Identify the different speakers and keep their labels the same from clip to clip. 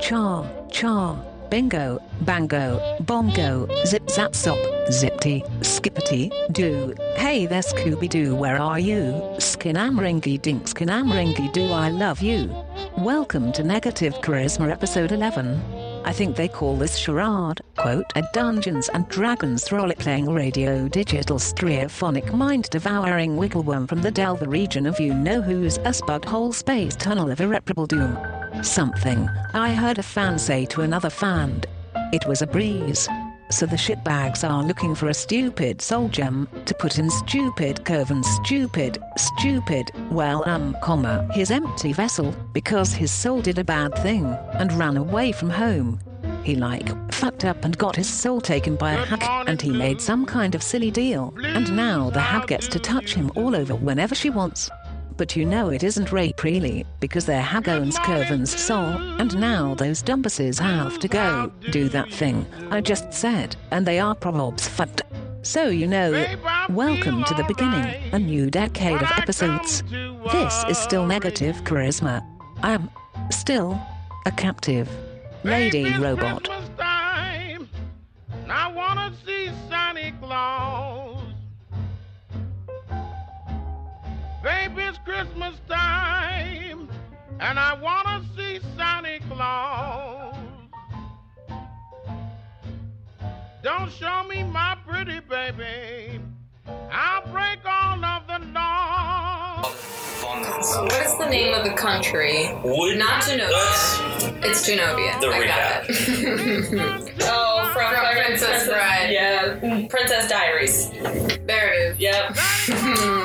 Speaker 1: Charm, charm, bingo, bango, bongo, zip zap zop, zippity, skippity, doo. Hey there Scooby Doo, where are you? Skinamringy dink, skinamringy doo, I love you. Welcome to Negative Charisma episode 11. I think they call this charade, quote, a Dungeons and Dragons role-playing radio digital stereophonic mind-devouring wiggleworm from the Delver region of you-know-who's a spud hole space tunnel of irreparable doom. Something, I heard a fan say to another fan. It was a breeze. So the shitbags are looking for a stupid soul gem to put in stupid Coven stupid, stupid, well um comma his empty vessel, because his soul did a bad thing and ran away from home. He like fucked up and got his soul taken by a
Speaker 2: Good
Speaker 1: hack
Speaker 2: morning,
Speaker 1: and he made some kind of silly deal, and now the hack gets to touch him all over whenever she wants. But you know it isn't Ray Preeley, because they're Hag owns Curvin's soul, and now those dumbuses have to go do that thing I just said, and they are proverbs fucked. So you know, welcome to the beginning, a new decade of episodes. This is still negative charisma. I am still a captive lady
Speaker 2: Baby, it's
Speaker 1: robot.
Speaker 2: Christmas time, and I wanna see Santa Claus. Baby, it's Christmas time, and I wanna see Santa Claus. Don't show me my pretty baby. I'll break all of the laws.
Speaker 3: So what is the name of the country?
Speaker 4: Would
Speaker 3: Not Genovia. It's Genovia.
Speaker 4: The
Speaker 3: I got it. oh, from, Princess, Bride.
Speaker 5: Yeah, mm, Princess Diaries.
Speaker 3: There it is.
Speaker 5: Yep.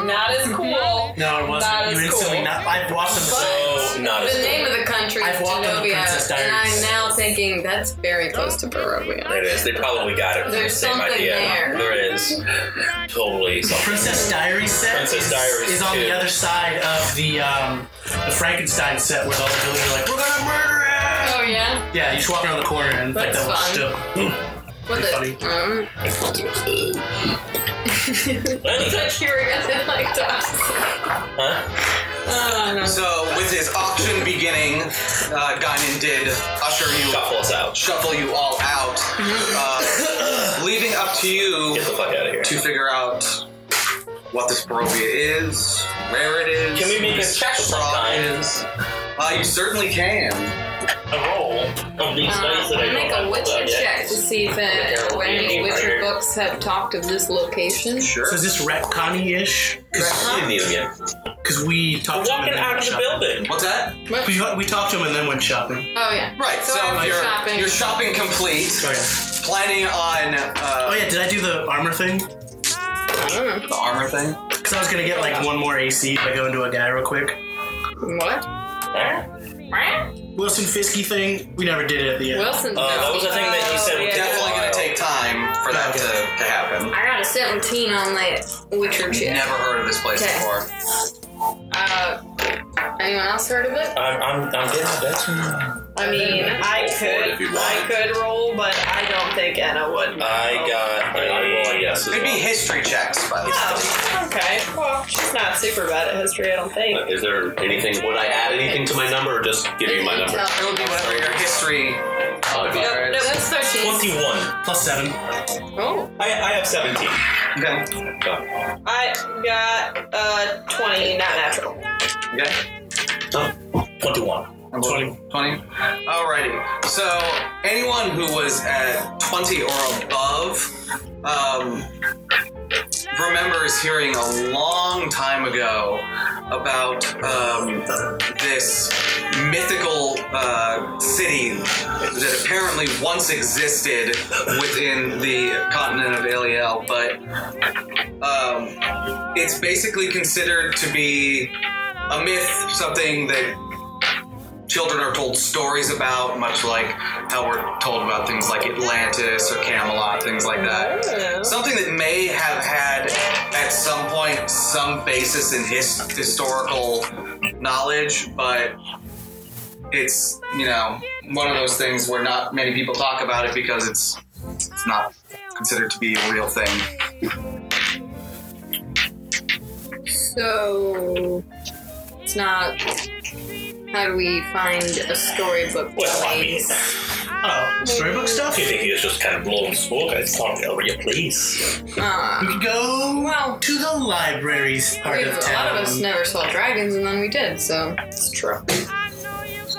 Speaker 5: Not as cool.
Speaker 6: No, it wasn't.
Speaker 5: That
Speaker 6: you
Speaker 5: is
Speaker 6: instantly
Speaker 5: cool.
Speaker 6: not. I've watched them.
Speaker 4: So not
Speaker 3: The
Speaker 4: as
Speaker 3: name of the country
Speaker 6: I've
Speaker 3: is
Speaker 6: walked on the
Speaker 3: Genovia,
Speaker 6: Princess
Speaker 3: and I'm
Speaker 6: Diaries.
Speaker 3: now thinking that's very close to Barovia.
Speaker 4: It is. They probably got it from
Speaker 3: There's
Speaker 4: the same
Speaker 3: something
Speaker 4: idea.
Speaker 3: there.
Speaker 4: there is. Totally something.
Speaker 6: Princess Diaries set
Speaker 4: Princess
Speaker 6: is,
Speaker 4: Diaries
Speaker 6: is on
Speaker 4: too.
Speaker 6: the other side of the um, the Frankenstein set where all the villagers are like, "We're gonna murder him!"
Speaker 3: Oh yeah.
Speaker 6: Yeah, you just walk around the corner and like
Speaker 3: That's
Speaker 6: that one's
Speaker 3: fun.
Speaker 6: still.
Speaker 3: What
Speaker 6: Pretty
Speaker 3: the? Um, it's like curious and like dogs.
Speaker 4: Huh?
Speaker 3: Oh, no.
Speaker 7: So, with his auction beginning, uh, Guinan did usher you,
Speaker 4: Shuffle us out.
Speaker 7: shuffle you all out, uh, leaving up to you
Speaker 4: Get the fuck out of here.
Speaker 7: to figure out what this Barovia is, where it is.
Speaker 4: Can we make a
Speaker 7: whose
Speaker 4: check
Speaker 7: fraud
Speaker 4: sometime?
Speaker 7: is. Uh, you certainly can.
Speaker 4: A roll of these dice
Speaker 3: Uh,
Speaker 4: that I
Speaker 3: I make
Speaker 4: don't
Speaker 3: a
Speaker 4: have
Speaker 3: Witcher
Speaker 4: pulled out
Speaker 3: check
Speaker 4: yet.
Speaker 3: to see if uh, when any Witcher books have talked of this location.
Speaker 7: Sure.
Speaker 6: So is this retconny ish?
Speaker 4: You didn't need them yet.
Speaker 6: Because we
Speaker 4: We're
Speaker 6: talked to him
Speaker 4: walking
Speaker 6: and then
Speaker 4: out
Speaker 6: went
Speaker 4: of the
Speaker 6: shopping.
Speaker 4: building.
Speaker 7: What's that?
Speaker 3: What?
Speaker 6: We, we talked to him and then went shopping.
Speaker 3: Oh yeah.
Speaker 7: Right, so,
Speaker 3: I was
Speaker 7: you're,
Speaker 3: shopping.
Speaker 7: you're shopping complete,
Speaker 6: Oh yeah.
Speaker 7: planning on uh,
Speaker 6: Oh yeah. Did I do the armor thing?
Speaker 7: the armor thing.
Speaker 6: Because I was gonna get like one more AC if I go into a guy real quick.
Speaker 3: What?
Speaker 4: Huh?
Speaker 6: Wilson Fiske thing. We never did it at the end.
Speaker 3: Wilson.
Speaker 4: Uh, that was the thing that you said. would
Speaker 5: Oh,
Speaker 4: take a
Speaker 5: yeah.
Speaker 7: Definitely
Speaker 4: while.
Speaker 7: gonna take time for that to, to happen.
Speaker 3: I got a 17 on that Witcher check.
Speaker 7: Never heard of this place
Speaker 3: Okay.
Speaker 7: before.
Speaker 3: Uh, anyone else heard of it?
Speaker 4: I'm, I'm, I'm getting the best.
Speaker 5: I mean, I
Speaker 4: if
Speaker 5: could,
Speaker 4: you want.
Speaker 5: I could roll, but I don't think Anna would.
Speaker 4: Oh. I got a. I guess.
Speaker 7: Could be history checks by this time.
Speaker 5: Oh, okay. Well, she's not super bad at history, I don't think.
Speaker 4: Is there anything? Would I add anything to my number or just give you my number?
Speaker 7: It would be whatever your history.
Speaker 3: Nope, nope, that's 13.
Speaker 4: 21.
Speaker 6: Plus seven.
Speaker 3: Oh,
Speaker 4: I, I have 17.
Speaker 7: Okay.
Speaker 4: Oh.
Speaker 5: I got uh 20, not natural.
Speaker 3: Hmm.
Speaker 7: Okay.
Speaker 4: Oh. 21.
Speaker 6: 20.
Speaker 7: 20. Alrighty. So, anyone who was at 20 or above um, remembers hearing a long time ago about um, this mythical uh, city that apparently once existed within the continent of Aliel, but um, it's basically considered to be a myth, something that children are told stories about, much like how we're told about things like Atlantis or Camelot, things like that. Something that may have had at some point some basis in his historical knowledge, but it's you know one of those things where not many people talk about it because it's it's not considered to be a real thing.
Speaker 3: so. It's not How do we find a storybook
Speaker 8: Well, I mean,
Speaker 3: place?
Speaker 6: Oh, storybook stuff.
Speaker 8: you think he was just kind of blowing smoke? It's not really a place.
Speaker 6: We
Speaker 3: Uh,
Speaker 6: could go
Speaker 3: Well-
Speaker 6: to the libraries
Speaker 3: we-
Speaker 6: part
Speaker 3: a
Speaker 6: of
Speaker 3: lot
Speaker 6: town.
Speaker 3: of us never saw dragons, and then we did. So
Speaker 8: It's true.
Speaker 3: anything's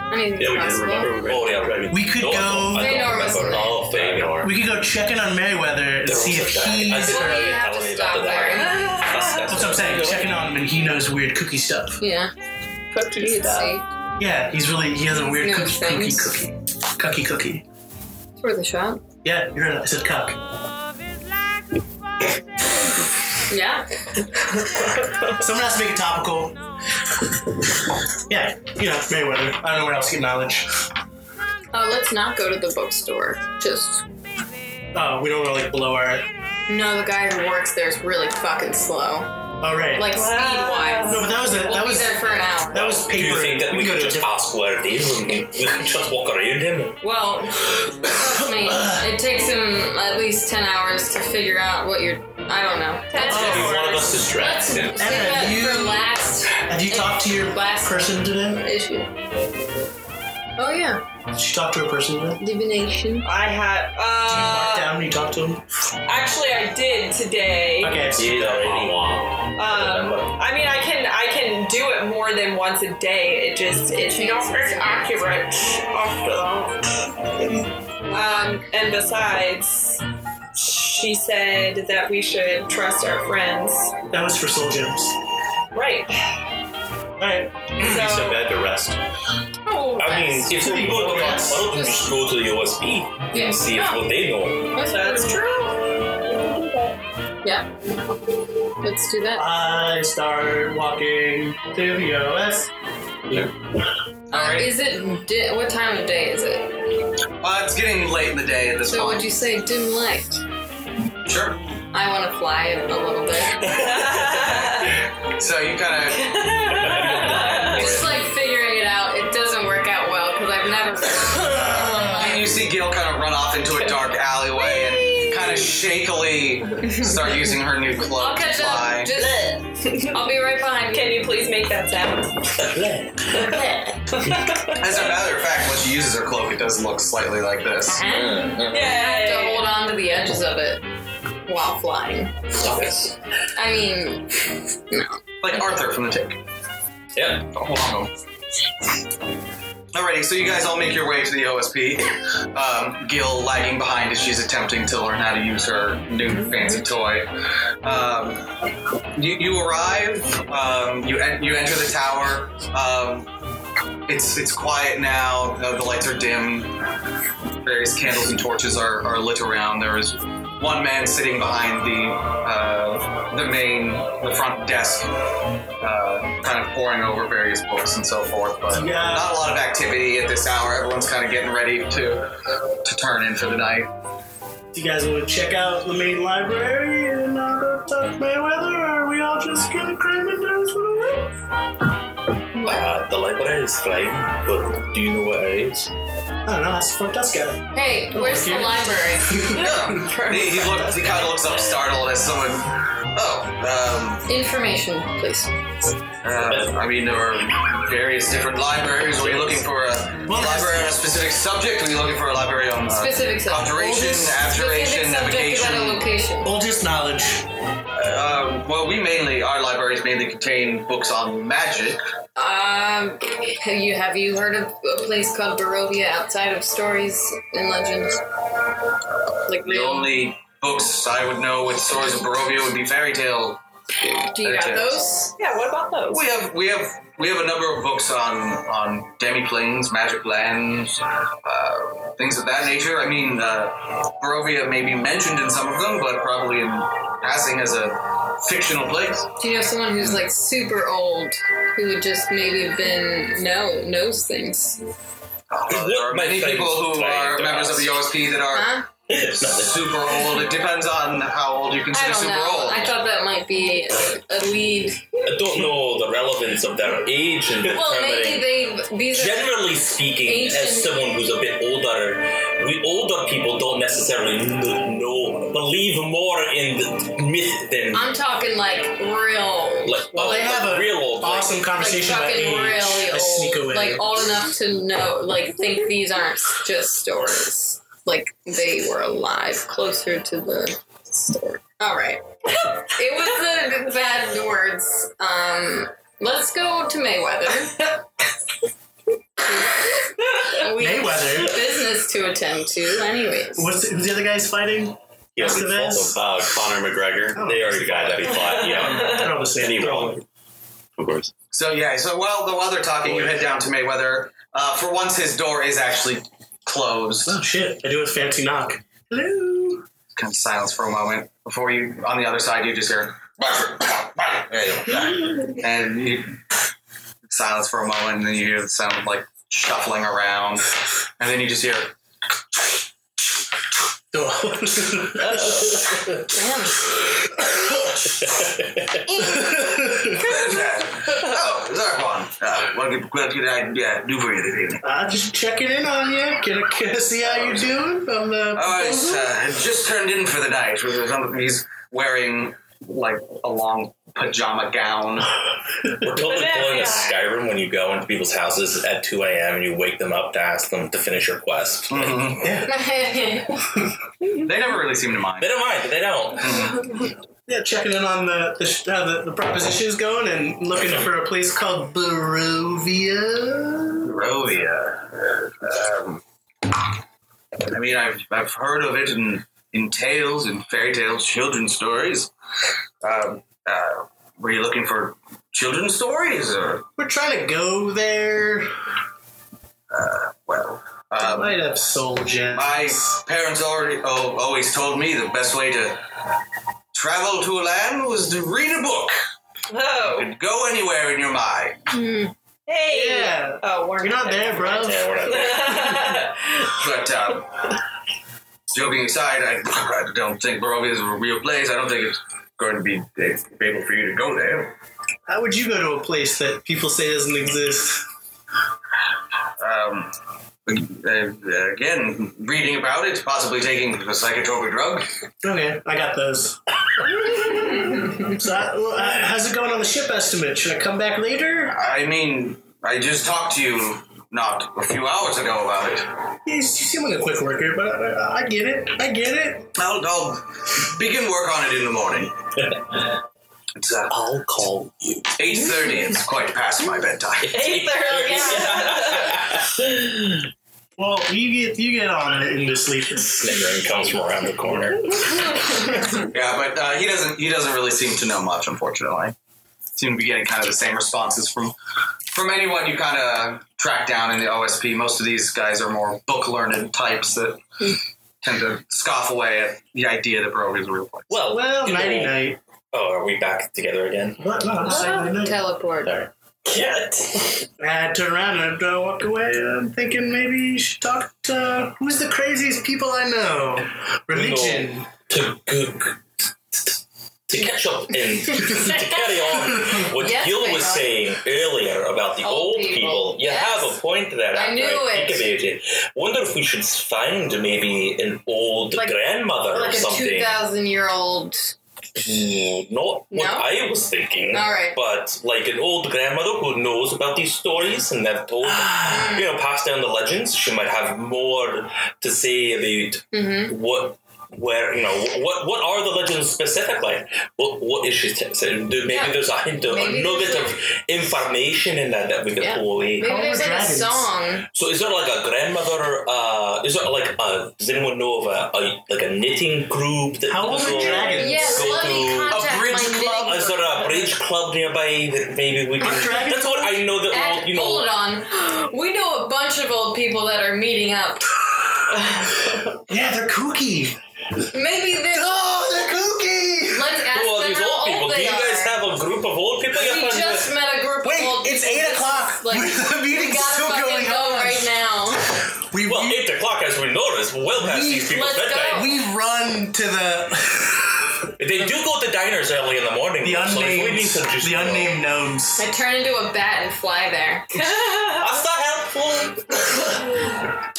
Speaker 8: Yeah, we didn't
Speaker 3: possible.
Speaker 8: remember. We oh, yeah, right.
Speaker 6: We could
Speaker 8: No, I don't-
Speaker 6: go-
Speaker 8: I
Speaker 3: Feanor
Speaker 8: don't
Speaker 3: was
Speaker 8: remember.
Speaker 3: there.
Speaker 8: Oh, Feanor.
Speaker 6: we could go check in on Merriweather and
Speaker 8: There
Speaker 6: see if
Speaker 8: was a guy. I
Speaker 6: he's.
Speaker 8: did
Speaker 3: Well, we
Speaker 8: not
Speaker 3: have
Speaker 8: tell
Speaker 3: to
Speaker 8: him
Speaker 3: stop
Speaker 8: about the
Speaker 3: there.
Speaker 8: diary. That's- that's-
Speaker 6: That's what I'm saying. Checking on him, and he knows weird cookie stuff.
Speaker 3: Yeah,
Speaker 8: Fuck
Speaker 3: you
Speaker 8: you,
Speaker 3: could see.
Speaker 8: Dad.
Speaker 6: Yeah, he's really he has a weird
Speaker 3: knows
Speaker 6: cookie, cookie
Speaker 3: things.
Speaker 6: cookie cookie cookie.
Speaker 3: It's worth a shot.
Speaker 6: Yeah, you heard it. I said cuck.
Speaker 3: Yeah.
Speaker 6: Someone has to make it topical. yeah, you know Merriweather. I don't know where else to get knowledge.
Speaker 3: Uh, let's not go to the bookstore. Just
Speaker 6: Oh, we don't want to like blow our.
Speaker 3: no. The guy who works there is really fucking slow.
Speaker 6: Oh right.
Speaker 3: Like speed wise.
Speaker 6: no, but that was a,
Speaker 3: we'll
Speaker 6: that
Speaker 3: be
Speaker 6: was
Speaker 3: there for an hour.
Speaker 6: that was
Speaker 8: Do
Speaker 6: paper.
Speaker 8: you think that we
Speaker 6: can
Speaker 8: could
Speaker 6: go to
Speaker 8: just
Speaker 6: different-
Speaker 8: ask where it is and we could just walk around him?
Speaker 3: Well, trust me, it takes him at least 10 hours to figure out what you're. I don't know. That's
Speaker 8: Maybe one of us is dressed.
Speaker 3: Let's save
Speaker 8: Yeah.
Speaker 3: that
Speaker 6: Emma,
Speaker 3: for
Speaker 6: you-
Speaker 3: last
Speaker 6: Have you talked to your
Speaker 3: Last-
Speaker 6: person today?
Speaker 3: issue. Oh, yeah.
Speaker 6: Did you talk to a person today?
Speaker 3: Divination.
Speaker 5: I had.
Speaker 6: Did you mark
Speaker 5: Uh,
Speaker 6: down when you talked to him?
Speaker 5: actually, I did today.
Speaker 6: Okay. so-
Speaker 8: You don't want-
Speaker 5: Um, I mean, I can I can do it more than once a day. It just it's not very accurate. Um, and besides, she said that we should trust our friends.
Speaker 6: That was for soul gems.
Speaker 5: Right.
Speaker 6: Alright. um,
Speaker 8: He's in
Speaker 5: So.
Speaker 8: bed to rest.
Speaker 5: Oh,
Speaker 8: I mean, if we go to that, why don't we just go to the OSP and see if what they know?
Speaker 5: that's true.
Speaker 3: Yeah. Let's do that.
Speaker 6: I start walking to the OS.
Speaker 3: Uh, is it. Di- what time of day is it?
Speaker 7: Uh, it's getting late in the day at this
Speaker 3: So,
Speaker 7: point.
Speaker 3: would you say dim light?
Speaker 7: sure.
Speaker 3: I want to fly a little bit.
Speaker 7: So you kind of
Speaker 3: Just like figuring it out. It doesn't work out well because I've
Speaker 7: And
Speaker 3: never.
Speaker 7: you see Gail kind of run off into a dark alleyway and kind of shakily start using her new cloak
Speaker 3: I'll catch
Speaker 7: to fly.
Speaker 3: up. Just, I'll be right behind you.
Speaker 5: Can you please make that sound?
Speaker 7: As a matter of fact, when she uses her cloak, it does look slightly like this.
Speaker 3: Uh-huh. to hold
Speaker 5: Yeah.
Speaker 3: on to the edges of it while flying.
Speaker 8: Stop it.
Speaker 3: I mean,
Speaker 7: Like Arthur from the Tick.
Speaker 8: Yeah.
Speaker 6: Oh,
Speaker 7: Alrighty, so you guys all make your way to the OSP. Um, Gil lagging behind as she's attempting to learn how to use her new fancy toy. Um, you, you arrive, um, you, en- you enter the tower. Um, it's, it's quiet now, uh, the lights are dim. Various candles and torches are, are lit around. There is one man sitting behind the, uh, the main, the front desk, uh, kind of poring over various books and so forth, but
Speaker 6: Yeah.
Speaker 7: not a lot of activity at this hour. Everyone's kind of getting ready to to turn in for the night.
Speaker 6: Do you guys want to check out the main library and uh, go talk Mayweather, or are we all just gonna cram into this little room?
Speaker 8: Uh, the library is fine, but do you know where it is?
Speaker 6: I don't know, that's front desk guy.
Speaker 3: hey, where's the
Speaker 6: Okay.
Speaker 3: library?
Speaker 7: he he, looks- he kind of looks up startled as someone. Oh, um,
Speaker 3: Information, please.
Speaker 7: uh, I mean, there are various different libraries. Are you looking for a library on a specific subject? Are you looking for a library on uh,
Speaker 3: Specific subject.
Speaker 7: conjuration, abjuration,
Speaker 3: Specific subject
Speaker 7: navigation?
Speaker 3: about a location.
Speaker 6: Oldest knowledge.
Speaker 7: Uh, well, we mainly our libraries mainly contain books on magic.
Speaker 3: Um, have you have you heard of a place called Barovia outside of stories and legends? Like
Speaker 7: The only books I would know with stories of Barovia would be fairy tale
Speaker 3: do you got those?
Speaker 5: Yeah. What about those?
Speaker 7: We have we have we have a number of books on on demiplanes, magic lands, uh, things of that nature. I mean, uh, Barovia may be mentioned in some of them, but probably in passing as a fictional place.
Speaker 3: Do you know someone who's like super old who would just maybe been know knows things?
Speaker 7: Uh, there are
Speaker 8: My
Speaker 7: many
Speaker 8: friends
Speaker 7: people who
Speaker 8: try
Speaker 7: are
Speaker 8: to
Speaker 7: members of the OSP that are
Speaker 3: Huh?
Speaker 8: It's not
Speaker 7: super old. It depends on how old you
Speaker 3: I
Speaker 7: consider
Speaker 3: don't
Speaker 7: super
Speaker 3: know.
Speaker 7: old.
Speaker 3: I thought that might might be a, a lead.
Speaker 8: I don't know the relevance of their age in determining.
Speaker 3: Well, maybe they these are
Speaker 8: Generally speaking, as
Speaker 3: Asian-
Speaker 8: someone who's a bit older, we older people don't necessarily kn- know, believe more in the myth than
Speaker 3: I'm talking like real,
Speaker 7: oh,
Speaker 8: like
Speaker 6: Well,
Speaker 8: uh,
Speaker 6: they have a
Speaker 8: real old. like,
Speaker 6: awesome conversation
Speaker 3: like
Speaker 6: about
Speaker 3: fucking
Speaker 6: age.
Speaker 3: really
Speaker 6: I
Speaker 3: old,
Speaker 6: sneak away.
Speaker 3: like old enough to know, like think these aren't just stories. Like they were alive, closer to the story. All right, it was the bad words. Um, let's go to Mayweather. we have
Speaker 6: Mayweather?
Speaker 3: business to attend to, anyways.
Speaker 6: What's the, who's the other guy's fighting?
Speaker 4: He has
Speaker 6: After this?
Speaker 4: fought, uh, Conor McGregor.
Speaker 6: Oh.
Speaker 4: They are the guy that he fought. Yeah,
Speaker 6: They're all the same. They're all-
Speaker 4: anyone. Of course.
Speaker 7: So yeah, so while the while they're talking, you head down to Mayweather. Uh, for once, his door is actually closed.
Speaker 6: Oh shit! I do a fancy knock. Hello.
Speaker 7: Kind of silence for a moment before you. On the other side, you just hear and you silence for a moment, and then you hear the sound of like shuffling around, and then you just hear. Oh, Zarkon. Uh, what could, what could I yeah, do for you this evening?
Speaker 6: uh, just checking in on you. Get a get a- see how you're doing on the.
Speaker 7: Oh, it's uh, it's just turned in for the night. With some- He's wearing like a long pajama gown.
Speaker 8: We're totally pulling a Skyrim when you go into people's houses at 2 a.m. and you wake them up to ask them to finish your quest.
Speaker 7: They never really seem to mind.
Speaker 8: They don't mind. They don't.
Speaker 3: Mm.
Speaker 6: yeah, checking in on the the, sh- how the the proposition's going and looking for a place called Barovia.
Speaker 7: Barovia. Um, I mean, I've I've heard of it in in tales and fairy tales, children's stories. Um, uh, were you looking for children's stories or
Speaker 6: We're trying to go there.
Speaker 7: well? Um,
Speaker 6: Might have soul gems.
Speaker 7: My parents already oh, always told me the best way to travel to a land was to read a book.
Speaker 5: Oh,
Speaker 7: Could go anywhere in your mind.
Speaker 5: hey.
Speaker 6: Yeah.
Speaker 5: Oh, we're
Speaker 6: You're not there, bro.
Speaker 8: Yeah, we're not there.
Speaker 7: But um, joking aside, I, I don't think Barovia is a real place. I don't think it's going to be able for you to go there.
Speaker 6: How would you go to a place that people say doesn't exist?
Speaker 7: Um, uh, again, reading about it, possibly taking a psychotropic drug.
Speaker 6: Okay, I got those. so, I, well, uh, how's it going on the ship estimate? Should I come back later?
Speaker 7: I mean, I just talked to you not a few hours ago about it.
Speaker 6: Yeah, You seem like a quick worker, but I, I, I get it. I get it.
Speaker 7: I'll, I'll begin work on it in the morning. It's uh,
Speaker 8: I'll call you.
Speaker 7: eight thirty. It's quite past my bedtime.
Speaker 5: Eight thirty.
Speaker 6: Well, you get you get on it into sleep.
Speaker 8: Snickering comes from around the corner.
Speaker 7: Yeah, but uh, he doesn't. He doesn't really seem to know much, unfortunately. Seem to be getting kind of the same responses from from anyone you kind of track down in the OSP. Most of these guys are more book learned types that
Speaker 6: Hmm.
Speaker 7: tend to scoff away at the idea that Brogue is a real place.
Speaker 8: Well,
Speaker 6: Well,
Speaker 8: you know-
Speaker 6: nighty night.
Speaker 8: Oh, are we back together again?
Speaker 6: What? No, I'm just saying nighty night.
Speaker 3: Teleport.
Speaker 8: Sorry.
Speaker 6: I turn around and I walk away. I'm thinking maybe you should talk to who's the craziest people I know. Religion.
Speaker 8: To, to, to catch up and to carry on what
Speaker 3: Yes,
Speaker 8: Gil was
Speaker 3: Michael.
Speaker 8: saying earlier about the
Speaker 3: Old
Speaker 8: old,
Speaker 3: people.
Speaker 8: people, you
Speaker 3: Yes.
Speaker 8: have a point there.
Speaker 3: I
Speaker 8: after
Speaker 3: knew it.
Speaker 8: Think about it. Wonder if we should find maybe an old
Speaker 3: Like-
Speaker 8: grandmother
Speaker 3: Like
Speaker 8: or
Speaker 3: a two
Speaker 8: something.
Speaker 3: thousand year old.
Speaker 8: Mm, Not what
Speaker 3: No?
Speaker 8: I was thinking,
Speaker 3: All right.
Speaker 8: but like an old grandmother who knows about these stories and have told,
Speaker 3: Mm.
Speaker 8: you know, passed down the legends. She might have more to say about
Speaker 3: Mm-hmm.
Speaker 8: what where you know what what are the legends specifically what what is she t- saying? Do- maybe
Speaker 3: Yeah.
Speaker 8: there's a hint of
Speaker 3: Maybe
Speaker 8: a nugget
Speaker 3: there's
Speaker 8: of information in that that we can
Speaker 3: Yeah.
Speaker 8: pull away
Speaker 3: Maybe
Speaker 6: Call
Speaker 3: there's
Speaker 6: the
Speaker 3: like a
Speaker 6: dragons.
Speaker 3: song.
Speaker 8: so is there like a grandmother uh is there like a does anyone know of a, a like a knitting group that
Speaker 6: How old
Speaker 8: people
Speaker 6: are
Speaker 8: go-
Speaker 6: dragons?
Speaker 3: Yes,
Speaker 8: go
Speaker 3: let me
Speaker 8: to-
Speaker 3: contact
Speaker 7: A bridge
Speaker 3: my
Speaker 7: club.
Speaker 8: is there a bridge club nearby that maybe we can
Speaker 6: Are dragons-
Speaker 8: that's what I know that
Speaker 3: At,
Speaker 8: all you know
Speaker 3: Hold on. We know a bunch of old people that are meeting up.
Speaker 6: Yeah, they're kooky.
Speaker 3: Maybe they're.
Speaker 6: Oh, they're kooky.
Speaker 3: Let's ask
Speaker 8: who are
Speaker 3: them
Speaker 8: these
Speaker 3: how
Speaker 8: old people do
Speaker 3: they
Speaker 8: you guys
Speaker 3: are.
Speaker 8: have a group of old people you're
Speaker 3: We
Speaker 8: friends
Speaker 3: just
Speaker 8: with?
Speaker 3: met a group
Speaker 6: Wait,
Speaker 3: of old
Speaker 6: it's
Speaker 3: people.
Speaker 6: eight
Speaker 3: This
Speaker 6: o'clock.
Speaker 3: is, Like,
Speaker 6: The
Speaker 3: we
Speaker 6: meeting's
Speaker 3: gotta
Speaker 6: still
Speaker 3: fucking
Speaker 6: going
Speaker 3: go
Speaker 6: on.
Speaker 3: right now.
Speaker 6: We,
Speaker 8: well
Speaker 6: we,
Speaker 8: eight o'clock as we know is well past
Speaker 6: We-
Speaker 8: these people's
Speaker 3: Let's go.
Speaker 8: bedtime
Speaker 6: we run to the.
Speaker 8: They do go to diners early in the morning.
Speaker 6: The
Speaker 8: though, so if we
Speaker 6: unnamed,
Speaker 8: need some juice
Speaker 6: the
Speaker 8: to go.
Speaker 6: unnamed gnomes.
Speaker 3: I turn into a bat and fly there.
Speaker 8: That's not helpful.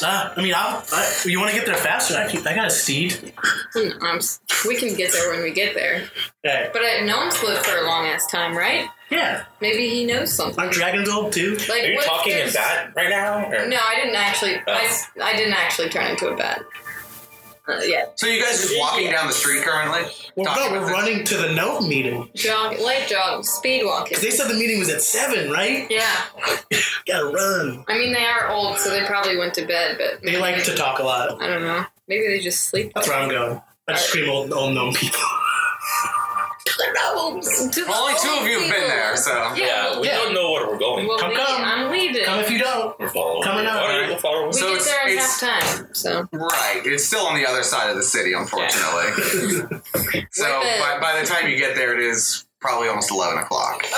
Speaker 6: Ah, I mean, I'll, I, you want to get there faster? I, keep, I got a steed.
Speaker 3: Hmm, I'm s- we can get there when we get there.
Speaker 6: Alright.
Speaker 3: But uh, gnomes live for a long ass time, right?
Speaker 6: Yeah.
Speaker 3: Maybe he knows something.
Speaker 6: Aren't dragons old too?
Speaker 3: Like,
Speaker 8: Are you
Speaker 3: what if
Speaker 8: talking in
Speaker 3: there's-
Speaker 8: bat right now? Or?
Speaker 3: No, I didn't actually.
Speaker 6: Oh.
Speaker 3: I, s- I didn't actually turn into a bat. Uh, yeah,
Speaker 7: So you guys just walking down the street currently?
Speaker 6: Well, no,
Speaker 7: Talking
Speaker 6: we're
Speaker 7: about
Speaker 6: running to the gnome meeting.
Speaker 3: jog, light jog, speed walking.
Speaker 6: They said the meeting was at 7, right?
Speaker 3: Yeah,
Speaker 6: Gotta run.
Speaker 3: I mean they are old, so they probably went to bed. But
Speaker 6: They like to Oh. talk a lot.
Speaker 3: I don't know. Maybe they just sleep.
Speaker 6: That's where I'm going. I just scream old, old gnome people.
Speaker 3: To the
Speaker 7: this. Only two of you have been
Speaker 3: people.
Speaker 7: there, so.
Speaker 3: Yeah,
Speaker 8: Yeah, we
Speaker 6: Yeah.
Speaker 8: don't know where we're going.
Speaker 3: well,
Speaker 6: Come,
Speaker 3: we-
Speaker 6: come.
Speaker 3: I'm leaving.
Speaker 6: Come if you don't.
Speaker 8: We're following.
Speaker 6: Coming up.
Speaker 8: All right, we'll follow.
Speaker 3: we
Speaker 7: So
Speaker 3: get
Speaker 7: it's-
Speaker 3: there in half
Speaker 7: it's-
Speaker 3: time. So
Speaker 7: Right. It's still on the other side of the city, unfortunately. so
Speaker 3: With the-
Speaker 7: by, by the time you get there, it is probably almost 11 o'clock.
Speaker 5: Oh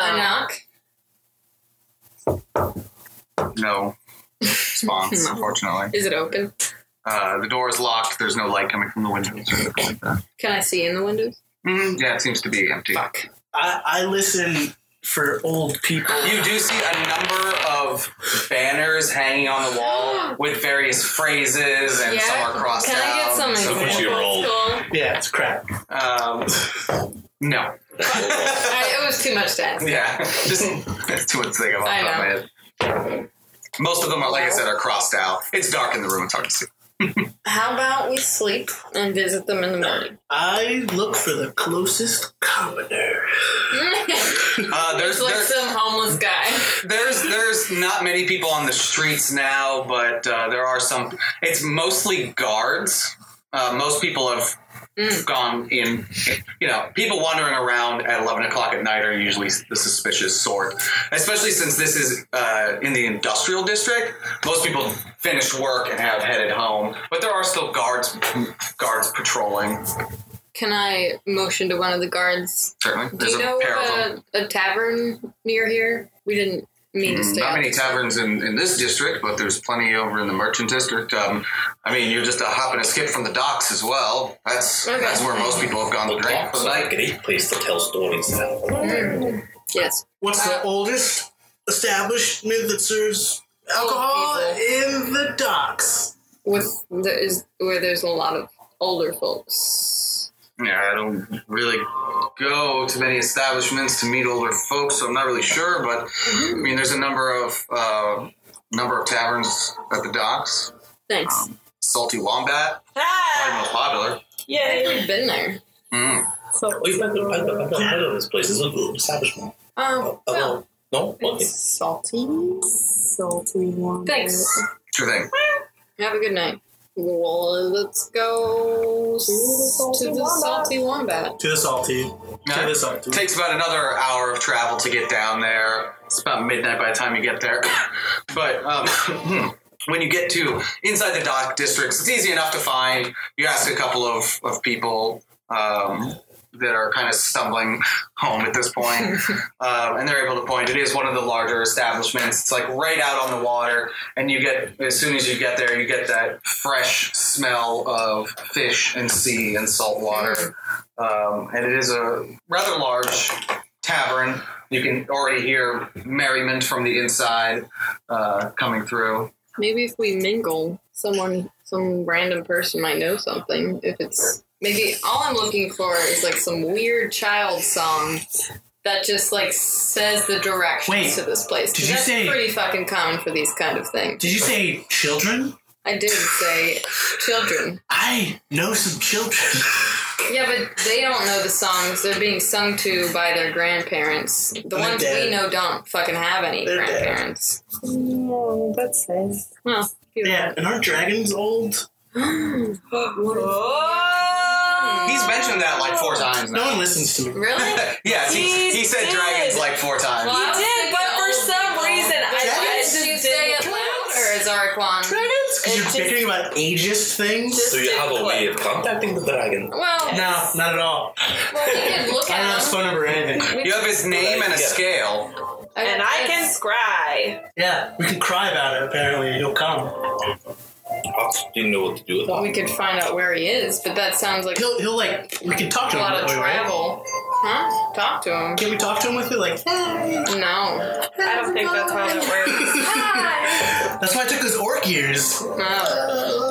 Speaker 3: I knock.
Speaker 7: No response,
Speaker 3: No.
Speaker 7: unfortunately.
Speaker 3: Is it open?
Speaker 7: Uh, the door is locked. There's no light coming from the windows or anything like that.
Speaker 3: Can I see in the windows?
Speaker 7: Mm, yeah, it seems to be empty.
Speaker 3: Fuck.
Speaker 6: I, I listen for old people.
Speaker 7: You do see a number of banners hanging on the wall with various phrases, and
Speaker 3: Yeah.
Speaker 7: some are crossed
Speaker 3: Can I get
Speaker 7: out.
Speaker 3: some
Speaker 7: and so forth.
Speaker 8: examples? year old.
Speaker 3: Cool.
Speaker 6: Yeah, it's crap.
Speaker 7: Um, no.
Speaker 3: I, it was too much to ask.
Speaker 7: Yeah. Just that's too much to think of off
Speaker 3: I
Speaker 7: the top of my
Speaker 3: know.
Speaker 7: head. Most of them are, like I said, are crossed out. It's dark in the room. It's hard to see.
Speaker 3: How about we sleep and visit them in the morning?
Speaker 6: I look for the closest commoner.
Speaker 7: Uh, there's
Speaker 3: It's like
Speaker 7: there's,
Speaker 3: some homeless guy.
Speaker 7: there's there's not many people on the streets now, but uh, there are some. It's mostly guards. Uh, most people have
Speaker 3: Mm.
Speaker 7: gone in. You know, people wandering around at eleven o'clock at night are usually the suspicious sort. Especially since this is uh, in the industrial district, most people finish work and have headed home. But there are still guards guards patrolling.
Speaker 3: Can I motion to one of the guards?
Speaker 7: Certainly,
Speaker 3: Do
Speaker 7: there's
Speaker 3: you
Speaker 7: a
Speaker 3: know uh,
Speaker 7: pair of them.
Speaker 3: a, a tavern near here? We didn't mean to stay.
Speaker 7: Mm, Not
Speaker 3: out
Speaker 7: many
Speaker 3: this-
Speaker 7: taverns in, in this district, but there's plenty over in the merchant district. Um, I mean, you're just a hop and a skip from the docks as well. That's
Speaker 3: Okay.
Speaker 7: that's where most people have gone to drink for
Speaker 8: It's
Speaker 7: the
Speaker 8: like a
Speaker 7: night.
Speaker 8: great place to tell stories now.
Speaker 3: Yes.
Speaker 6: What's the
Speaker 3: Uh,
Speaker 6: oldest establishment that serves alcohol
Speaker 3: Old
Speaker 6: in the docks?
Speaker 3: With the, is where there's a lot of older folks.
Speaker 7: Yeah, I don't really go to many establishments to meet older folks, so I'm not really sure. But I mean, there's a number of uh, number of taverns at the docks.
Speaker 3: Thanks.
Speaker 7: Um, Salty Wombat,
Speaker 5: no.
Speaker 7: probably the
Speaker 5: Ah,
Speaker 7: most popular.
Speaker 5: yay.
Speaker 3: I've been there.
Speaker 7: Mm.
Speaker 5: So,
Speaker 8: We've been to, I've never I've never heard of this place. It's a little establishment.
Speaker 3: Oh, well,
Speaker 8: Oh, no? Okay.
Speaker 5: it's salty, salty one.
Speaker 3: thanks.
Speaker 7: Sure thing.
Speaker 3: Have a good night. Well, let's go s- to the salty wombat.
Speaker 6: To the salty. To the salty.
Speaker 7: Takes about another hour of travel to get down there. It's about midnight by the time you get there. but um, when you get to inside the dock districts, it's easy enough to find. You ask a couple of, of people um, that are kind of stumbling home at this point, um, and they're able to point. It is one of the larger establishments. It's like right out on the water, and you get as soon as you get there, you get that fresh smell of fish and sea and salt water um, and it is a rather large tavern. You can already hear merriment from the inside uh, coming through.
Speaker 3: Maybe if we mingle, someone, some random person might know something. If it's maybe all I'm looking for is like some weird child song that just like says the directions
Speaker 6: Wait,
Speaker 3: to this place. 'cause
Speaker 6: did you
Speaker 3: That's
Speaker 6: say-
Speaker 3: pretty fucking common for these kind of things.
Speaker 6: Did you say children?
Speaker 3: I did say children.
Speaker 6: I know some children.
Speaker 3: Yeah, but they don't know the songs. They're being sung to by their grandparents. The
Speaker 6: They're
Speaker 3: ones
Speaker 6: dead.
Speaker 3: we know don't fucking have any
Speaker 6: They're dead.
Speaker 3: grandparents.
Speaker 5: No, that's nice.
Speaker 3: Well, you-
Speaker 6: yeah, and aren't dragons old?
Speaker 5: Oh,
Speaker 7: He's mentioned that like four times
Speaker 6: No
Speaker 7: now.
Speaker 6: one listens to me.
Speaker 3: really?
Speaker 7: yes, he, he said
Speaker 5: He
Speaker 7: dragons
Speaker 5: did.
Speaker 7: like four times.
Speaker 3: Well, I was
Speaker 5: did,
Speaker 3: thinking
Speaker 5: but for
Speaker 3: old
Speaker 5: some
Speaker 3: people.
Speaker 5: reason, I-
Speaker 3: Why
Speaker 5: I
Speaker 3: did you
Speaker 5: just
Speaker 3: say it
Speaker 5: didn't
Speaker 3: louder, Zarquan?
Speaker 6: Dragons? Because
Speaker 5: It
Speaker 6: you're
Speaker 5: just-
Speaker 6: bickering about ageist things?
Speaker 8: So you have a way of contacting the dragon.
Speaker 3: Well,
Speaker 6: No, not at all.
Speaker 3: well, we can look
Speaker 6: I don't
Speaker 3: at
Speaker 6: have his
Speaker 3: them.
Speaker 6: phone number or anything.
Speaker 7: You have his name and a scale.
Speaker 5: And I can scry.
Speaker 6: Yeah, we can cry about it, apparently. He'll come.
Speaker 8: I didn't know what to do with that.
Speaker 3: We could find out where he is, but that sounds like
Speaker 6: He'll, he'll like, we can talk
Speaker 3: a
Speaker 6: to him
Speaker 3: lot
Speaker 6: that
Speaker 3: of
Speaker 6: way, right?
Speaker 3: travel. Huh? Talk to him.
Speaker 6: Can we talk to him with it? Like, hey.
Speaker 3: No.
Speaker 5: I don't think that's how that works.
Speaker 6: That's why I took those orc ears.
Speaker 3: No.
Speaker 8: Why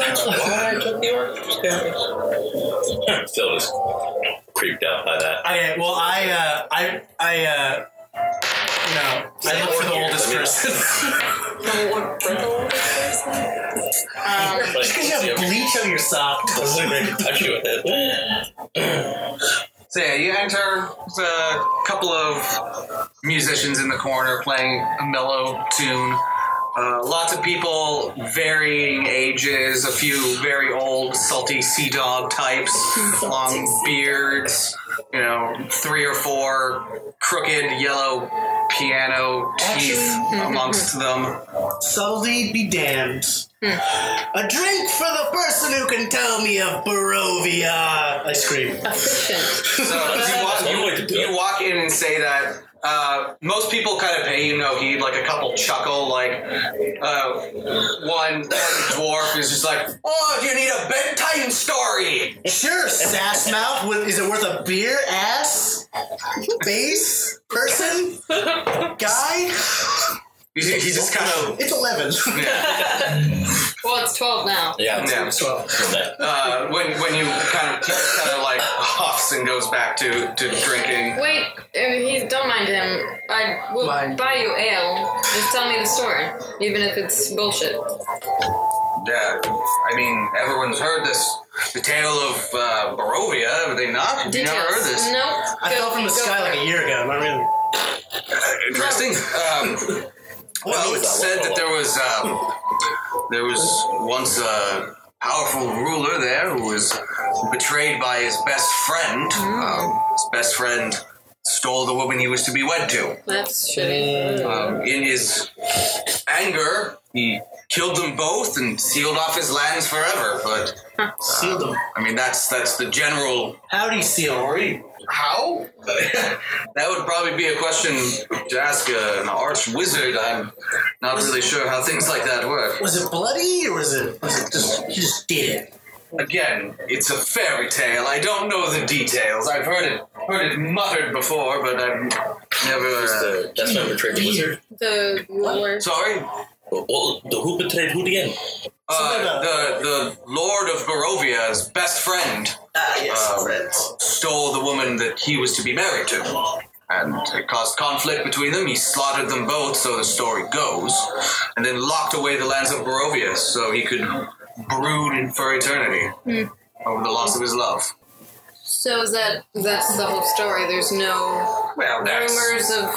Speaker 8: I took the orc? Still just creeped out by that.
Speaker 6: I well, I uh, I I uh, you know, I look for the oldest person.
Speaker 3: Um,
Speaker 8: Like,
Speaker 6: Just 'cause you have bleach on your sock.
Speaker 8: doesn't really touch you with it.
Speaker 7: So yeah, you enter with a couple of musicians in the corner playing a mellow tune. Uh, lots of people, varying ages, a few very old, salty sea dog types, long beards, you know, three or four crooked yellow piano teeth amongst them.
Speaker 6: Subtlety be damned.
Speaker 3: Hmm.
Speaker 6: A drink for the person who can tell me of Barovia. I scream.
Speaker 3: efficient.
Speaker 7: So you walk,
Speaker 8: One way to do
Speaker 7: you,
Speaker 8: it.
Speaker 7: you walk in and say that uh, most people kind of pay you no heed. Like a couple chuckle. Like uh, one, one dwarf is just like, "Oh, you need a bedtime story."
Speaker 6: Sure, sass mouth. What- Is it worth a beer? Ass, base, person, guy.
Speaker 7: He, he just kind of
Speaker 6: It's eleven.
Speaker 7: yeah.
Speaker 3: Well, it's 12 now.
Speaker 8: Yeah, it's-
Speaker 7: yeah.
Speaker 8: er
Speaker 7: Uh, when when you kind of he kind of like huffs and goes back to to drinking.
Speaker 3: Wait, if he, don't mind him. I will
Speaker 6: Mind.
Speaker 3: buy you ale. Just tell me the story, even if it's bullshit.
Speaker 7: Yeah, I mean everyone's heard this the tale of uh, Barovia, have they not? Have you
Speaker 3: Details.
Speaker 7: never heard this?
Speaker 3: Nope.
Speaker 6: I
Speaker 3: Go-
Speaker 6: fell from the
Speaker 3: go
Speaker 6: sky
Speaker 3: for
Speaker 6: like
Speaker 3: it.
Speaker 6: a year ago. Not really.
Speaker 7: Interesting. Um, Well, it said that there was um, there was once a powerful ruler there who was betrayed by his best friend. Um, his best friend stole the woman he was to be wed to.
Speaker 3: That's shitty.
Speaker 7: Um, in his anger, he killed them both and sealed off his lands forever. But
Speaker 6: Sealed them.
Speaker 7: I mean, that's that's the general.
Speaker 6: Howdy, seal.
Speaker 7: How? that would probably be a question to ask an arch wizard. I'm not really sure how things like that work.
Speaker 6: Was it bloody or was it? Was it just? You just did it.
Speaker 7: Again, it's a fairy tale. I don't know the details. I've heard it heard it muttered before, but I've never. Uh,
Speaker 8: the- that's not betrayed the wizard.
Speaker 3: The ruler.
Speaker 7: sorry,
Speaker 8: Well, well, the who betrayed who again?
Speaker 7: uh, the the Lord of Barovia's best friend
Speaker 6: Ah, yes,
Speaker 7: Um,
Speaker 6: friends.
Speaker 7: stole the woman that he was to be married to, and it caused conflict between them. He slaughtered them both, so the story goes, and then locked away the lands of Barovia so he could brood in for eternity over the loss of his love.
Speaker 3: So is that that's the whole story? There's no
Speaker 7: Well, that's.
Speaker 3: rumors of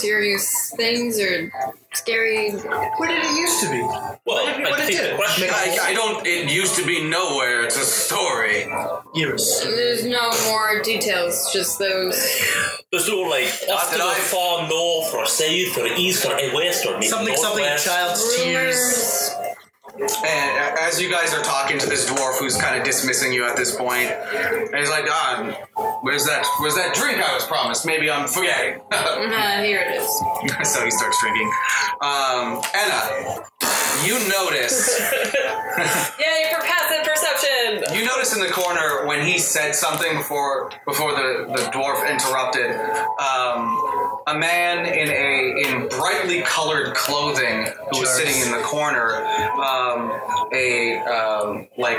Speaker 3: mysterious things or scary.
Speaker 6: Where did it used to be?
Speaker 8: Well,
Speaker 6: did- what
Speaker 8: I
Speaker 6: did
Speaker 8: think
Speaker 6: it
Speaker 8: the
Speaker 6: do?
Speaker 8: question.
Speaker 7: I, I don't. It used to be nowhere. It's a story.
Speaker 6: Years.
Speaker 3: There's no more details. Just those.
Speaker 8: There's no like after
Speaker 7: that
Speaker 8: the
Speaker 7: I-
Speaker 8: far north or south or east or west or maybe
Speaker 6: Something, something.
Speaker 8: northwest.
Speaker 6: Child's tears.
Speaker 3: Rumors.
Speaker 7: And as you guys are talking to this dwarf, who's kind of dismissing you at this point, and he's like, "Ah, where's that? Where's that drink I was promised? Maybe I'm forgetting."
Speaker 3: Uh, here it is.
Speaker 7: so he starts drinking. Um, Anna, you notice.
Speaker 5: Yay for passive perception!
Speaker 7: You notice in the corner when he said something before before the, the dwarf interrupted, um, a man in a in brightly colored clothing who was sitting in the corner, um, a um, like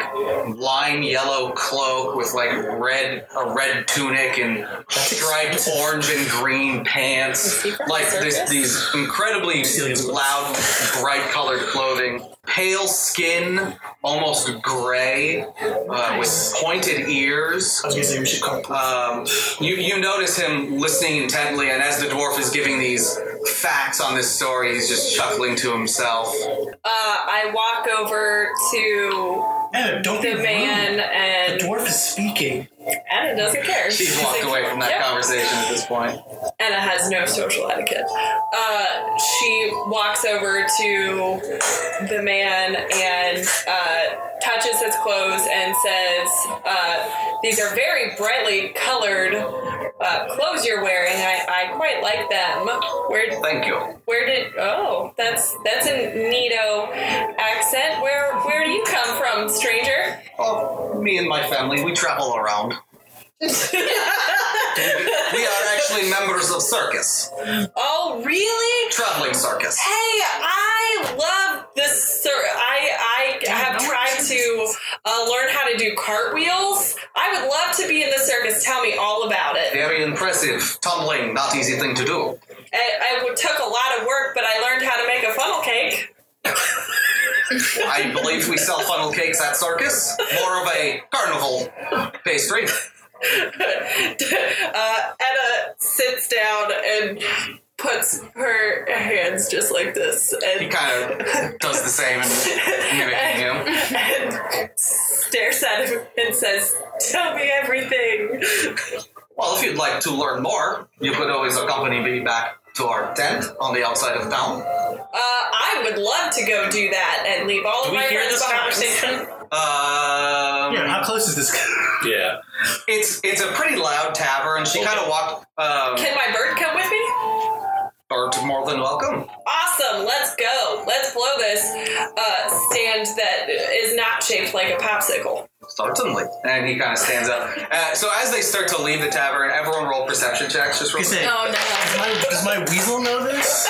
Speaker 7: lime yellow cloak with like red a red tunic and striped orange and green pants,
Speaker 3: he from
Speaker 7: like
Speaker 3: the
Speaker 7: this,
Speaker 3: circus?
Speaker 7: these incredibly loud bright colored clothing, pale skin, almost gray, uh, with pointed ears.
Speaker 6: I was gonna say we should call.
Speaker 7: Um, you, you notice him listening intently, and as the dwarf is giving these facts on this story, he's just chuckling to himself.
Speaker 5: Uh, I walk over to
Speaker 6: Anna, don't be
Speaker 5: the man
Speaker 6: rude. The
Speaker 5: and
Speaker 6: dwarf is speaking.
Speaker 5: Anna doesn't care.
Speaker 7: She's walked
Speaker 5: like,
Speaker 7: away from that
Speaker 5: "Yep."
Speaker 7: conversation at this point.
Speaker 5: Anna has no social etiquette. Uh, she walks over to the man and uh, touches his clothes and says, uh, These are very brightly colored uh, clothes you're wearing. I, I I quite like them. Where
Speaker 7: Thank you.
Speaker 5: where did oh that's that's a neato accent. Where where do you come from, stranger?
Speaker 7: Oh, me and my family, we travel around. we are actually members of circus,
Speaker 5: Oh really?
Speaker 7: traveling circus.
Speaker 5: Hey, I love this. Sir, I I have tried to uh, learn how to do cartwheels. I would love to be in the circus. Tell me all about it.
Speaker 7: Very impressive. Tumbling, not easy thing to do.
Speaker 5: I, I would- took a lot of work, but I learned how to make a funnel cake.
Speaker 7: I believe we sell funnel cakes at circus. More of a carnival pastry.
Speaker 5: uh, Etta sits down and puts her hands just like this
Speaker 7: He
Speaker 5: and,
Speaker 7: kind of does the same and mimicking him.
Speaker 5: and stares at him and says, "Tell me everything."
Speaker 7: Well, if you'd like to learn more, you could always accompany me back to our tent on the outside of town.
Speaker 5: Uh, I would love to go do that and leave all
Speaker 8: Do
Speaker 5: of
Speaker 8: we
Speaker 5: my
Speaker 8: hear
Speaker 5: friends
Speaker 8: this
Speaker 5: behind.
Speaker 8: conversation?
Speaker 7: Um,
Speaker 6: Yeah, how close is this guy?
Speaker 8: Yeah.
Speaker 7: It's it's a pretty loud tavern. She kind of walked. Um,
Speaker 5: Can my bird come with me?
Speaker 7: are more than welcome.
Speaker 5: Awesome, let's go. Let's blow this uh, stand that is not shaped like a popsicle.
Speaker 7: Certainly. And he kind of stands up. Uh, so as they start to leave the tavern, everyone roll perception checks. Just real
Speaker 6: He's
Speaker 7: quick.
Speaker 6: saying,
Speaker 3: Oh no.
Speaker 6: does, my, does my weasel know this?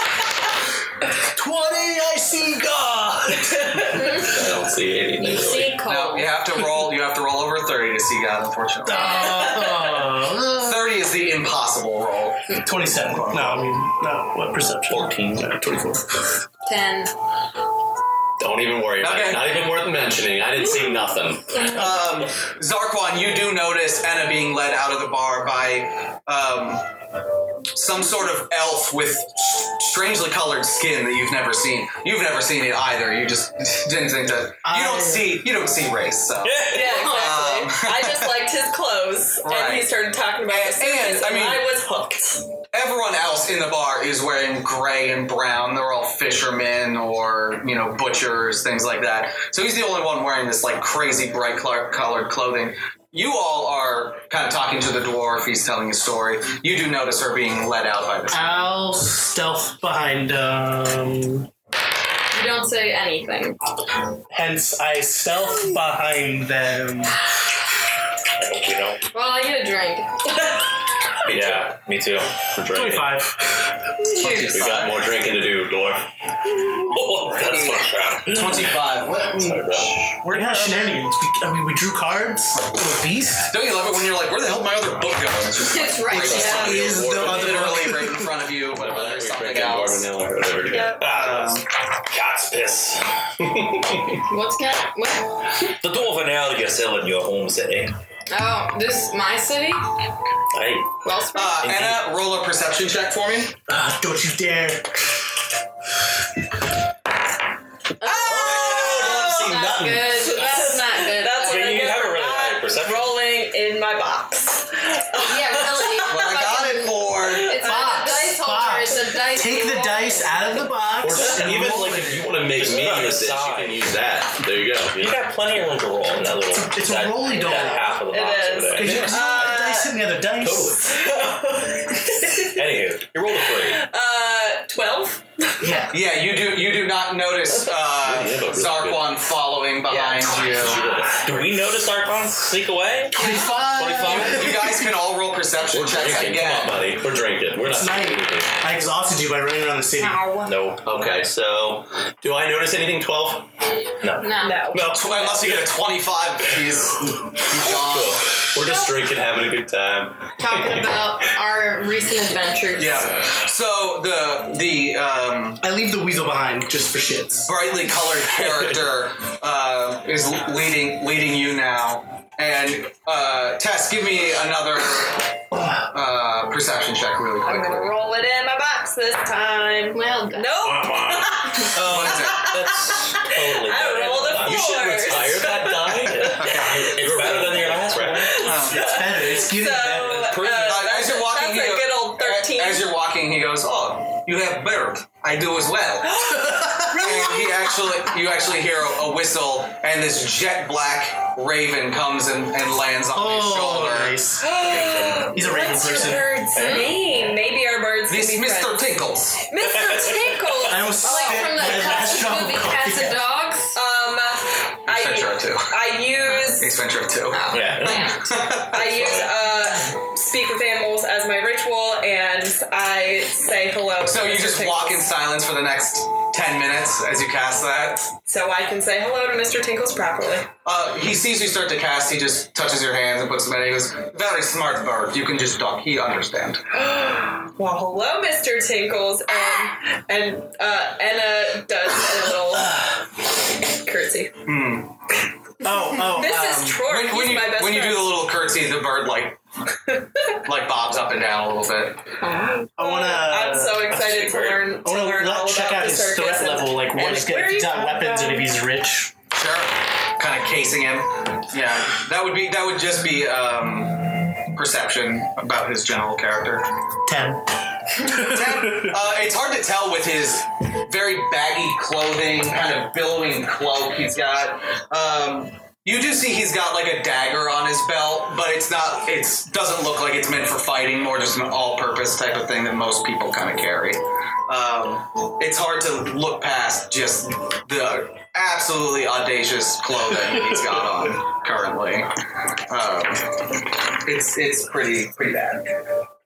Speaker 6: 20, I see God!
Speaker 8: I don't see anything really.
Speaker 3: Sea coal.
Speaker 7: No, you have to roll. You have to roll over thirty to see God. Unfortunately,
Speaker 6: Uh, Oh,
Speaker 7: thirty is the impossible roll.
Speaker 6: 27. No, I mean, no, what perception?
Speaker 8: 14.
Speaker 6: No, 24.
Speaker 3: Ten.
Speaker 8: Don't even worry about
Speaker 7: Okay.
Speaker 8: it. Not even worth mentioning. I didn't see nothing.
Speaker 7: Um, Zarquan, you do notice Anna being led out of the bar by um, some sort of elf with s- strangely colored skin that you've never seen. You've never seen it either. You just didn't think that. You
Speaker 6: I-
Speaker 7: don't see. You don't see race. So.
Speaker 5: Yeah, exactly. I just liked his clothes, and he
Speaker 7: Right.
Speaker 5: started talking about his
Speaker 7: And-
Speaker 5: circus,
Speaker 7: I
Speaker 5: Um, and
Speaker 7: mean-
Speaker 5: I was hooked.
Speaker 7: Everyone else in the bar is wearing gray and brown. They're all fishermen or, you know, butchers, things like that. So he's the only one wearing this, like, crazy bright cl- colored clothing. You all are kind of talking to the dwarf. He's telling a story. You do notice her being led out by this.
Speaker 6: I'll stealth behind, um.
Speaker 3: You don't say anything.
Speaker 6: Hence, I stealth behind them.
Speaker 8: I hope we don't.
Speaker 3: Well, I get a drink.
Speaker 8: Yeah, me too. We're drinking.
Speaker 6: 25.
Speaker 8: We got more drinking to do, dwarf. Oh, that's my crap.
Speaker 7: 25. What?
Speaker 8: Sorry, bro.
Speaker 6: We're not shenanigans. We, I mean, we drew cards. We're a beast.
Speaker 7: Don't you love it when you're like, where the hell did my other book go? It's just
Speaker 3: It's right.
Speaker 7: like,
Speaker 3: Yeah.
Speaker 6: Is the other
Speaker 7: literally right in front of you, but there's
Speaker 8: We're
Speaker 7: something
Speaker 8: drinking
Speaker 7: else.
Speaker 8: Barbanella or whatever it is.
Speaker 5: Yeah.
Speaker 8: Ah, God's piss.
Speaker 3: What's got? What?
Speaker 8: The dwarf analogous selling your home city.
Speaker 3: Oh, this my city.
Speaker 8: Hey,
Speaker 3: Wellspring.
Speaker 7: Uh, Anna, roll a perception check for me.
Speaker 6: Ah, don't you dare.
Speaker 5: Oh!
Speaker 8: I don't
Speaker 3: that's
Speaker 8: see nothing.
Speaker 3: good. That's not good.
Speaker 5: That's
Speaker 8: But
Speaker 5: what
Speaker 8: you
Speaker 5: I get
Speaker 8: have a
Speaker 5: for
Speaker 8: really high
Speaker 5: not
Speaker 8: perception.
Speaker 5: Rolling in my box.
Speaker 3: yeah, really.
Speaker 7: What I got it for.
Speaker 3: It's not a dice holder. It's a dice.
Speaker 6: Take the
Speaker 3: roll.
Speaker 6: dice out of the
Speaker 8: Or
Speaker 6: box
Speaker 8: just
Speaker 6: and
Speaker 8: even
Speaker 6: roll
Speaker 8: like
Speaker 6: it.
Speaker 8: if you want to make
Speaker 9: Just
Speaker 8: me
Speaker 9: put it
Speaker 8: use this, you
Speaker 9: aside.
Speaker 8: can use that.
Speaker 9: There you go.
Speaker 8: You got plenty of room to roll in that little.
Speaker 6: it's a
Speaker 8: that,
Speaker 6: rolly doll.
Speaker 8: That half of the
Speaker 5: It
Speaker 8: box
Speaker 5: is.
Speaker 8: over there.
Speaker 6: Because you can roll the dice and the other dice.
Speaker 8: Anywho, you rolled a three.
Speaker 5: Uh, 12?
Speaker 6: Yeah.
Speaker 7: Yeah, you do. You do not notice uh,
Speaker 9: Yeah, but really
Speaker 7: Zarquan following behind you.
Speaker 8: Do we notice Archon sneak away?
Speaker 6: 25.
Speaker 7: You guys can all roll perception
Speaker 9: We're
Speaker 7: checks
Speaker 9: drinking. Come on,
Speaker 7: again.
Speaker 9: buddy. We're drinking. We're not
Speaker 6: It's night.
Speaker 9: drinking anything.
Speaker 6: I exhausted you by running around the city.
Speaker 3: Ow.
Speaker 8: No.
Speaker 9: Okay, so do I notice anything? Twelve.
Speaker 8: No.
Speaker 3: No.
Speaker 5: No.
Speaker 8: No.
Speaker 7: Tw- Unless you get a twenty-five, he's, he's gone.
Speaker 9: We're just drinking, having a good time.
Speaker 3: Talking about our recent adventures.
Speaker 7: Yeah. So the the um,
Speaker 6: I leave the weasel behind just for shits.
Speaker 7: brightly colored character uh, is leading leading you now. And uh, Tess, give me another uh, perception check really
Speaker 5: I'm
Speaker 7: quickly.
Speaker 5: gonna roll it in my box this time.
Speaker 3: Well done.
Speaker 5: Nope.
Speaker 8: Oh,
Speaker 7: What is it?
Speaker 8: That's totally.
Speaker 5: I
Speaker 8: better.
Speaker 5: rolled a
Speaker 8: You should
Speaker 5: four.
Speaker 8: retire that die. It's better than your last one.
Speaker 6: It's better. It's getting
Speaker 5: So,
Speaker 6: better.
Speaker 5: uh,
Speaker 7: as you're
Speaker 5: that's
Speaker 7: walking,
Speaker 5: a
Speaker 7: he goes-
Speaker 5: good old 13.
Speaker 7: As you're walking, he goes, "Oh, you have bird. I do as well." and he actually, you actually hear a, a whistle, and this jet black raven comes and, and lands on his
Speaker 6: Oh,
Speaker 7: shoulder.
Speaker 6: nice. He's a raven
Speaker 5: What's your
Speaker 6: person.
Speaker 5: bird's name? Maybe our bird
Speaker 7: Tinkles.
Speaker 3: Mr. Tinkles!
Speaker 7: I almost
Speaker 5: Oh,
Speaker 3: like
Speaker 7: spit
Speaker 3: from the
Speaker 7: my last
Speaker 3: classic
Speaker 7: drop of
Speaker 3: movie
Speaker 7: coffee
Speaker 3: Cats and
Speaker 7: out.
Speaker 3: Dogs.
Speaker 5: Um,
Speaker 7: Ace Ventura
Speaker 5: I,
Speaker 7: 2.
Speaker 5: I use
Speaker 7: Ace Ventura 2.
Speaker 8: Yeah.
Speaker 5: I use uh, speak with animals as my ritual, and I say hello.
Speaker 7: So
Speaker 5: to
Speaker 7: you
Speaker 5: Mr.
Speaker 7: just
Speaker 5: Tinkles.
Speaker 7: walk in silence for the next 10 minutes as you cast that.
Speaker 5: so I can say hello to Mr. Tinkles properly.
Speaker 7: Uh, he sees you start to cast, he just touches your hands and puts them in, and he goes, Very smart bird, you can just talk, he understand.
Speaker 5: Well, hello, Mr. Tinkles, and and uh, Anna does a little curtsy.
Speaker 6: Oh, oh.
Speaker 5: This
Speaker 6: um,
Speaker 5: is Troy. He's
Speaker 7: when you,
Speaker 5: my best
Speaker 7: when you do
Speaker 5: friend.
Speaker 7: the little curtsy, the bird like like bobs up and down a little bit.
Speaker 6: I want to.
Speaker 5: I'm so excited to learn to
Speaker 6: I want
Speaker 5: learn all
Speaker 6: to
Speaker 5: about
Speaker 6: check out
Speaker 5: the
Speaker 6: his
Speaker 5: circus.
Speaker 6: threat
Speaker 5: and-
Speaker 6: level, like what
Speaker 5: and
Speaker 6: he's
Speaker 5: where
Speaker 6: got, if he's
Speaker 5: you
Speaker 6: got
Speaker 5: come
Speaker 6: weapons
Speaker 5: from.
Speaker 6: and if he's rich.
Speaker 7: Sure. Kind of casing him. Yeah, that would be that would just be um, perception about his general character.
Speaker 6: Ten.
Speaker 7: uh, it's hard to tell with his very baggy clothing, kind of billowing cloak he's got. Um, you do see he's got like a dagger on his belt, but it's not. It's doesn't look like it's meant for fighting. More just an all-purpose type of thing that most people kind of carry. Um, it's hard to look past just the absolutely audacious clothing he's got on currently. Um, it's it's pretty pretty bad.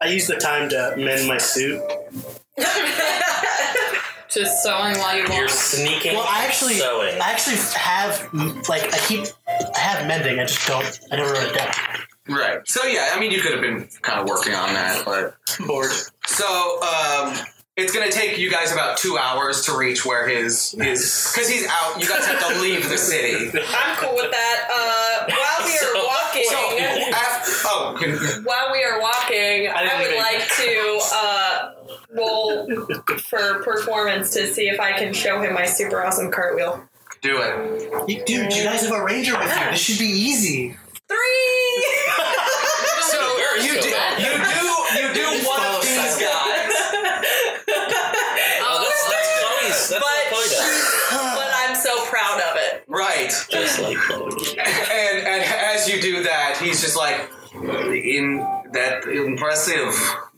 Speaker 6: I use the time to mend my suit.
Speaker 3: Just sewing while you
Speaker 8: You're
Speaker 3: walk.
Speaker 8: sneaking.
Speaker 6: Well, I actually,
Speaker 8: sewing.
Speaker 6: I actually have like I keep, I have mending. I just don't. I never wrote it down.
Speaker 7: Right. So yeah, I mean, you could have been kind of working on that, but
Speaker 6: I'm bored.
Speaker 7: so um, it's gonna take you guys about two hours to reach where his his because he's out. You guys have to leave the city.
Speaker 5: I'm cool with that. Uh, while we are
Speaker 8: So-
Speaker 5: walking,
Speaker 7: So after, oh, can,
Speaker 5: while we are walking, I,
Speaker 6: didn't
Speaker 5: would
Speaker 6: leave
Speaker 5: like to uh, roll for performance to see if I can show him my super awesome cartwheel.
Speaker 7: do it.
Speaker 6: You- Dude, you guys have a ranger with you. This should be easy.
Speaker 5: Three.
Speaker 7: So you do you do you do one of these guys.
Speaker 8: oh, that's that's Chloe's. That's what Chloe does.
Speaker 5: but I'm so proud of it.
Speaker 7: Right.
Speaker 8: Just like Chloe.
Speaker 7: And and as you do that, he's just like in that impressive.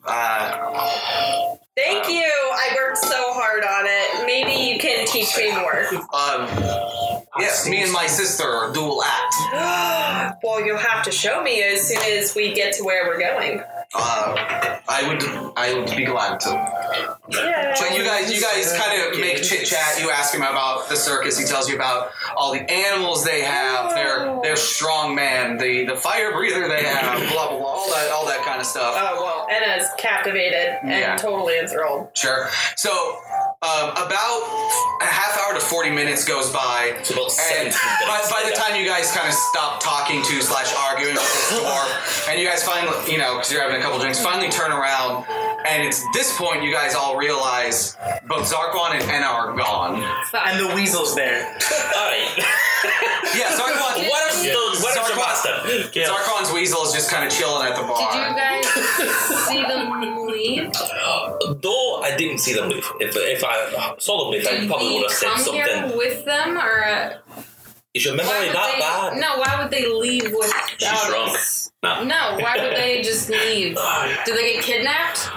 Speaker 7: Uh,
Speaker 5: Thank you. I worked so hard on it. Maybe you can teach me more.
Speaker 7: um, yes, me and my sister dual act.
Speaker 5: Well, you'll have to show me as soon as we get to where we're going.
Speaker 7: Uh, I would, I would be glad to.
Speaker 5: Yeah.
Speaker 7: But you guys, you guys kind of make chit chat. You ask him about the circus. He tells you about all the animals they have. Their their strong man, the the fire breather they have. Blah blah blah. All that all that kind of stuff.
Speaker 5: Oh well, Anna's captivated and
Speaker 7: Yeah.
Speaker 5: totally enthralled.
Speaker 7: Sure. So. Um, about a half hour to 40 minutes goes by.
Speaker 8: It's about 17
Speaker 7: and by,
Speaker 8: minutes.
Speaker 7: by the time you guys kind of stop talking to slash arguing with this dwarf, and you guys finally, you know, because you're having a couple drinks, finally turn around, and it's this point you guys all realize both Zarkon and Enna are gone.
Speaker 6: And the weasel's there.
Speaker 8: Alright.
Speaker 7: Yeah, Zarkon.
Speaker 8: What if the what if the
Speaker 7: Sarcasm.
Speaker 8: pasta? Yeah.
Speaker 7: Zarkon's weasel is just kind of chilling at the bar.
Speaker 10: Did you guys see them leave?
Speaker 8: Though I didn't see them leave. If, if I saw them leave, I
Speaker 10: Did
Speaker 8: probably
Speaker 10: we
Speaker 8: would have said
Speaker 10: come
Speaker 8: something.
Speaker 10: here with them, or uh,
Speaker 8: Is your memory
Speaker 10: why would
Speaker 8: that
Speaker 10: they?
Speaker 8: bad?
Speaker 10: No, why would they leave with?
Speaker 9: She's drunk. No.
Speaker 10: No, why would they just leave? Did they get kidnapped?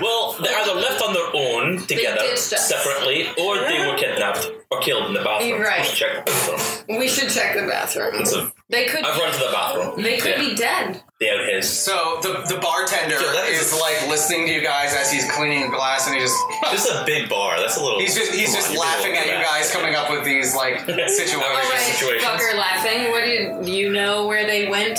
Speaker 8: Well, they either left on their own together,
Speaker 10: ditched us.
Speaker 8: separately, or they were kidnapped or killed in the bathroom.
Speaker 10: You're right.
Speaker 8: Let's check the bathroom.
Speaker 3: We should check the bathroom.
Speaker 8: It's a-
Speaker 10: They could.
Speaker 8: I've run to the bathroom.
Speaker 10: They could
Speaker 8: yeah.
Speaker 10: be dead.
Speaker 8: There it is.
Speaker 7: So the, the bartender
Speaker 8: Yeah, that
Speaker 7: is
Speaker 8: is-
Speaker 7: like listening to you guys as he's cleaning a glass, and he just
Speaker 9: This is a big bar. That's a little.
Speaker 7: he's just he's
Speaker 9: come on,
Speaker 7: just laughing
Speaker 9: you're gonna look
Speaker 7: at you
Speaker 9: bad.
Speaker 7: guys coming up with these like
Speaker 10: All right,
Speaker 7: situations.
Speaker 8: situations.
Speaker 10: fucker laughing. What did you know where they went?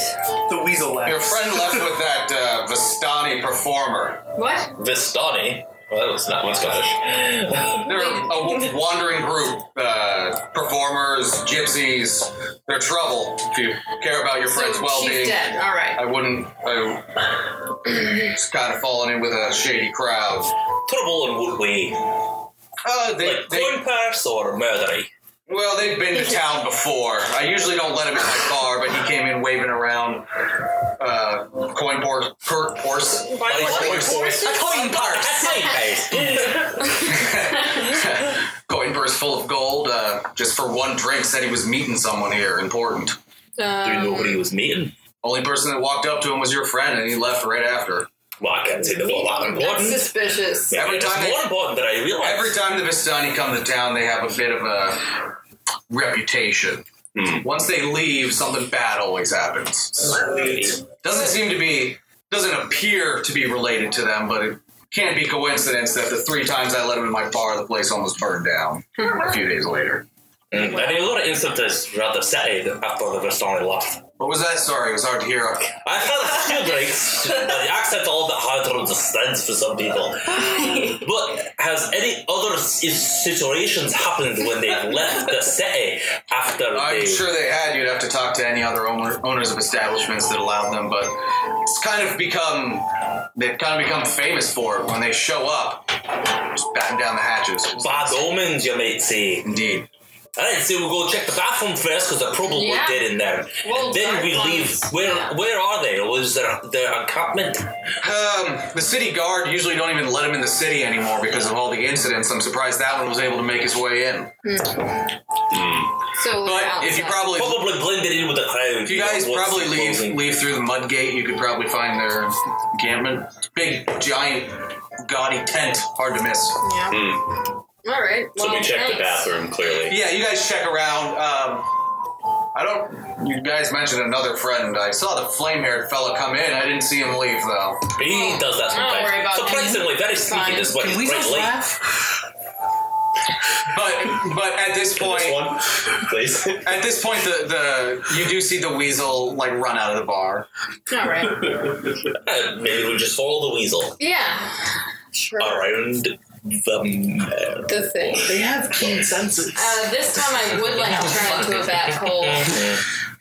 Speaker 6: The weasel left.
Speaker 7: Your friend left with that uh, Vistani performer.
Speaker 10: What?
Speaker 8: Vistani. Well, that was not my Scottish.
Speaker 7: They're a wandering group. Uh, performers, gypsies. They're trouble. If you care about your friend's
Speaker 10: so she's
Speaker 7: well-being,
Speaker 10: dead. All right.
Speaker 7: I wouldn't. I just kind of falling in with a shady crowd.
Speaker 8: Trouble in what way?
Speaker 7: Uh, they,
Speaker 8: Like
Speaker 7: they,
Speaker 8: coin purse or murdery?
Speaker 7: well, they've been to town before. I usually don't let him in my car, but he came in waving around uh, coin por- per- horse. A coin purse. Coin purse full of gold, uh, just for one drink, said he was meeting someone here important.
Speaker 10: Uh,
Speaker 8: Do you know who he was meeting?
Speaker 7: Only person that walked up to him was your friend, and he left right after.
Speaker 8: Well, I can't say they're a lot important.
Speaker 3: That's suspicious.
Speaker 7: Every
Speaker 8: It's
Speaker 7: time they-
Speaker 8: more important that I realize.
Speaker 7: Every time the Vistani come to town, they have a bit of a reputation. Once they leave, something bad always happens. Doesn't seem to be, doesn't appear to be related to them, but it can't be coincidence that the three times I let them in my bar, the place almost burned down a few days later.
Speaker 8: Mm, I think a lot of insulters rather city after the restaurant left.
Speaker 7: What was that? Sorry, it was hard to hear.
Speaker 8: I've had a few drinks, but the accent's a little bit hard to understand for some people. But has any other s- situations happened when they've left the city after
Speaker 7: I'm
Speaker 8: they...
Speaker 7: sure they had. You'd have to talk to any other owner, owners of establishments that allowed them, but it's kind of become they've kind of become famous for it when they show up, just batten down the hatches.
Speaker 8: Bad omens, you might say.
Speaker 7: Indeed.
Speaker 8: I didn't say we'll go check the bathroom first because they're probably
Speaker 10: Yeah.
Speaker 8: dead in there.
Speaker 10: Well,
Speaker 8: and then
Speaker 10: dark
Speaker 8: we leave.
Speaker 10: ones.
Speaker 8: Where where are they? Was there their encampment?
Speaker 7: Um, the city guard usually don't even let him in the city anymore because of all the incidents. I'm surprised that one was able to make his way in.
Speaker 10: So
Speaker 7: But if you probably
Speaker 8: Probably blended in with the crowd.
Speaker 7: if you guys probably leave leave through the mud gate, you could probably find their encampment. Big, giant, gaudy tent, hard to miss.
Speaker 3: Yeah. All right.
Speaker 9: So
Speaker 3: well,
Speaker 9: we checked the
Speaker 3: thanks.
Speaker 9: bathroom clearly.
Speaker 7: Yeah, you guys check around. Um, I don't. You guys mentioned another friend. I saw the flame-haired fella come in. I didn't see him leave though.
Speaker 8: He does that
Speaker 3: Oh. Don't worry
Speaker 8: sometimes.
Speaker 3: about him.
Speaker 8: Surprisingly, very
Speaker 3: Fine.
Speaker 8: sneaky. This way.
Speaker 6: Can we
Speaker 8: Right
Speaker 6: just
Speaker 8: late.
Speaker 6: laugh?
Speaker 7: But but at this point,
Speaker 9: This one, please.
Speaker 7: at this point, the the you do see the weasel like run out of the bar.
Speaker 3: All right.
Speaker 8: Uh, maybe we just follow the weasel
Speaker 3: Yeah. Sure.
Speaker 8: around the. um,
Speaker 3: The thing.
Speaker 6: They have keen senses.
Speaker 3: Uh, this time I would like to turn into a bat hole.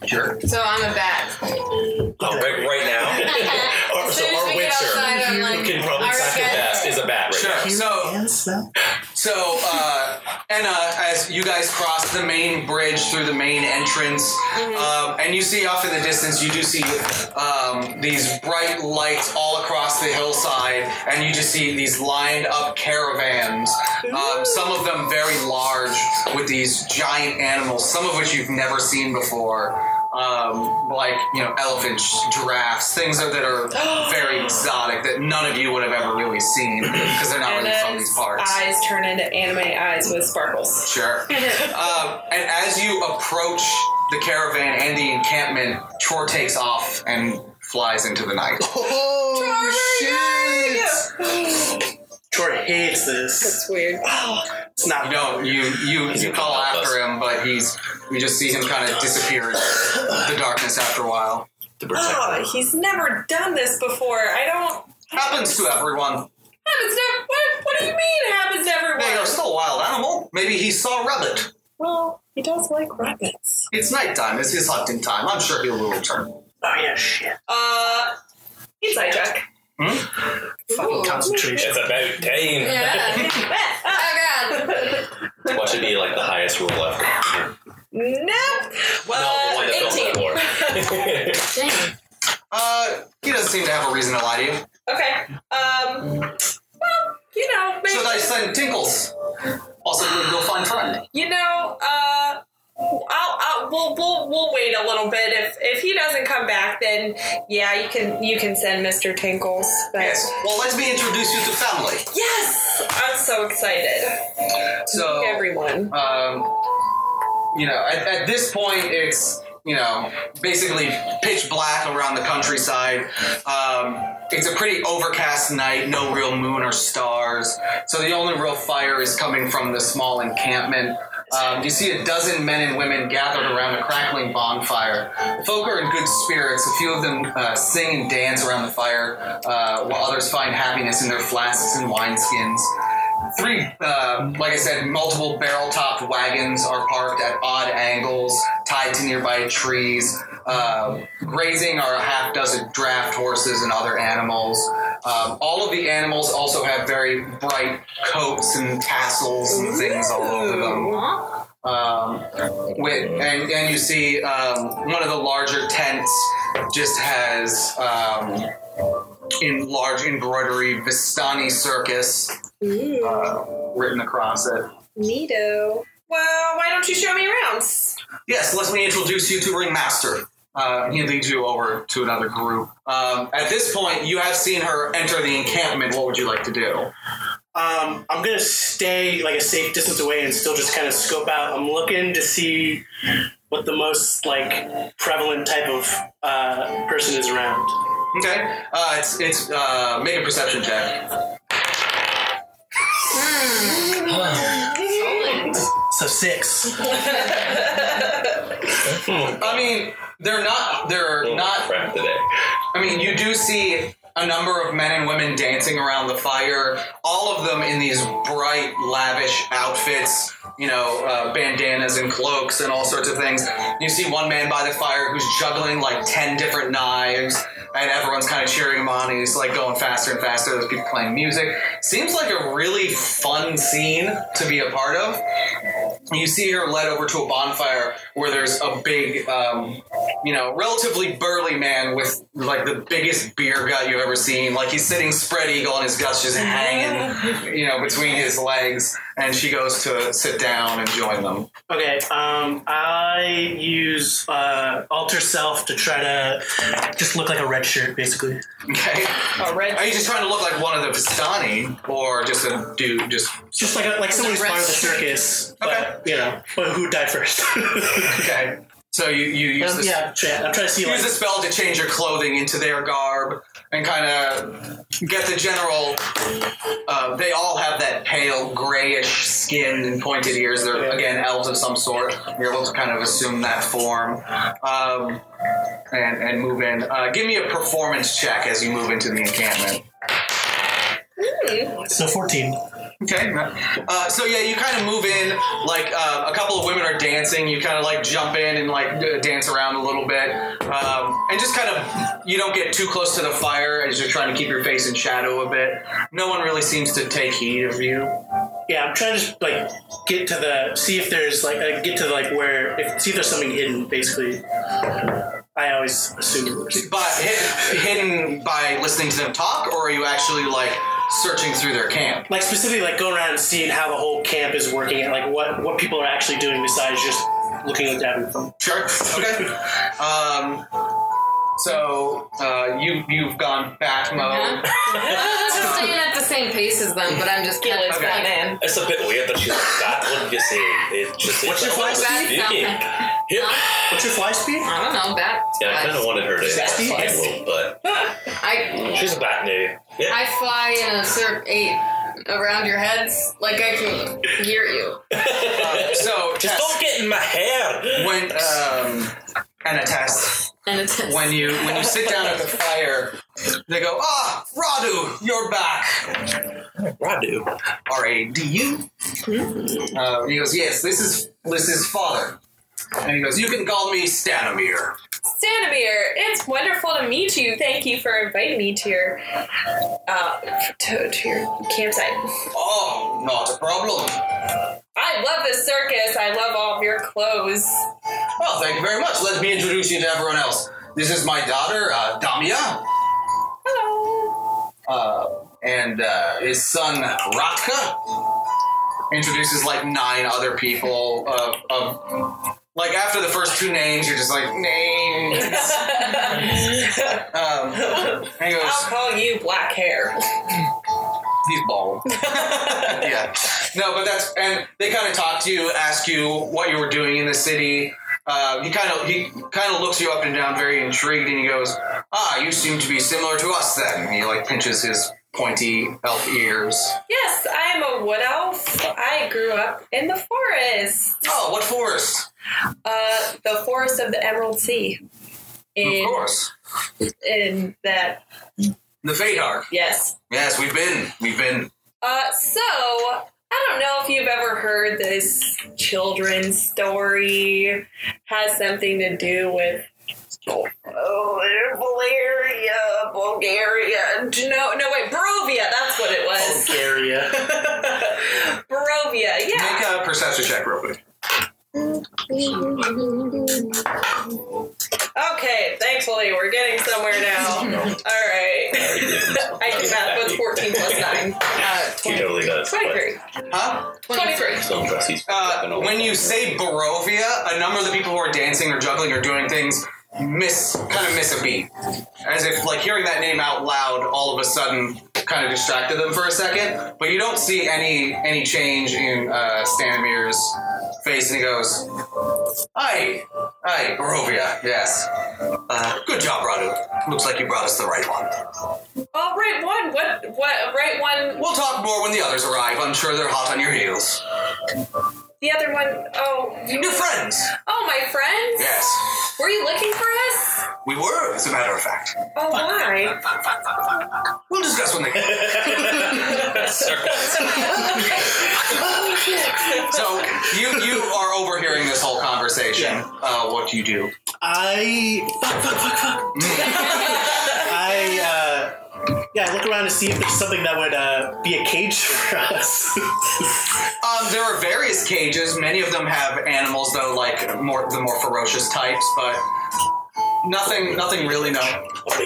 Speaker 7: Sure.
Speaker 3: So I'm a bat.
Speaker 9: Oh, right, right now. or,
Speaker 3: As
Speaker 9: so
Speaker 3: soon as
Speaker 9: our
Speaker 3: we get outside,
Speaker 9: witcher,
Speaker 3: I'm
Speaker 9: who
Speaker 3: like,
Speaker 9: can probably
Speaker 3: "All right,
Speaker 9: suck a
Speaker 3: guys."
Speaker 9: bass, is a bat right now.
Speaker 7: Sure. So
Speaker 6: And smell.
Speaker 7: so uh, Enna, as you guys cross the main bridge through the main entrance, um, and you see off in the distance, you do see um, these bright lights all across the hillside, and you just see these lined up caravans. Um, some of them very large, with these giant animals, some of which you've never seen before. um, like you know elephants, giraffes, things that that are very exotic that none of you would have ever really seen because they're not really from
Speaker 5: Anna's
Speaker 7: these parts.
Speaker 5: eyes turn into anime eyes with sparkles.
Speaker 7: Sure. um, and as you approach the caravan and the encampment, Chor takes off and flies into the night.
Speaker 6: Oh shit! Troy hates this.
Speaker 3: That's weird.
Speaker 6: It's not.
Speaker 7: You don't you you you call after him, but he's you just see him kind of disappear in the darkness after a while.
Speaker 9: To protect
Speaker 5: Oh,
Speaker 9: them.
Speaker 5: he's never done this before. I don't.
Speaker 7: Happens to everyone.
Speaker 5: Happens never. What, what do you mean? Happens
Speaker 7: They go,
Speaker 5: everywhere.
Speaker 7: still a wild animal. Maybe he saw rabbit.
Speaker 5: Well, he does like rabbits.
Speaker 7: It's nighttime. It's his hunting time. I'm sure he will return.
Speaker 6: Oh yeah, shit.
Speaker 5: Uh, inside check.
Speaker 6: Fucking
Speaker 3: Ooh.
Speaker 6: concentration.
Speaker 8: It's about time.
Speaker 3: Yeah.
Speaker 5: Uh,
Speaker 3: oh god.
Speaker 9: What should be like the highest rule ever?
Speaker 3: Uh,
Speaker 5: Nope.
Speaker 9: no, the
Speaker 5: Uh,
Speaker 9: one that
Speaker 5: 18.
Speaker 9: fell that war.
Speaker 3: Dang.
Speaker 7: Uh, he doesn't seem to have a reason to lie to you.
Speaker 5: Okay. Um. Well, you know, maybe,
Speaker 7: Should I send Tinkles? Also, we'll go find friend.
Speaker 5: you know, uh, I'll, I'll we'll, we'll we'll wait a little bit. If if he doesn't come back, then yeah, you can you can send Mister Tinkles. But
Speaker 7: Yes. Well, let me introduce you to family.
Speaker 5: Yes! I'm so excited.
Speaker 7: So,
Speaker 5: Everyone.
Speaker 7: um, you know, at, at this point, it's you know basically pitch black around the countryside. Um, it's a pretty overcast night, no real moon or stars. So the only real fire is coming from the small encampment. Um, you see a dozen men and women gathered around a crackling bonfire. Folk are in good spirits. A few of them uh, sing and dance around the fire, uh, while others find happiness in their flasks and wineskins. Three, uh, like I said, multiple barrel topped wagons are parked at odd angles, tied to nearby trees. Uh, grazing are a half dozen draft horses and other animals. Um, all of the animals also have very bright coats and tassels and things all over them. Um, with, and, and you see um, one of the larger tents just has um, in large embroidery Vistani Circus uh, written across it.
Speaker 5: Neato. Well, why don't you show me around?
Speaker 7: Yes, let me introduce you to Ringmaster. Uh, he leads you over to another group. Um, at this point, you have seen her enter the encampment. What would you like to do?
Speaker 6: Um, I'm gonna stay like a safe distance away and still just kind of scope out. I'm looking to see what the most like prevalent type of uh, person is around.
Speaker 7: Okay. Uh, it's it's uh, make a perception check.
Speaker 6: So six.
Speaker 7: I mean, they're not they're not
Speaker 9: crap today.
Speaker 7: I mean, you do see a number of men and women dancing around the fire, all of them in these bright, lavish outfits, you know, uh, bandanas and cloaks and all sorts of things. You see one man by the fire who's juggling like 10 different knives, and everyone's kind of cheering him on. and He's like going faster and faster. There's people playing music. Seems like a really fun scene to be a part of. You see her led over to a bonfire where there's a big, um, you know, relatively burly man with like the biggest beer gut you've ever seen. Like he's sitting spread eagle and his guts just hanging, you know, between his legs. And she goes to sit down and join them.
Speaker 6: Okay. Um, I use uh, alter self to try to just look like a red shirt, basically.
Speaker 7: Okay.
Speaker 5: A red.
Speaker 7: Are you just trying to look like one of the Vistani or just a dude? Just
Speaker 6: Just like a, like someone who's
Speaker 3: red
Speaker 6: part of the circus, but you know, but who died first?
Speaker 7: okay. So you you use
Speaker 6: Um,
Speaker 7: this.
Speaker 6: yeah, I'm trying, I'm trying to see
Speaker 7: use
Speaker 6: like
Speaker 7: the spell to change your clothing into their garb and kind of get the general. Uh, they all have that pale grayish skin and pointed ears. They're again elves of some sort. You're able to kind of assume that form um, and and move in. Uh, give me a performance check as you move into the encampment.
Speaker 6: so fourteen.
Speaker 7: Okay. Uh, so yeah, you kind of move in. Like uh, a couple of women are dancing. You kind of like jump in and like d- dance around a little bit, um, and just kind of you don't get too close to the fire as you're trying to keep your face in shadow a bit. No one really seems to take heed of you.
Speaker 6: Yeah, I'm trying to just, like get to the see if there's like uh, get to like where if see if there's something hidden. Basically, I always assume the worst.
Speaker 7: But hid- hidden by listening to them talk, or are you actually like searching through their camp?
Speaker 6: Like specifically, like go around and seeing how the whole camp is working and like what what people are actually doing besides just looking at having fun.
Speaker 7: Sure. Okay. Um, so uh, you you've gone back mode.
Speaker 3: I'm staying at the same pace as them, but I'm just kind of
Speaker 7: Okay.
Speaker 3: like,
Speaker 5: Man.
Speaker 8: It's a bit weird that she's like that. What do you say? It just
Speaker 6: What's your
Speaker 8: what
Speaker 6: flash
Speaker 8: was
Speaker 3: speed?
Speaker 8: speaking? Yeah,
Speaker 6: What's your fly speed?
Speaker 3: I don't know, bat.
Speaker 8: yeah I kind of wanted her to
Speaker 6: Sixty?
Speaker 8: fly a little, but
Speaker 3: I,
Speaker 8: she's a bat new. Yeah,
Speaker 3: I fly in a circ eight around your heads, like I can hear you.
Speaker 7: Uh, so
Speaker 8: just
Speaker 7: Tess-
Speaker 8: don't get in my hair.
Speaker 7: when um, and a test
Speaker 3: And it's
Speaker 7: when you when you sit down at the fire they go ah radu you're back
Speaker 8: Radu.
Speaker 7: r-a-d-u uh, he goes yes this is this is father and he goes you can call me stanomir
Speaker 5: Stanimir, it's wonderful to meet you. Thank you for inviting me to your uh, to, to your campsite.
Speaker 7: oh not a problem
Speaker 5: I love the circus. I love all of your clothes.
Speaker 7: well thank you very much let me introduce you to everyone else this is my daughter uh, damia
Speaker 5: Hello.
Speaker 7: uh, and uh, his son Ratka introduces like nine other people of, of like after the first two names you're just like names um, and he goes
Speaker 5: I'll call you black hair.
Speaker 7: he's bald yeah no but that's and they kind of talk to you ask you what you were doing in the city uh, he kind of he kind of looks you up and down very intrigued and he goes ah you seem to be similar to us then he like pinches his pointy elf ears
Speaker 5: Yes, I am a wood elf. I grew up in the forest,
Speaker 7: Oh, what forest?
Speaker 5: uh, the forest of the Emerald Sea. In,
Speaker 7: Of course.
Speaker 5: in that,
Speaker 7: The Fadar.
Speaker 5: yes,
Speaker 7: Yes, we've been. We've been.
Speaker 5: Uh, so I don't know if you've ever heard this children's story has something to do with oh, Bulgaria, Bulgaria. Do you know? No, wait, Barovia. That's what it was.
Speaker 6: Area.
Speaker 5: Barovia. Yeah.
Speaker 7: Make a perception check real quick.
Speaker 5: Okay. Thankfully, we're getting somewhere now. All right. I do math. What's fourteen plus nine? Uh,
Speaker 9: He totally does. but
Speaker 5: Twenty-three.
Speaker 7: Huh?
Speaker 5: Twenty-three.
Speaker 9: Some dress he's
Speaker 7: Uh,
Speaker 9: flipping over.
Speaker 7: when you say Barovia, a number of the people who are dancing or juggling or doing things miss kind of miss a beat as if like hearing that name out loud all of a sudden kind of distracted them for a second but you don't see any any change in uh Stanimir's face and he goes hi hi Barovia yes uh, good job Radu looks like you brought us the right one
Speaker 5: Oh, right one. What? What? Right one.
Speaker 7: we'll talk more when the others arrive I'm sure they're hot on your heels
Speaker 5: The other one. Oh, you
Speaker 7: your friends
Speaker 5: Oh, my friends.
Speaker 7: yes
Speaker 5: Were you looking for us?
Speaker 7: we were as a matter of fact
Speaker 5: Oh, why?
Speaker 7: we'll discuss when they come So you you are overhearing this whole conversation. Uh, what do you do?
Speaker 6: I fuck, fuck, fuck, fuck. I uh, yeah, I look around to see if there's something that would uh, be a cage for us.
Speaker 7: Um, there are various cages. Many of them have animals, though, like more the more ferocious types. But nothing, nothing really. No,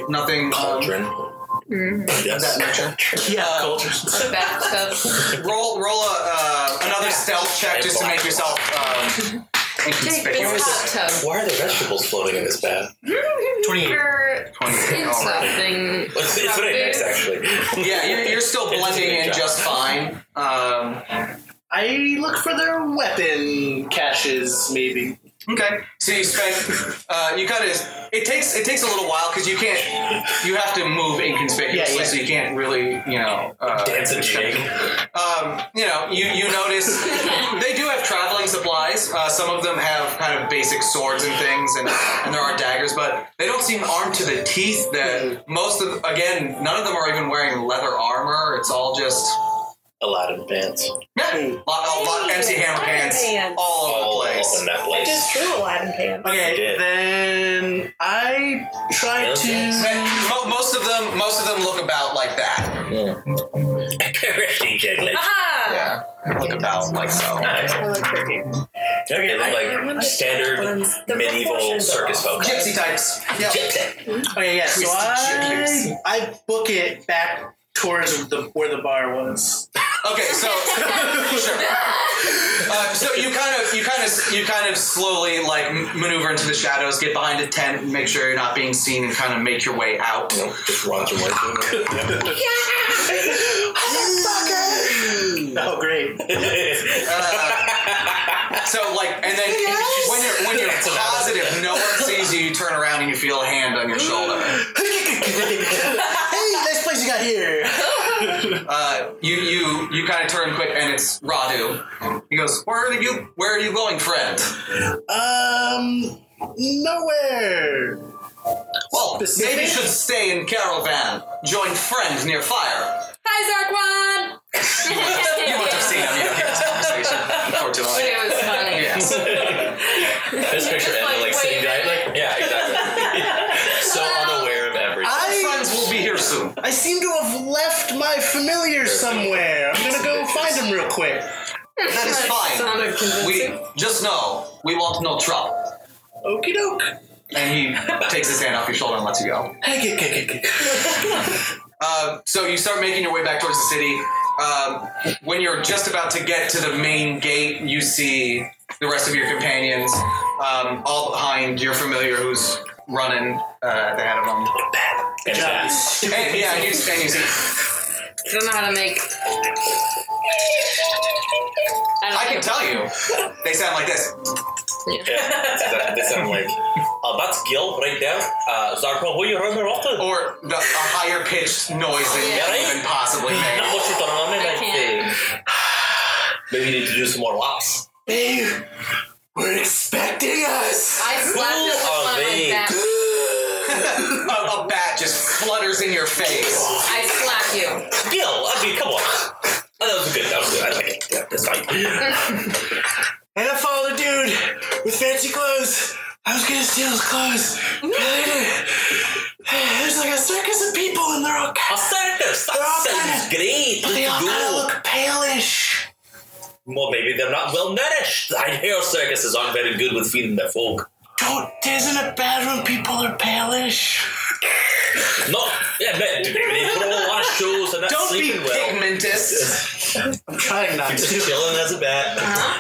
Speaker 7: nothing. Um,
Speaker 8: Cauldron.
Speaker 5: Mm-hmm.
Speaker 7: of that nature.
Speaker 6: yeah,
Speaker 7: Uh,
Speaker 6: cultures.
Speaker 3: The bathtub.
Speaker 7: Roll roll a, uh, another stealth check just to make yourself um, inconspicuous.
Speaker 3: hot tub.
Speaker 8: Why are the vegetables floating in this bath?
Speaker 6: Twenty-eight.
Speaker 3: You're
Speaker 7: 20.
Speaker 3: in
Speaker 7: All right.
Speaker 3: something.
Speaker 8: It's it's very nice, actually.
Speaker 7: Yeah, you're, you're still blending in just fine. Um,
Speaker 6: I look for their weapon caches, maybe.
Speaker 7: Okay. So you spend. Uh, you kind of. It takes. It takes a little while because you can't. You have to move inconspicuously,
Speaker 6: Yeah, yeah.
Speaker 7: so you can't really. You know. Uh,
Speaker 8: Dance and jig.
Speaker 7: um, you know. You you notice they do have traveling supplies. Uh, some of them have kind of basic swords and things, and and there are daggers, but they don't seem armed to the teeth. That most of again, none of them are even wearing leather armor. It's all just.
Speaker 8: Aladdin pants.
Speaker 7: Yeah, lot, a lot, MC Hammer pants all over the
Speaker 8: All
Speaker 7: place.
Speaker 8: in that place.
Speaker 5: true, Aladdin can.
Speaker 6: Okay,
Speaker 8: did.
Speaker 6: then I try
Speaker 8: Those
Speaker 6: to.
Speaker 7: And mo- Most of them, most of them look about like that.
Speaker 8: Pretty jiggly.
Speaker 5: Ah.
Speaker 7: Yeah. Look about like so.
Speaker 8: Nice. They look
Speaker 5: I
Speaker 8: like
Speaker 5: wonder-
Speaker 8: standard
Speaker 5: The
Speaker 8: medieval
Speaker 5: proportions are
Speaker 8: circus folk.
Speaker 7: Gypsy types. Yep.
Speaker 6: Okay, oh, yeah. So
Speaker 7: Twisted
Speaker 6: I,
Speaker 7: chickens.
Speaker 6: I book it back towards the where the bar was.
Speaker 7: Okay, so sure. Uh, so you kind of, you kind of, you kind of slowly like m- maneuver into the shadows, get behind a tent, make sure you're not being seen, and kind of make your way out.
Speaker 8: Nope, just runs away from
Speaker 6: Oh, great!
Speaker 8: it.
Speaker 7: So like, and then when you're when you're positive, no one sees you. You turn around and you feel a hand on your shoulder.
Speaker 6: hey, nice place you got here.
Speaker 7: Uh, you you you kind of turn quick, and it's Radu. He goes, "Where are you? Where are you going, friend?"
Speaker 6: Um, nowhere.
Speaker 7: Well,
Speaker 6: Specific?
Speaker 7: maybe you should stay in caravan. Join friend near fire.
Speaker 5: Hi, Zarquan.
Speaker 7: you must have seen him. You don't hear this conversation.
Speaker 3: But
Speaker 7: Unfortunately.
Speaker 3: it was funny.
Speaker 7: Yes.
Speaker 8: this picture ended like sitting down. Like, yeah, exactly. so unaware of everything.
Speaker 3: Ah.
Speaker 7: Our
Speaker 6: I
Speaker 7: friends will be here soon.
Speaker 6: I seem to have left my familiar somewhere. I'm gonna go find him real quick.
Speaker 7: That is
Speaker 3: Sounded
Speaker 7: fine.
Speaker 3: convincing.
Speaker 7: We just know we want no trouble.
Speaker 6: Okie doke.
Speaker 7: And he takes his hand off your shoulder and lets you go.
Speaker 6: Hey, kick, kick, kick, kick.
Speaker 7: Uh, so you start making your way back towards the city. Um, when you're just about to get to the main gate, you see the rest of your companions um, all behind your familiar who's running uh, at the head of them.
Speaker 8: And
Speaker 6: job.
Speaker 7: And, yeah, and you, and you see.
Speaker 3: I don't know how to make. I,
Speaker 7: I can tell you, they sound like this.
Speaker 8: Yeah, so that- they sound like. Uh, that's Gil right there. Uh, Zarko, who you running off to?
Speaker 7: or the, a higher pitched noise than you
Speaker 8: Yeah.
Speaker 7: can even possibly
Speaker 8: Not
Speaker 7: make.
Speaker 8: what you done on me,
Speaker 3: I
Speaker 8: like,
Speaker 3: can't.
Speaker 8: uh, Maybe you need to do some more laps.
Speaker 6: Babe, we're expecting us.
Speaker 3: I slapped
Speaker 8: Who
Speaker 3: it with
Speaker 8: are
Speaker 3: one of my
Speaker 8: they?
Speaker 3: back.
Speaker 7: a, a bat just flutters in your face.
Speaker 3: I slapped you.
Speaker 8: Gil, I mean, come on. Oh, that was good. That was good. I like it. Yeah, that's fine.
Speaker 6: And I followed a dude with fancy clothes. I was gonna steal his clothes. But I didn't. There's like a circus of people, and they're all
Speaker 8: I'll start this. That
Speaker 6: They're all
Speaker 8: sounds
Speaker 6: kinda-
Speaker 8: great.
Speaker 6: they all
Speaker 8: Let's
Speaker 6: kinda
Speaker 8: go.
Speaker 6: look palish.
Speaker 8: Well, maybe they're not well nourished. I hear circuses aren't very good with feeding their folk.
Speaker 6: Don't. Isn't it bad when people are palish?
Speaker 8: No, yeah, man, dude, they put on a lot of shows and not
Speaker 7: Don't be
Speaker 8: sleeping well.
Speaker 7: pigmentous.
Speaker 6: I'm trying not
Speaker 8: Just
Speaker 6: to.
Speaker 8: chilling as a bat.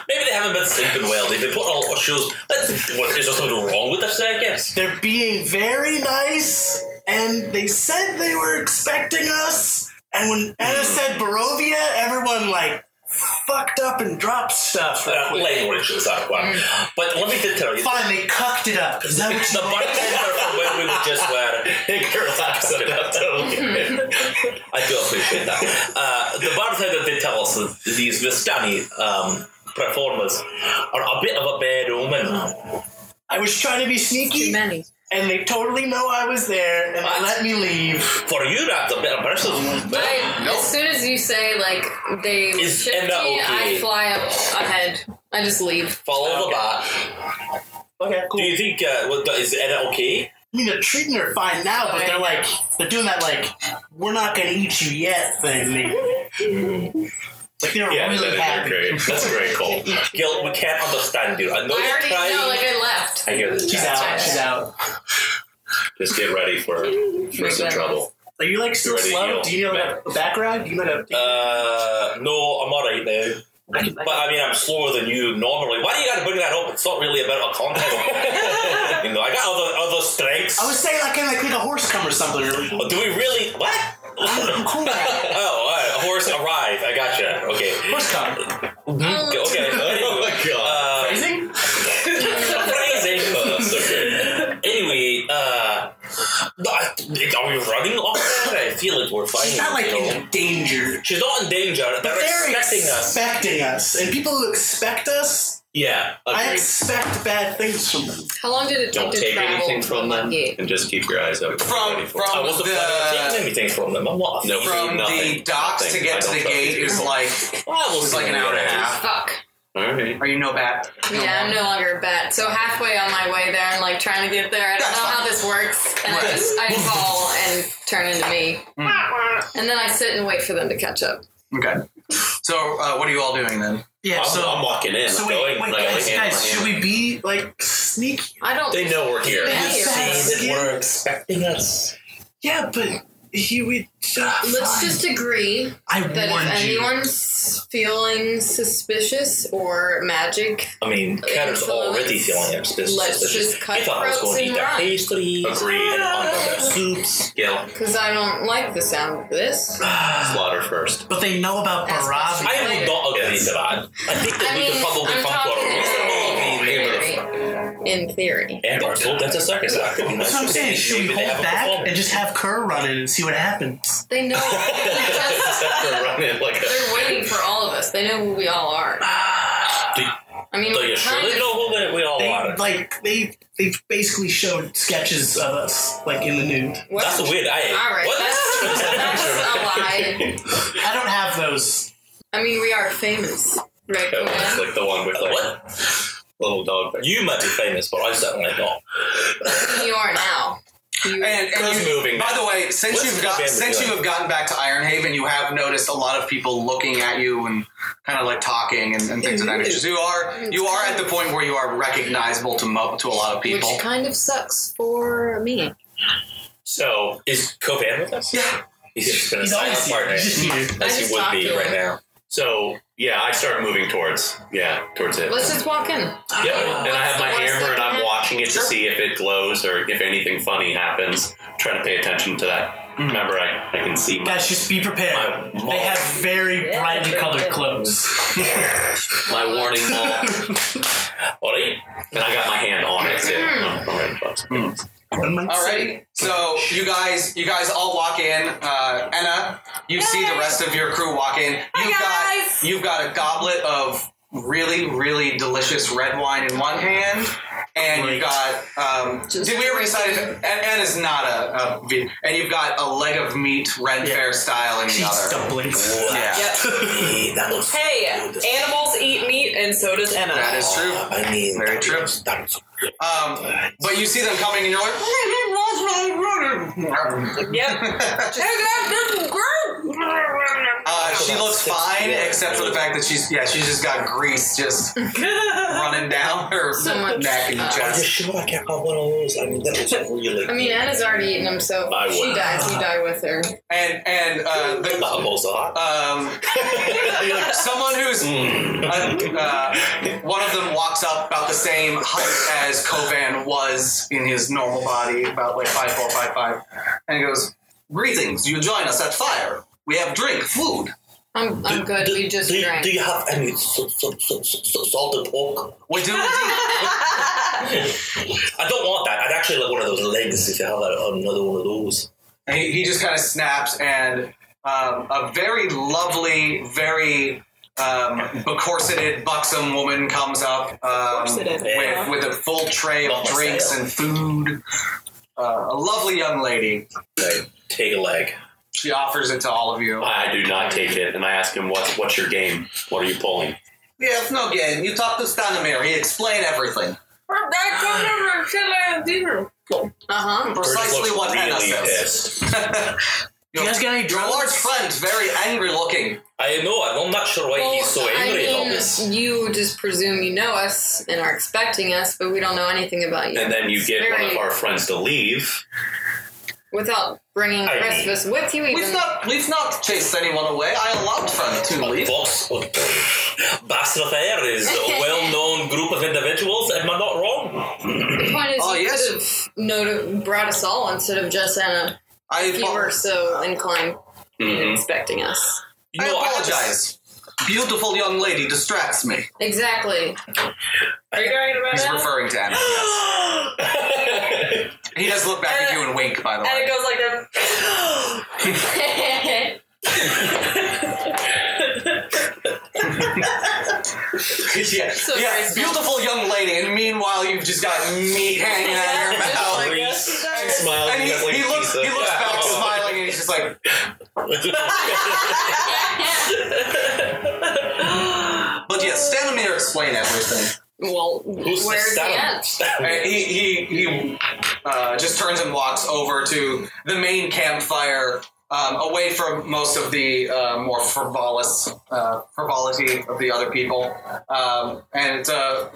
Speaker 8: Maybe they haven't been sleeping well. They've been putting on all shoes. That's- What, is there something wrong with us? I guess.
Speaker 6: They're being very nice, and they said they were expecting us. And when Anna said Barovia, everyone like fucked up and dropped stuff. real
Speaker 8: Uh,
Speaker 6: quick.
Speaker 8: language is not one.
Speaker 3: Mm.
Speaker 8: But let me just tell you.
Speaker 6: Fine, they cucked it up. Is that what
Speaker 8: The
Speaker 6: you
Speaker 8: bartender from when we were just were. I do appreciate that. Uh, the bartender did tell us that these Vistani um, performers are a bit of a bad omen.
Speaker 6: I was trying to be sneaky,
Speaker 11: many.
Speaker 6: and they totally know I was there, and they let me leave.
Speaker 8: For you, that's a better person.
Speaker 3: I, As soon as you say like they were
Speaker 8: Is- and
Speaker 3: shifty,
Speaker 8: that okay?
Speaker 3: I fly up ahead. I just leave.
Speaker 8: Follow the bat.
Speaker 6: Okay, cool.
Speaker 8: Do you think, uh, what, is Edna okay?
Speaker 6: I mean, they're treating her fine now, but they're like, they're doing that like, we're not gonna eat you yet thing. They- Like they're
Speaker 9: Yeah,
Speaker 6: really
Speaker 9: that
Speaker 6: happy.
Speaker 9: is great. That's a great call.
Speaker 8: Gil, we can't understand you. I know
Speaker 3: I
Speaker 8: you're
Speaker 3: already
Speaker 8: trying.
Speaker 3: know, like I left.
Speaker 9: I hear
Speaker 6: She's
Speaker 9: the
Speaker 6: out. She's out.
Speaker 9: Just get ready for, for some trouble.
Speaker 6: Are you like still
Speaker 9: You're ready to
Speaker 6: slow?
Speaker 9: heal.
Speaker 6: Do you know like, a background? Do you know like,
Speaker 8: uh, no, I'm alright now.
Speaker 6: I can, I
Speaker 8: But I mean, I'm slower than you normally. Why do you gotta bring that up? It's not really about a contest. you know, I got other other strengths.
Speaker 6: I was saying I can like make a horse come or something. Or,
Speaker 8: Oh, do we really? What? oh,
Speaker 6: I'm cool now.
Speaker 8: alright, a horse arrived. I gotcha. Okay.
Speaker 6: Horse come. Mm-hmm.
Speaker 8: Okay. okay.
Speaker 9: Oh my god.
Speaker 8: Uh,
Speaker 6: Amazing.
Speaker 8: Phrasing. Oh, that's so good. Anyway, uh, are we running off there? I feel like we're fighting.
Speaker 6: She's not like
Speaker 8: you know.
Speaker 6: in danger.
Speaker 8: She's not in danger. They're,
Speaker 6: But they're
Speaker 8: expecting us.
Speaker 6: expecting us, and people who expect us,
Speaker 8: Yeah.
Speaker 6: I
Speaker 9: Agreed.
Speaker 6: expect bad things from them.
Speaker 3: How long did it
Speaker 9: Don't
Speaker 3: take to
Speaker 9: take
Speaker 3: travel?
Speaker 9: anything from them
Speaker 3: Yeah.
Speaker 9: and just keep your eyes open.
Speaker 7: From from
Speaker 8: I wasn't planning on
Speaker 7: the
Speaker 8: taking anything from them. I'm not.
Speaker 9: No,
Speaker 7: from the
Speaker 9: nothing.
Speaker 7: docks to
Speaker 9: Nothing.
Speaker 7: get
Speaker 9: I
Speaker 7: to
Speaker 9: don't
Speaker 7: the
Speaker 9: trust
Speaker 7: gate
Speaker 9: these
Speaker 7: is
Speaker 9: people.
Speaker 7: like it's like an hour and a half.
Speaker 3: Fuck.
Speaker 9: All right.
Speaker 7: Are you no bat? No
Speaker 3: Yeah, I'm
Speaker 7: bat.
Speaker 3: no longer a bat. So halfway on my way there, I'm like trying to get there. I don't
Speaker 7: That's
Speaker 3: know how
Speaker 7: fine.
Speaker 3: this works, and I just I fall and turn into me, and then I sit and wait for them to catch up.
Speaker 7: Okay. So uh, what are you all doing then?
Speaker 6: Yeah.
Speaker 9: I'm,
Speaker 6: so
Speaker 9: I'm walking in.
Speaker 6: So
Speaker 9: I'm
Speaker 6: wait,
Speaker 9: going.
Speaker 6: wait,
Speaker 9: like,
Speaker 6: guys,
Speaker 9: I hand
Speaker 6: guys,
Speaker 9: my
Speaker 6: should
Speaker 9: hand.
Speaker 6: we be like sneaky?
Speaker 3: I don't.
Speaker 9: They know we're here.
Speaker 3: Yeah.
Speaker 6: Fat skin?
Speaker 8: expecting us.
Speaker 6: Yeah, but he would. Uh,
Speaker 3: Let's just agree
Speaker 6: I
Speaker 3: that
Speaker 6: warned
Speaker 3: if
Speaker 6: you.
Speaker 3: anyone's feeling suspicious or magic,
Speaker 8: I mean, Catter's
Speaker 3: so
Speaker 8: already
Speaker 3: let's-
Speaker 8: feeling him suspicious.
Speaker 3: let's
Speaker 8: suspicious.
Speaker 3: just cut
Speaker 8: he thought I was
Speaker 3: throats
Speaker 8: going to eat
Speaker 3: and
Speaker 8: their
Speaker 3: run.
Speaker 8: pastries
Speaker 9: Agreed.
Speaker 8: and under their soups.
Speaker 9: Gil,
Speaker 3: because I don't like the sound of this.
Speaker 9: slaughter first.
Speaker 6: But they know about
Speaker 3: That's
Speaker 6: Barabbas.
Speaker 8: I would not agree to that. I think that
Speaker 3: I
Speaker 8: we could
Speaker 3: mean,
Speaker 8: probably
Speaker 3: I'm
Speaker 8: come to a reasonable
Speaker 3: talking
Speaker 8: agreement.
Speaker 3: in theory. In theory.
Speaker 8: And our hope that's a circus act. It'd be nice
Speaker 6: That's what I'm
Speaker 8: to
Speaker 6: saying.
Speaker 8: see
Speaker 6: Should we
Speaker 8: maybe they
Speaker 6: hold
Speaker 8: have a
Speaker 6: back and
Speaker 8: performance.
Speaker 6: just have Kerr run it and see what happens?
Speaker 3: They know.
Speaker 9: Just have to run in like a.
Speaker 3: They're waiting for all of us. They know who we all are. I mean,
Speaker 8: Do you
Speaker 3: we're kind
Speaker 8: surely
Speaker 3: of-
Speaker 8: know who that we all
Speaker 6: They
Speaker 8: are?
Speaker 6: like they they basically showed sketches of us like in the nude.
Speaker 3: What?
Speaker 8: That's a weird. I
Speaker 3: All right,
Speaker 8: What?
Speaker 3: that's, that's a lie.
Speaker 6: I don't have those.
Speaker 3: I mean, we are famous, right?
Speaker 9: Yeah, It's
Speaker 3: Gwen?
Speaker 9: like the one with like
Speaker 8: What?
Speaker 9: little dog.
Speaker 8: You might be famous, but I certainly not.
Speaker 3: You are now. You,
Speaker 7: And, and
Speaker 8: Who's
Speaker 7: you-
Speaker 8: moving
Speaker 7: By
Speaker 8: now?
Speaker 7: the way, since
Speaker 8: What's
Speaker 7: you've
Speaker 8: the
Speaker 7: got
Speaker 8: band
Speaker 7: since you
Speaker 8: doing?
Speaker 7: have gotten back to Ironhaven, you have noticed a lot of people looking at you and kind of like talking and, and things of that nature. So You are you are at the point where you are recognizable to mo- to a lot of people.
Speaker 3: which kind of sucks for me.
Speaker 8: So is Copan with us?
Speaker 7: Yeah.
Speaker 8: He's just been a
Speaker 6: He's
Speaker 8: silent
Speaker 6: always here.
Speaker 8: partner,
Speaker 6: He's just here.
Speaker 3: I
Speaker 8: as
Speaker 3: just
Speaker 8: he would
Speaker 3: talked
Speaker 8: be
Speaker 3: to
Speaker 8: right
Speaker 3: him.
Speaker 8: now.
Speaker 9: So yeah, I start moving towards yeah towards it.
Speaker 3: Let's just walk in.
Speaker 9: Yeah, and I have my
Speaker 3: What's the
Speaker 9: hammer and I'm
Speaker 3: plan?
Speaker 9: watching it
Speaker 7: Sure.
Speaker 9: to see if it glows or if anything funny happens. Try to pay attention to that.
Speaker 8: Mm.
Speaker 9: Remember, I, I can see my,
Speaker 6: Guys, just be prepared.
Speaker 9: My
Speaker 6: They have very
Speaker 3: Yeah,
Speaker 6: brightly
Speaker 3: they're
Speaker 6: colored
Speaker 3: good.
Speaker 6: clothes.
Speaker 9: my warning ball,
Speaker 8: All right.
Speaker 9: and I got my hand on it too.
Speaker 3: Mm-hmm.
Speaker 8: Mm.
Speaker 9: Oh, all right, folks.
Speaker 3: Mm.
Speaker 6: One might
Speaker 7: All
Speaker 6: say.
Speaker 7: right. So you guys, you guys all walk in. Uh, Anna, you see the rest of your crew walk in. You've got you've got a goblet of really really delicious red wine in one hand, and you've got um, did we already decide? if- An- Anna's not a, a ve- and you've got a leg of meat red
Speaker 6: Yeah.
Speaker 7: fair style in the
Speaker 6: She's
Speaker 7: other.
Speaker 6: dumplings.
Speaker 7: Yeah,
Speaker 8: Hey, that looks.
Speaker 5: Hey,
Speaker 8: good.
Speaker 5: animals eat meat, and so does Enna.
Speaker 7: that is true.
Speaker 8: I mean,
Speaker 7: Very
Speaker 8: that
Speaker 7: true.
Speaker 8: looks- that looks
Speaker 7: Um, but you see them coming, and you're like,
Speaker 5: Yep.
Speaker 7: uh, she looks fine. it, except for the fact that she's yeah, she's just got grease just running down her
Speaker 10: So much,
Speaker 7: neck and
Speaker 10: uh,
Speaker 8: I just
Speaker 7: chest.
Speaker 8: should have kept on one of those. I mean, that was really.
Speaker 10: I mean, Anna's already eaten them, so
Speaker 8: I
Speaker 10: if she
Speaker 8: would.
Speaker 10: dies, you die with her.
Speaker 7: And and uh, the,
Speaker 8: Not most hot.
Speaker 7: um, someone who's uh, uh, one of them walks up about the same height as Kovan was in his normal body, about like five four five five, and he goes, "Greetings! You join us at fire. We have drink, food."
Speaker 10: I'm, I'm good.
Speaker 8: Do-
Speaker 10: We just
Speaker 8: do,
Speaker 10: drank.
Speaker 8: Do you have any so, so, so, so, salted pork?
Speaker 7: We do indeed.
Speaker 8: I don't want that. I'd actually like one of those legs if you have that, another one of those.
Speaker 7: And he, he just kind of snaps, and um, a very lovely, very um, becorseted, buxom woman comes up um,
Speaker 5: Becorseted, yeah.
Speaker 7: with, with a full tray of
Speaker 8: Love myself.
Speaker 7: drinks and food. Uh, a lovely young lady.
Speaker 8: Like, take a leg.
Speaker 7: She offers it to all of you.
Speaker 9: I do not take it, and I ask him, "What's what's your game? What are you pulling?"
Speaker 7: Yeah, it's no game. You talk to Stanimir. He explain everything.
Speaker 10: Uh huh.
Speaker 7: Precisely
Speaker 8: Kurt looks
Speaker 7: what Anna
Speaker 8: really
Speaker 7: says.
Speaker 8: pissed.
Speaker 7: Your,
Speaker 6: got any
Speaker 7: your large friend's very angry looking.
Speaker 8: I know. I'm not sure why he's so angry
Speaker 10: I
Speaker 8: about
Speaker 10: mean,
Speaker 8: this.
Speaker 10: you just presume you know us and are expecting us, but we don't know anything about you.
Speaker 9: And then you get one of our friends to leave.
Speaker 10: Without bringing the
Speaker 8: I
Speaker 10: rest of us with you, even.
Speaker 7: We've not, we've not chased anyone away. I allowed friend to leave.
Speaker 8: Vox Basrathair is a well-known group of individuals. Am I not wrong?
Speaker 10: the point is,
Speaker 7: Oh,
Speaker 10: you
Speaker 7: yes.
Speaker 10: could have noti- brought us all instead of just Anna.
Speaker 7: I
Speaker 10: If you
Speaker 7: apo-
Speaker 10: were so inclined in expecting us.
Speaker 8: You
Speaker 7: I
Speaker 8: know, I-
Speaker 7: apologize. Beautiful young lady distracts me.
Speaker 10: Exactly.
Speaker 5: Are you talking about
Speaker 7: He's
Speaker 5: Anna?
Speaker 7: referring to Anna. Oh, He does look back at you and wink, by the
Speaker 5: And it
Speaker 7: way.
Speaker 5: goes like that.
Speaker 7: yeah,
Speaker 10: So
Speaker 7: yeah,
Speaker 10: graceful.
Speaker 7: beautiful young lady, and meanwhile you've just got meat hanging out of your mouth.
Speaker 8: Grease. Smiles.
Speaker 7: and he,
Speaker 8: that's like
Speaker 7: he looks,
Speaker 8: pizza.
Speaker 7: he looks
Speaker 8: Yeah.
Speaker 7: back smiling, and he's just like, but yeah, Stanimir explain everything.
Speaker 10: Well,
Speaker 8: Who's
Speaker 10: where's the end?
Speaker 8: the
Speaker 7: And Uh, he he, he uh, just turns and walks over to the main campfire, um, away from most of the uh, more frivolous uh, frivolity of the other people. Um, and it's a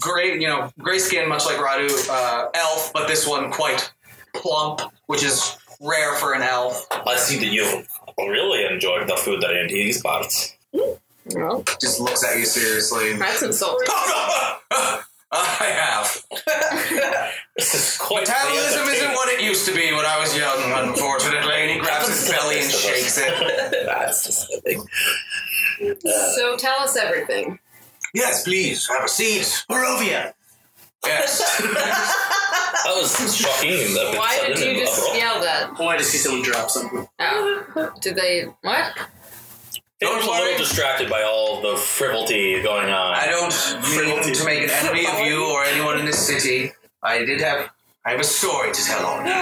Speaker 7: gray, you know, gray skin, much like Radu, uh, elf, but this one quite plump, which is rare for an elf.
Speaker 8: I see that you really enjoyed the food that I ate in these parts.
Speaker 10: Well,
Speaker 7: Just looks at you seriously.
Speaker 10: that's insulting.
Speaker 7: I have.
Speaker 8: This is quite
Speaker 7: Metabolism
Speaker 8: the
Speaker 7: isn't
Speaker 8: entertainment.
Speaker 7: what it used to be when I was young, unfortunately. And he grabs his belly and shakes it.
Speaker 8: That's disgusting.
Speaker 10: So tell us everything.
Speaker 7: Yes, please, have a seat.
Speaker 6: Barovia.
Speaker 7: Yes.
Speaker 8: That was shocking. that
Speaker 10: Why
Speaker 8: it's
Speaker 10: did
Speaker 8: sudden
Speaker 10: you
Speaker 8: and
Speaker 10: just
Speaker 8: abrupt.
Speaker 10: yell that?
Speaker 6: Oh, I wanted to see someone drop something.
Speaker 10: Oh. Did they. What?
Speaker 8: They were a
Speaker 7: worry.
Speaker 8: little distracted by all the frivolity going on.
Speaker 7: I don't mean to make an enemy of you or anyone in this city. I did have I have a story to tell all of you.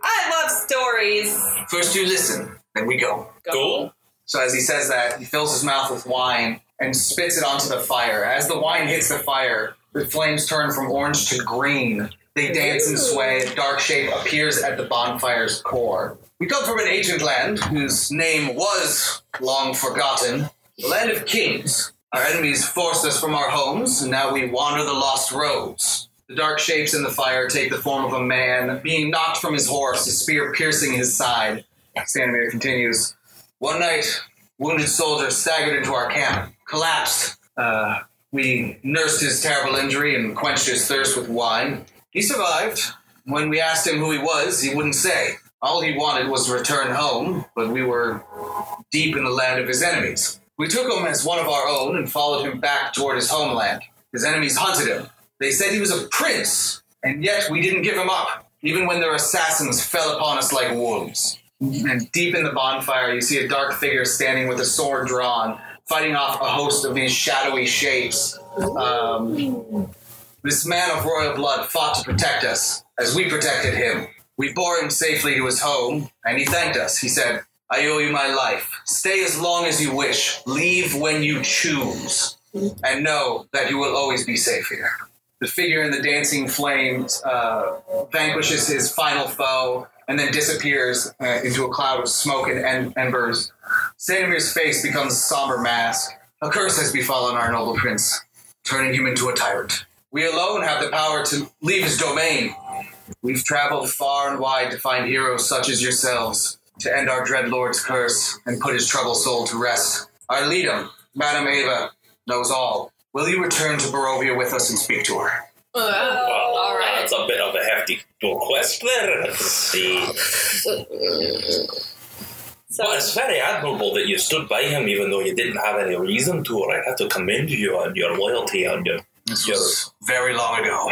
Speaker 5: I love stories.
Speaker 7: First you listen, then we go.
Speaker 8: Cool.
Speaker 7: So as he says that, he fills his mouth with wine and spits it onto the fire. As the wine hits the fire, the flames turn from orange to green. They dance and sway. A dark shape appears at the bonfire's core. We come from an ancient land whose name was long forgotten, the land of kings. Our enemies forced us from our homes, and now we wander the lost roads. The dark shapes in the fire take the form of a man being knocked from his horse, his spear piercing his side. Stanimir continues. One night, wounded soldier staggered into our camp, collapsed. Uh, we nursed his terrible injury and quenched his thirst with wine. He survived. When we asked him who he was, he wouldn't say. All he wanted was to return home, but we were deep in the land of his enemies. We took him as one of our own and followed him back toward his homeland. His enemies hunted him. They said he was a prince, and yet we didn't give him up, even when their assassins fell upon us like wolves. And deep in the bonfire, you see a dark figure standing with a sword drawn, fighting off a host of these shadowy shapes. Um, this man of royal blood fought to protect us as we protected him. We bore him safely to his home, and he thanked us. He said, I owe you my life. Stay as long as you wish. Leave when you choose. And know that you will always be safe here. The figure in the dancing flames uh, vanquishes his final foe and then disappears uh, into a cloud of smoke and en- embers. Sandomir's face becomes a somber mask. A curse has befallen our noble prince, turning him into a tyrant. We alone have the power to leave his domain. We've traveled far and wide to find heroes such as yourselves, to end our dread lord's curse and put his troubled soul to rest. Our leader, Madame Ava, knows all. Will you return to Barovia with us and speak to her?
Speaker 10: Oh.
Speaker 8: Well,
Speaker 10: all right.
Speaker 8: That's a bit of a hefty request there. Let's see. Well, it's very admirable that you stood by him even though you didn't have any reason to, or I have to commend you on your loyalty and your. your
Speaker 7: Very long ago.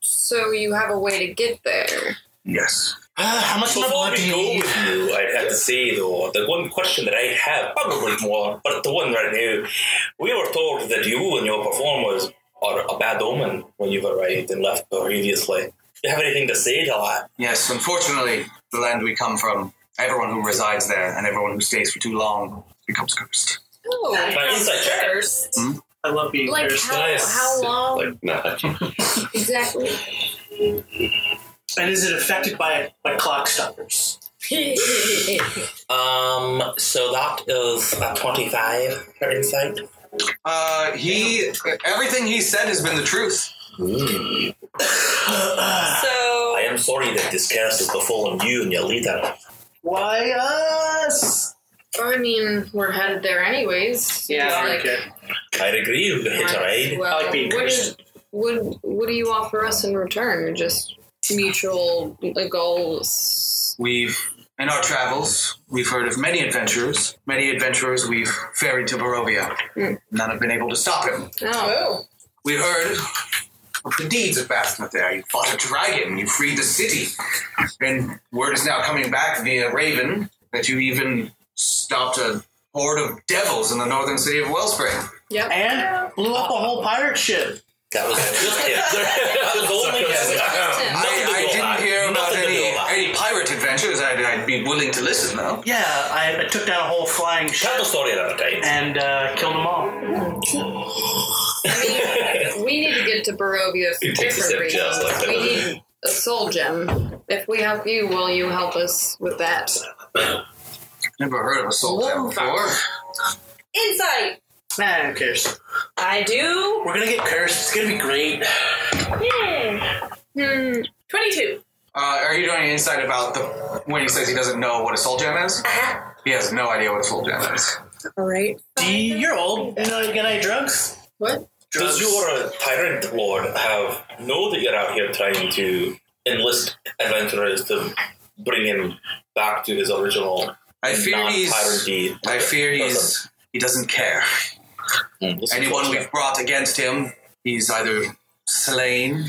Speaker 10: So you have a way to get there.
Speaker 7: Yes.
Speaker 6: Uh, how much more
Speaker 8: Before
Speaker 6: blood do
Speaker 8: we
Speaker 6: you
Speaker 8: go
Speaker 6: need?
Speaker 8: with you, I'd have to say though, the one question that I have, probably more, but the one right now, we were told that you and your performers are a bad omen when you've arrived and left previously. Do you have anything to say to that?
Speaker 7: Yes, unfortunately, the land we come from, everyone who resides there and everyone who stays for too long becomes cursed.
Speaker 10: Oh,
Speaker 8: My insight check.
Speaker 10: first.
Speaker 6: I love being
Speaker 10: Like
Speaker 6: cursed.
Speaker 10: how, how long
Speaker 9: Like, nah.
Speaker 10: exactly?
Speaker 6: And is it affected by by clock stoppers?
Speaker 8: Um, so that is a 25 for insight.
Speaker 7: Uh, he, everything he said has been the truth.
Speaker 5: So
Speaker 8: I am sorry that this curse has befallen you and your leader.
Speaker 6: Why us?
Speaker 10: I mean, we're headed there anyways.
Speaker 6: Yeah,
Speaker 10: Like,
Speaker 6: okay.
Speaker 8: I agree, we're gonna hit a ride.
Speaker 10: Well,
Speaker 6: I like being
Speaker 10: what
Speaker 6: cursed.
Speaker 10: is- what what do you offer us in return? Just mutual uh, goals.
Speaker 7: We've, in our travels, we've heard of many adventurers. Many adventurers we've ferried to Barovia. None have been able to stop him.
Speaker 10: Oh,
Speaker 7: We heard of the deeds of Basmut there. You fought a dragon, you freed the city. And word is now coming back via Raven that you even stopped a horde of devils in the northern city of Wellspring.
Speaker 6: And blew up a whole pirate ship.
Speaker 8: That was just it. That was the only
Speaker 7: I,
Speaker 8: Nothing to
Speaker 7: I
Speaker 8: do
Speaker 7: didn't
Speaker 8: about it.
Speaker 7: hear about
Speaker 8: Nothing to
Speaker 7: any,
Speaker 8: do about it.
Speaker 7: any pirate adventures. I'd, I'd be willing to listen, though.
Speaker 6: Yeah, I, I took down a whole flying ship
Speaker 8: Tell the story another time.
Speaker 6: and uh, killed them all.
Speaker 10: we need to get to Barovia for
Speaker 9: You take the
Speaker 10: different
Speaker 9: sip
Speaker 10: reasons.
Speaker 9: just like
Speaker 10: we
Speaker 9: that.
Speaker 10: need a soul gem. If we help you, will you help us with that?
Speaker 7: Never heard of a soul gem before.
Speaker 5: insight.
Speaker 6: Nah, who cares?
Speaker 5: I do.
Speaker 6: We're gonna get cursed. It's gonna be great.
Speaker 5: Hmm. Twenty-two.
Speaker 7: Uh, are you doing any insight about the when he says he doesn't know what a soul gem is? He has no idea what a soul gem is.
Speaker 10: All right.
Speaker 6: D, you're old. You know, you got any drugs?
Speaker 10: What?
Speaker 8: Does your tyrant lord have know that you're out here trying to enlist adventurers to bring him back to his original
Speaker 7: I fear he's.
Speaker 8: non-tyranty?
Speaker 7: I fear he's. He doesn't care.
Speaker 8: Mm.
Speaker 7: Anyone we've brought against him, he's either slain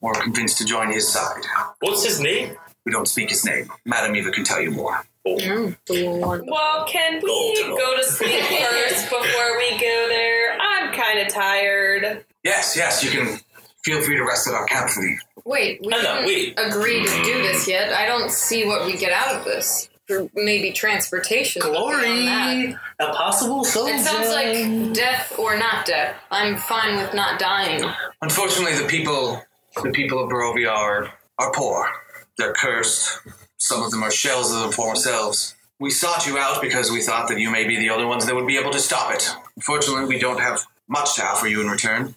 Speaker 7: or convinced to join his side.
Speaker 8: What's his name?
Speaker 7: We don't speak his name. Madam Eva can tell you more.
Speaker 10: Mm,
Speaker 5: Well, can we
Speaker 8: Golden.
Speaker 5: go to sleep first before we go there? I'm kind of tired.
Speaker 7: Yes, yes, you can. Feel free to rest at our camp for the evening.
Speaker 10: Wait, we
Speaker 8: I
Speaker 10: didn't
Speaker 8: know, wait.
Speaker 10: agree to do this yet. I don't see what we get out of this. For maybe transportation. but beyond
Speaker 6: Glory,
Speaker 10: that-
Speaker 6: a possible soul
Speaker 10: It sounds like death or not death. I'm fine with not dying.
Speaker 7: Unfortunately, the people, the people of Barovia are are poor. They're cursed. Some of them are shells of their former selves. We sought you out because we thought that you may be the only ones that would be able to stop it. Unfortunately, we don't have much to offer you in return.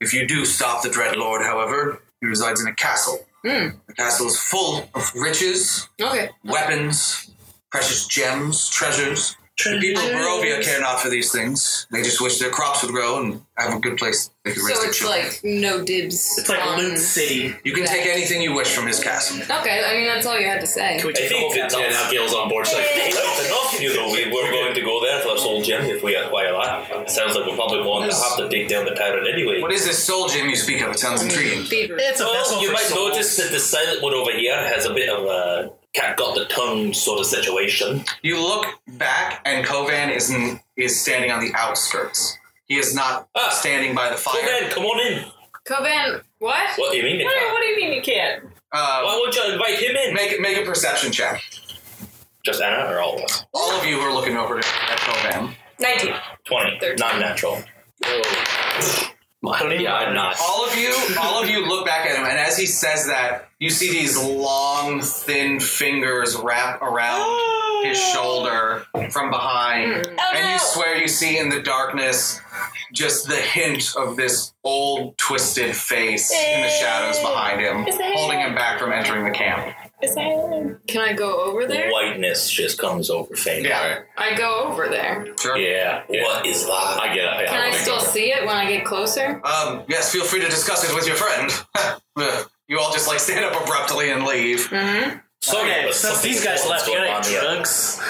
Speaker 7: If you do stop the Dread Lord, however, he resides in a castle.
Speaker 10: Hmm.
Speaker 7: The castle is full of riches,
Speaker 10: Okay.
Speaker 7: weapons, precious gems, treasures. The people of Barovia care not for these things. They just wish their crops would grow and have a good place they could raise
Speaker 10: So
Speaker 7: their
Speaker 10: it's
Speaker 7: children.
Speaker 10: like no dibs.
Speaker 6: It's like
Speaker 10: on-
Speaker 6: Loot City.
Speaker 7: you can take anything you wish from his castle.
Speaker 10: Okay, I mean that's all you had to say.
Speaker 6: Can we
Speaker 8: I
Speaker 6: take the whole
Speaker 8: think that
Speaker 6: castle?
Speaker 8: yeah, now Gail's on board. She's like, that's enough of you though. We, we're going to go there for a soul gem if we acquire that. Sounds like we're probably going to have to take down the tyrant anyway.
Speaker 7: What is this soul gem you speak of? It sounds intriguing.
Speaker 10: Beaver.
Speaker 6: It's a vessel
Speaker 8: Well, you
Speaker 6: for
Speaker 8: might
Speaker 6: souls.
Speaker 8: notice that the silent one over here has a bit of a cat got the tongue sort of situation.
Speaker 7: You look back, and Kovan is in, is standing on the outskirts. He is not
Speaker 8: Ah.
Speaker 7: standing by the
Speaker 8: Come
Speaker 7: fire.
Speaker 8: on, come on in.
Speaker 10: Coven, what?
Speaker 8: What do you mean? you
Speaker 5: What,
Speaker 8: can't?
Speaker 5: what do you mean you can't?
Speaker 7: Uh,
Speaker 8: Why would you invite him in?
Speaker 7: make make a perception check.
Speaker 8: Just Anna or all of us?
Speaker 7: All of you are looking over at Kovan.
Speaker 5: Nineteen.
Speaker 8: 20. Not natural. I don't yeah, I'm not.
Speaker 7: All of you, all of you look back at him, and as he says that, you see these long, thin fingers wrap around his shoulder from behind,
Speaker 5: Oh,
Speaker 7: and you swear you see in the darkness just the hint of this old, twisted face in the shadows behind him, holding him back from entering the camp.
Speaker 3: Can I go over there?
Speaker 8: Whiteness just comes over faint.
Speaker 7: Yeah,
Speaker 3: I go over there.
Speaker 7: sure.
Speaker 8: Yeah. yeah.
Speaker 9: What is that?
Speaker 8: I get it.
Speaker 3: Can I still see it when I get closer?
Speaker 7: Um, yes, feel free to discuss it with your friend. Uh, you all just like stand up abruptly and leave.
Speaker 9: So,
Speaker 6: Okay, since these guys left, you got any drugs?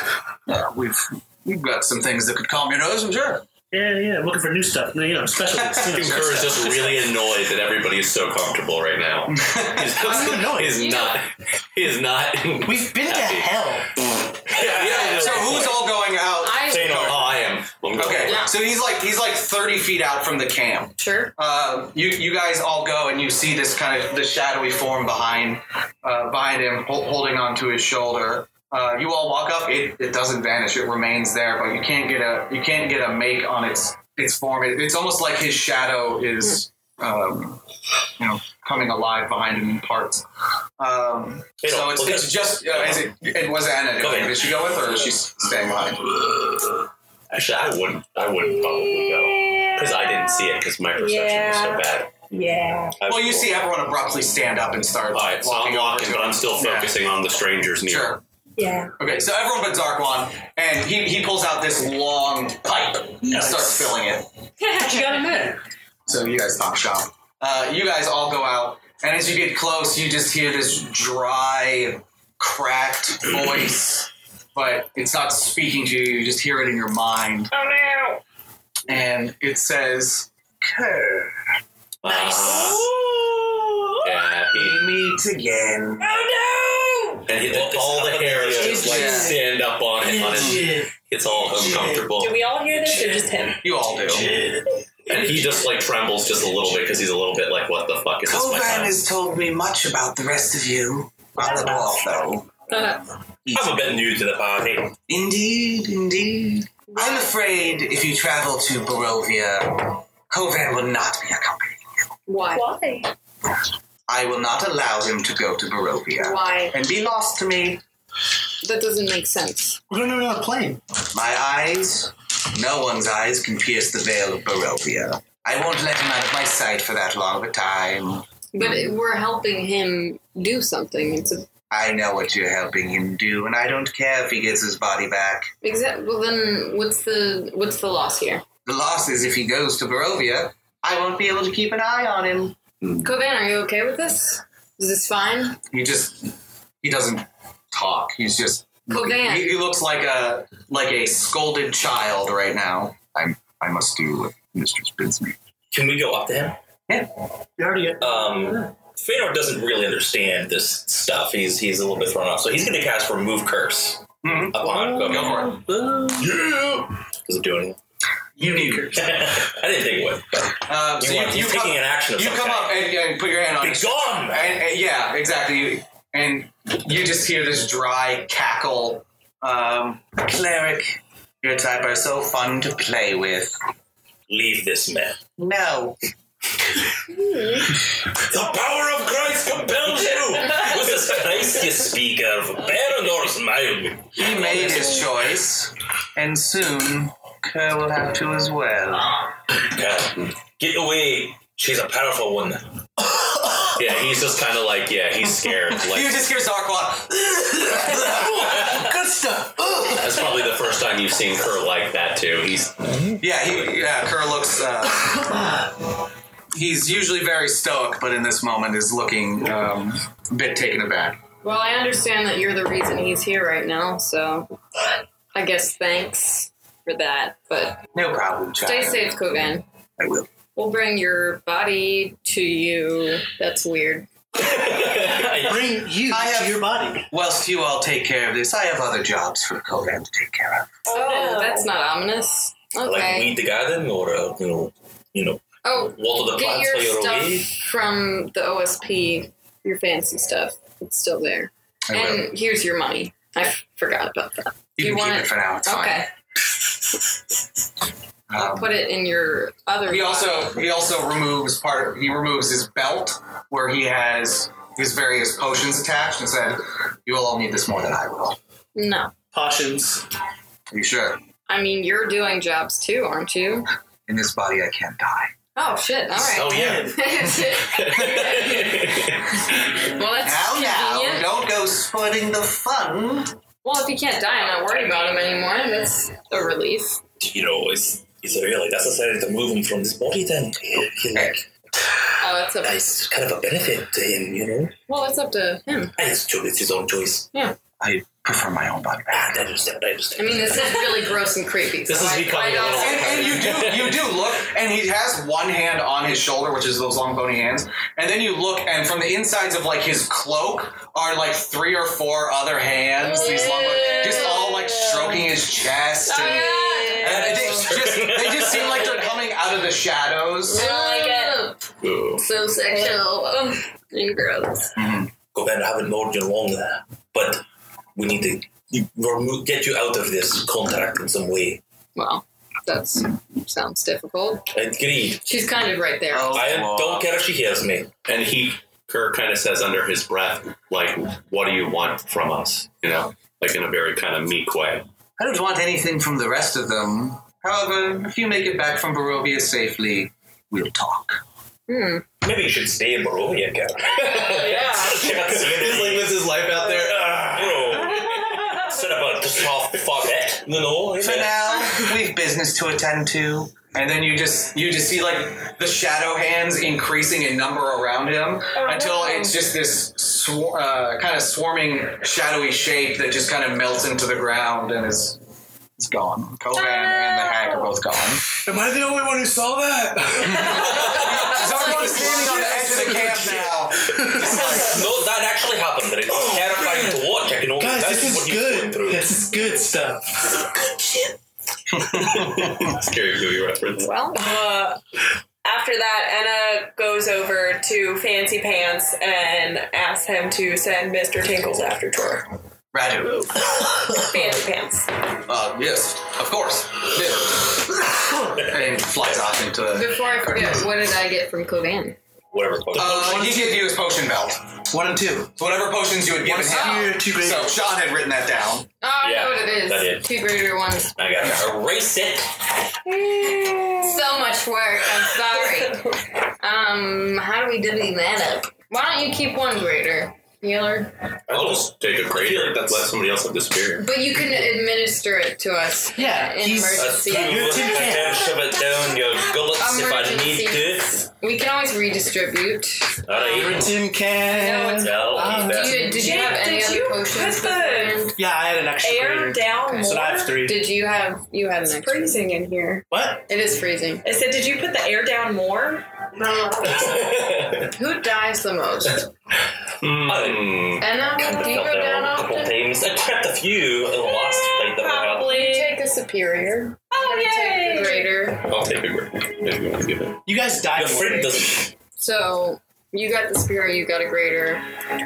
Speaker 7: Uh, we've we've got some things that could calm your nose, I'm sure.
Speaker 6: Yeah, yeah, looking for new stuff. You know, specialties. You know,
Speaker 8: Kerr is just really annoyed that everybody is so comfortable right now. He's, just,
Speaker 6: annoyed.
Speaker 8: he's not. He's not.
Speaker 6: We've been to hell.
Speaker 8: yeah, we don't know
Speaker 7: So
Speaker 8: that
Speaker 7: who's
Speaker 8: point.
Speaker 7: all going out?
Speaker 3: I
Speaker 8: So you know, oh, I am. I'm going.
Speaker 7: Okay, so he's like he's like thirty feet out from the camp.
Speaker 3: sure.
Speaker 7: Uh, you you guys all go and you see this kind of the shadowy form behind uh, behind him, hol- holding onto his shoulder. Uh, you all walk up. It, it doesn't vanish. It remains there, but you can't get a you can't get a make on its its form. It, it's almost like his shadow is um, you know coming alive behind him in parts. Um,
Speaker 8: Hey,
Speaker 7: so
Speaker 8: look,
Speaker 7: it's,
Speaker 8: look
Speaker 7: it's
Speaker 8: at-
Speaker 7: just uh, is it, it was Anna.
Speaker 8: Go ahead.
Speaker 7: Did she go with, or is she staying behind?
Speaker 8: Actually, I wouldn't. I wouldn't probably go because I didn't see it because my perception was so bad. Yeah.
Speaker 7: Well, you see everyone abruptly stand up and start
Speaker 8: All right, so I'm
Speaker 7: walking, over
Speaker 8: walking,
Speaker 7: to
Speaker 8: but
Speaker 7: him.
Speaker 8: I'm still
Speaker 7: Yeah.
Speaker 8: focusing on the strangers near.
Speaker 7: Sure. Yeah. Okay, so everyone but Zarquan, and he, he pulls out this long pipe and starts filling it.
Speaker 6: You got him there.
Speaker 7: So you guys pop shop. Uh, you guys all go out, and as you get close, you just hear this dry, cracked voice, but it's not speaking to you. You just hear it in your mind,
Speaker 5: Oh no!
Speaker 7: and it says, "Kerr,
Speaker 8: Uh-huh. Yeah. he-
Speaker 7: meet again."
Speaker 5: Oh
Speaker 8: and he, all the hair is just like
Speaker 7: Yeah.
Speaker 8: stand up on it. On his, it's all uncomfortable,
Speaker 5: no! Do we all hear this or just him?
Speaker 7: You all do.
Speaker 8: and he just like trembles just a little bit because he's a little bit like, "What the fuck is this?" My
Speaker 7: Kovan
Speaker 8: time?
Speaker 7: has told me much about the rest of you. Not at all, though.
Speaker 3: Uh-huh.
Speaker 8: I'm a bit new to the party.
Speaker 7: Indeed, indeed. I'm afraid if you travel to Barovia, Kovan will not be accompanying.
Speaker 3: Why?
Speaker 5: Why?
Speaker 7: I will not allow him to go to Barovia
Speaker 3: Why?
Speaker 7: and be lost to me.
Speaker 3: That doesn't make sense.
Speaker 6: We're going to another plane.
Speaker 7: My eyes, no one's eyes can pierce the veil of Barovia. I won't let him out of my sight for that long of a time.
Speaker 3: But it- we're helping him do something. It's a
Speaker 7: I know what you're helping him do, and I don't care if he gets his body back.
Speaker 3: exact. Well, then what's the what's the loss here?
Speaker 7: The loss is if he goes to Barovia, I won't be able to keep an eye on him.
Speaker 3: Covan, are you okay with this? Is this fine?
Speaker 7: He just he doesn't talk. He's just
Speaker 3: Covan.
Speaker 7: he, he looks like a like a scolded child right now. I I must do what Mistress bids me.
Speaker 8: Can we go up to him?
Speaker 6: You already got
Speaker 8: Um, Feanor doesn't really understand this stuff. He's he's a little bit thrown off, so he's going to cast remove curse
Speaker 6: Mm-hmm.
Speaker 7: Mhm.
Speaker 8: upon Go for
Speaker 6: Uh,
Speaker 8: it. Yeah. Does it do anything?
Speaker 7: You need
Speaker 8: I didn't think it would.
Speaker 7: Um, so
Speaker 8: You
Speaker 7: you,
Speaker 8: are-
Speaker 7: you
Speaker 8: he's
Speaker 7: come,
Speaker 8: taking an action of
Speaker 7: you
Speaker 8: some
Speaker 7: come
Speaker 8: kind.
Speaker 7: up and, and put your hand on
Speaker 8: Be
Speaker 7: his
Speaker 8: gone!
Speaker 7: And, and- yeah, exactly. You- And you just hear this dry cackle. Um, cleric, your type are so fun to play with.
Speaker 8: Leave this man.
Speaker 7: No,
Speaker 8: The power of Christ compels you! With this Christ you speak of, Baranor's mouth.
Speaker 7: He made his choice, and soon Kerr will have to as well.
Speaker 8: Yeah. Get away. She's a powerful one. yeah, he's just kind of like, yeah, he's scared.
Speaker 7: Oh, You
Speaker 8: Like,
Speaker 7: just hear Zarquan.
Speaker 6: good stuff.
Speaker 8: that's probably the first time you've seen Kerr like that, too. He's
Speaker 7: Yeah, he, yeah. Kerr looks. Uh, he's usually very stoic, but in this moment is looking um, a bit taken aback.
Speaker 3: Well, I understand that you're the reason he's here right now, so I guess thanks for that. But
Speaker 7: No problem, child.
Speaker 3: stay safe, Covan.
Speaker 7: I will.
Speaker 3: We'll bring your body to you. That's weird.
Speaker 6: Bring you
Speaker 7: I have-
Speaker 6: to your body.
Speaker 7: Whilst you all take care of this, I have other jobs for Kogan to take care of.
Speaker 3: Oh, that's not ominous.
Speaker 8: like
Speaker 3: Okay.
Speaker 8: weed the garden or, uh, you know, you know,
Speaker 3: oh,
Speaker 8: water the
Speaker 3: get
Speaker 8: plants for
Speaker 3: your
Speaker 8: your
Speaker 3: stuff
Speaker 8: weed.
Speaker 3: from the OSP, your fancy stuff. It's still there.
Speaker 7: I will.
Speaker 3: And here's your money. I f- forgot about that. you
Speaker 7: You can
Speaker 3: want
Speaker 7: keep
Speaker 3: it?
Speaker 7: it for now. It's fine.
Speaker 3: Okay.
Speaker 7: Um,
Speaker 3: Put it in your other.
Speaker 7: He also he also removes part. He removes his belt where he has his various potions attached, and said, "You will all need this more than I will."
Speaker 3: No.
Speaker 6: Potions.
Speaker 7: Are you sure?
Speaker 3: I mean, you're doing jobs too, aren't you?
Speaker 7: In this body, I can't die.
Speaker 3: Oh, shit. All right.
Speaker 9: Oh, yeah.
Speaker 3: well, that's
Speaker 7: Now, now,
Speaker 3: convenient.
Speaker 7: don't go splitting the fun.
Speaker 3: Well, if he can't die, I'm not worried about him anymore. That's a relief.
Speaker 8: You know, is is it really necessary to move him from this body? Then he, he like
Speaker 3: Oh, that's up.
Speaker 8: it's kind of a benefit to him, you know.
Speaker 3: Well, it's up to him.
Speaker 8: Ah, It's true. It's his own choice.
Speaker 7: I prefer my own body.
Speaker 8: Ah, I understand. I
Speaker 3: I
Speaker 8: understand.
Speaker 3: mean, this is really gross and creepy.
Speaker 8: This
Speaker 3: so
Speaker 8: is
Speaker 3: I-
Speaker 8: becoming
Speaker 3: I
Speaker 8: a little-
Speaker 3: don't-
Speaker 7: And, and you do you do look, and he has one hand on his shoulder, which is those long bony hands. And then you look, and from the insides of like his cloak are like three or four other hands, these long, just all like stroking his chest. And,
Speaker 5: Oh,
Speaker 7: and they, just, they just seem like they're coming out of the shadows.
Speaker 3: I don't like it. So sexual. Ugh, And gross.
Speaker 8: Govan, I haven't known you long, but we need to you- remo- get you out of this contract in some way.
Speaker 3: Well, that sounds difficult.
Speaker 8: Agreed.
Speaker 3: She's kind of right there.
Speaker 8: I am- don't care if she hears me.
Speaker 9: And he, Kerr kind of says under his breath, like, what do you want from us? You know, like in a very kind of meek way.
Speaker 7: I don't want anything from the rest of them. However, if you make it back from Barovia safely, we'll talk.
Speaker 8: Maybe you should stay in Barovia, Kerr.
Speaker 9: He's lived his life out there.
Speaker 6: ah.
Speaker 8: Set up a small farmette, you know?
Speaker 7: For now, we've business to attend to. And then you just you just see like the shadow hands increasing in number around him until it's just this swar- uh, kind of swarming shadowy shape that just kind of melts into the ground and is is gone. Kovan and the hag are both gone.
Speaker 6: Am I the only one who saw that?
Speaker 7: So everyone's standing on the edge of the camp now.
Speaker 8: No, that actually happened. and It was terrifying to watch. I can only
Speaker 6: Oh, Guys,
Speaker 8: that's
Speaker 6: this
Speaker 8: what
Speaker 6: is
Speaker 8: he's going
Speaker 6: good.
Speaker 8: through.
Speaker 6: This is good stuff.
Speaker 9: Scary movie reference.
Speaker 3: Well,
Speaker 5: Uh, after that, Anna goes over to Fancy Pants and asks him to send Mr. Tinkles after Tor.
Speaker 7: Radu.
Speaker 5: Fancy Pants.
Speaker 7: Uh, yes, of course. and flies off into the.
Speaker 3: before I forget, what did I get from Covan?
Speaker 8: Whatever. the fuck.
Speaker 7: Uh, he gave you his potion belt. So
Speaker 6: One and two.
Speaker 7: whatever potions you had given him.
Speaker 6: Two great.
Speaker 7: So Sean had written that
Speaker 3: Oh,
Speaker 7: down.
Speaker 3: I
Speaker 8: Yeah,
Speaker 3: know what it is.
Speaker 8: that is.
Speaker 3: Two greater ones.
Speaker 8: I gotta Uh, erase it.
Speaker 3: So much work. I'm sorry. um, how do we divvy that up? Why don't you keep one greater, healer?
Speaker 9: I'll just take a
Speaker 8: I feel
Speaker 9: greater.
Speaker 8: like that's-
Speaker 9: Let somebody else have the spear.
Speaker 3: But you can administer it to us.
Speaker 6: Yeah,
Speaker 3: in
Speaker 6: he's-
Speaker 8: That's
Speaker 3: emergency.
Speaker 8: true. I
Speaker 6: tin
Speaker 8: can
Speaker 6: can.
Speaker 8: shove it down your gullets if I need
Speaker 3: Emergency.
Speaker 8: to.
Speaker 3: We can always redistribute.
Speaker 8: Alright.
Speaker 6: Tin
Speaker 3: No,
Speaker 6: can.
Speaker 3: it's-
Speaker 8: Well,
Speaker 6: Ah.
Speaker 8: that's-
Speaker 3: Did you, did you
Speaker 5: Jake,
Speaker 3: have any
Speaker 5: did
Speaker 3: other
Speaker 5: you
Speaker 3: potions?
Speaker 5: put the-
Speaker 3: beforehand?
Speaker 6: Yeah, I had an extra.
Speaker 5: Air
Speaker 6: greater.
Speaker 5: down more.
Speaker 6: So now I have three.
Speaker 3: Did you have you had an
Speaker 5: It's
Speaker 3: extra?
Speaker 5: freezing in here.
Speaker 6: What?
Speaker 3: It is freezing.
Speaker 5: I said, did you put the air down more? No.
Speaker 3: Who dies the most?
Speaker 8: Mm,
Speaker 3: Anna,
Speaker 8: kind of
Speaker 3: do you
Speaker 8: fell
Speaker 3: go down
Speaker 8: down a couple
Speaker 3: often?
Speaker 8: times. I trapped a few in the last fight that I
Speaker 5: Probably.
Speaker 3: Take a superior.
Speaker 5: Oh,
Speaker 3: Take the
Speaker 5: yay!
Speaker 3: greater.
Speaker 9: I'll take a greater. If you want to give it.
Speaker 6: You guys
Speaker 8: had.
Speaker 6: died.
Speaker 8: Your friend doesn't.
Speaker 3: So you got the superior. You got a greater.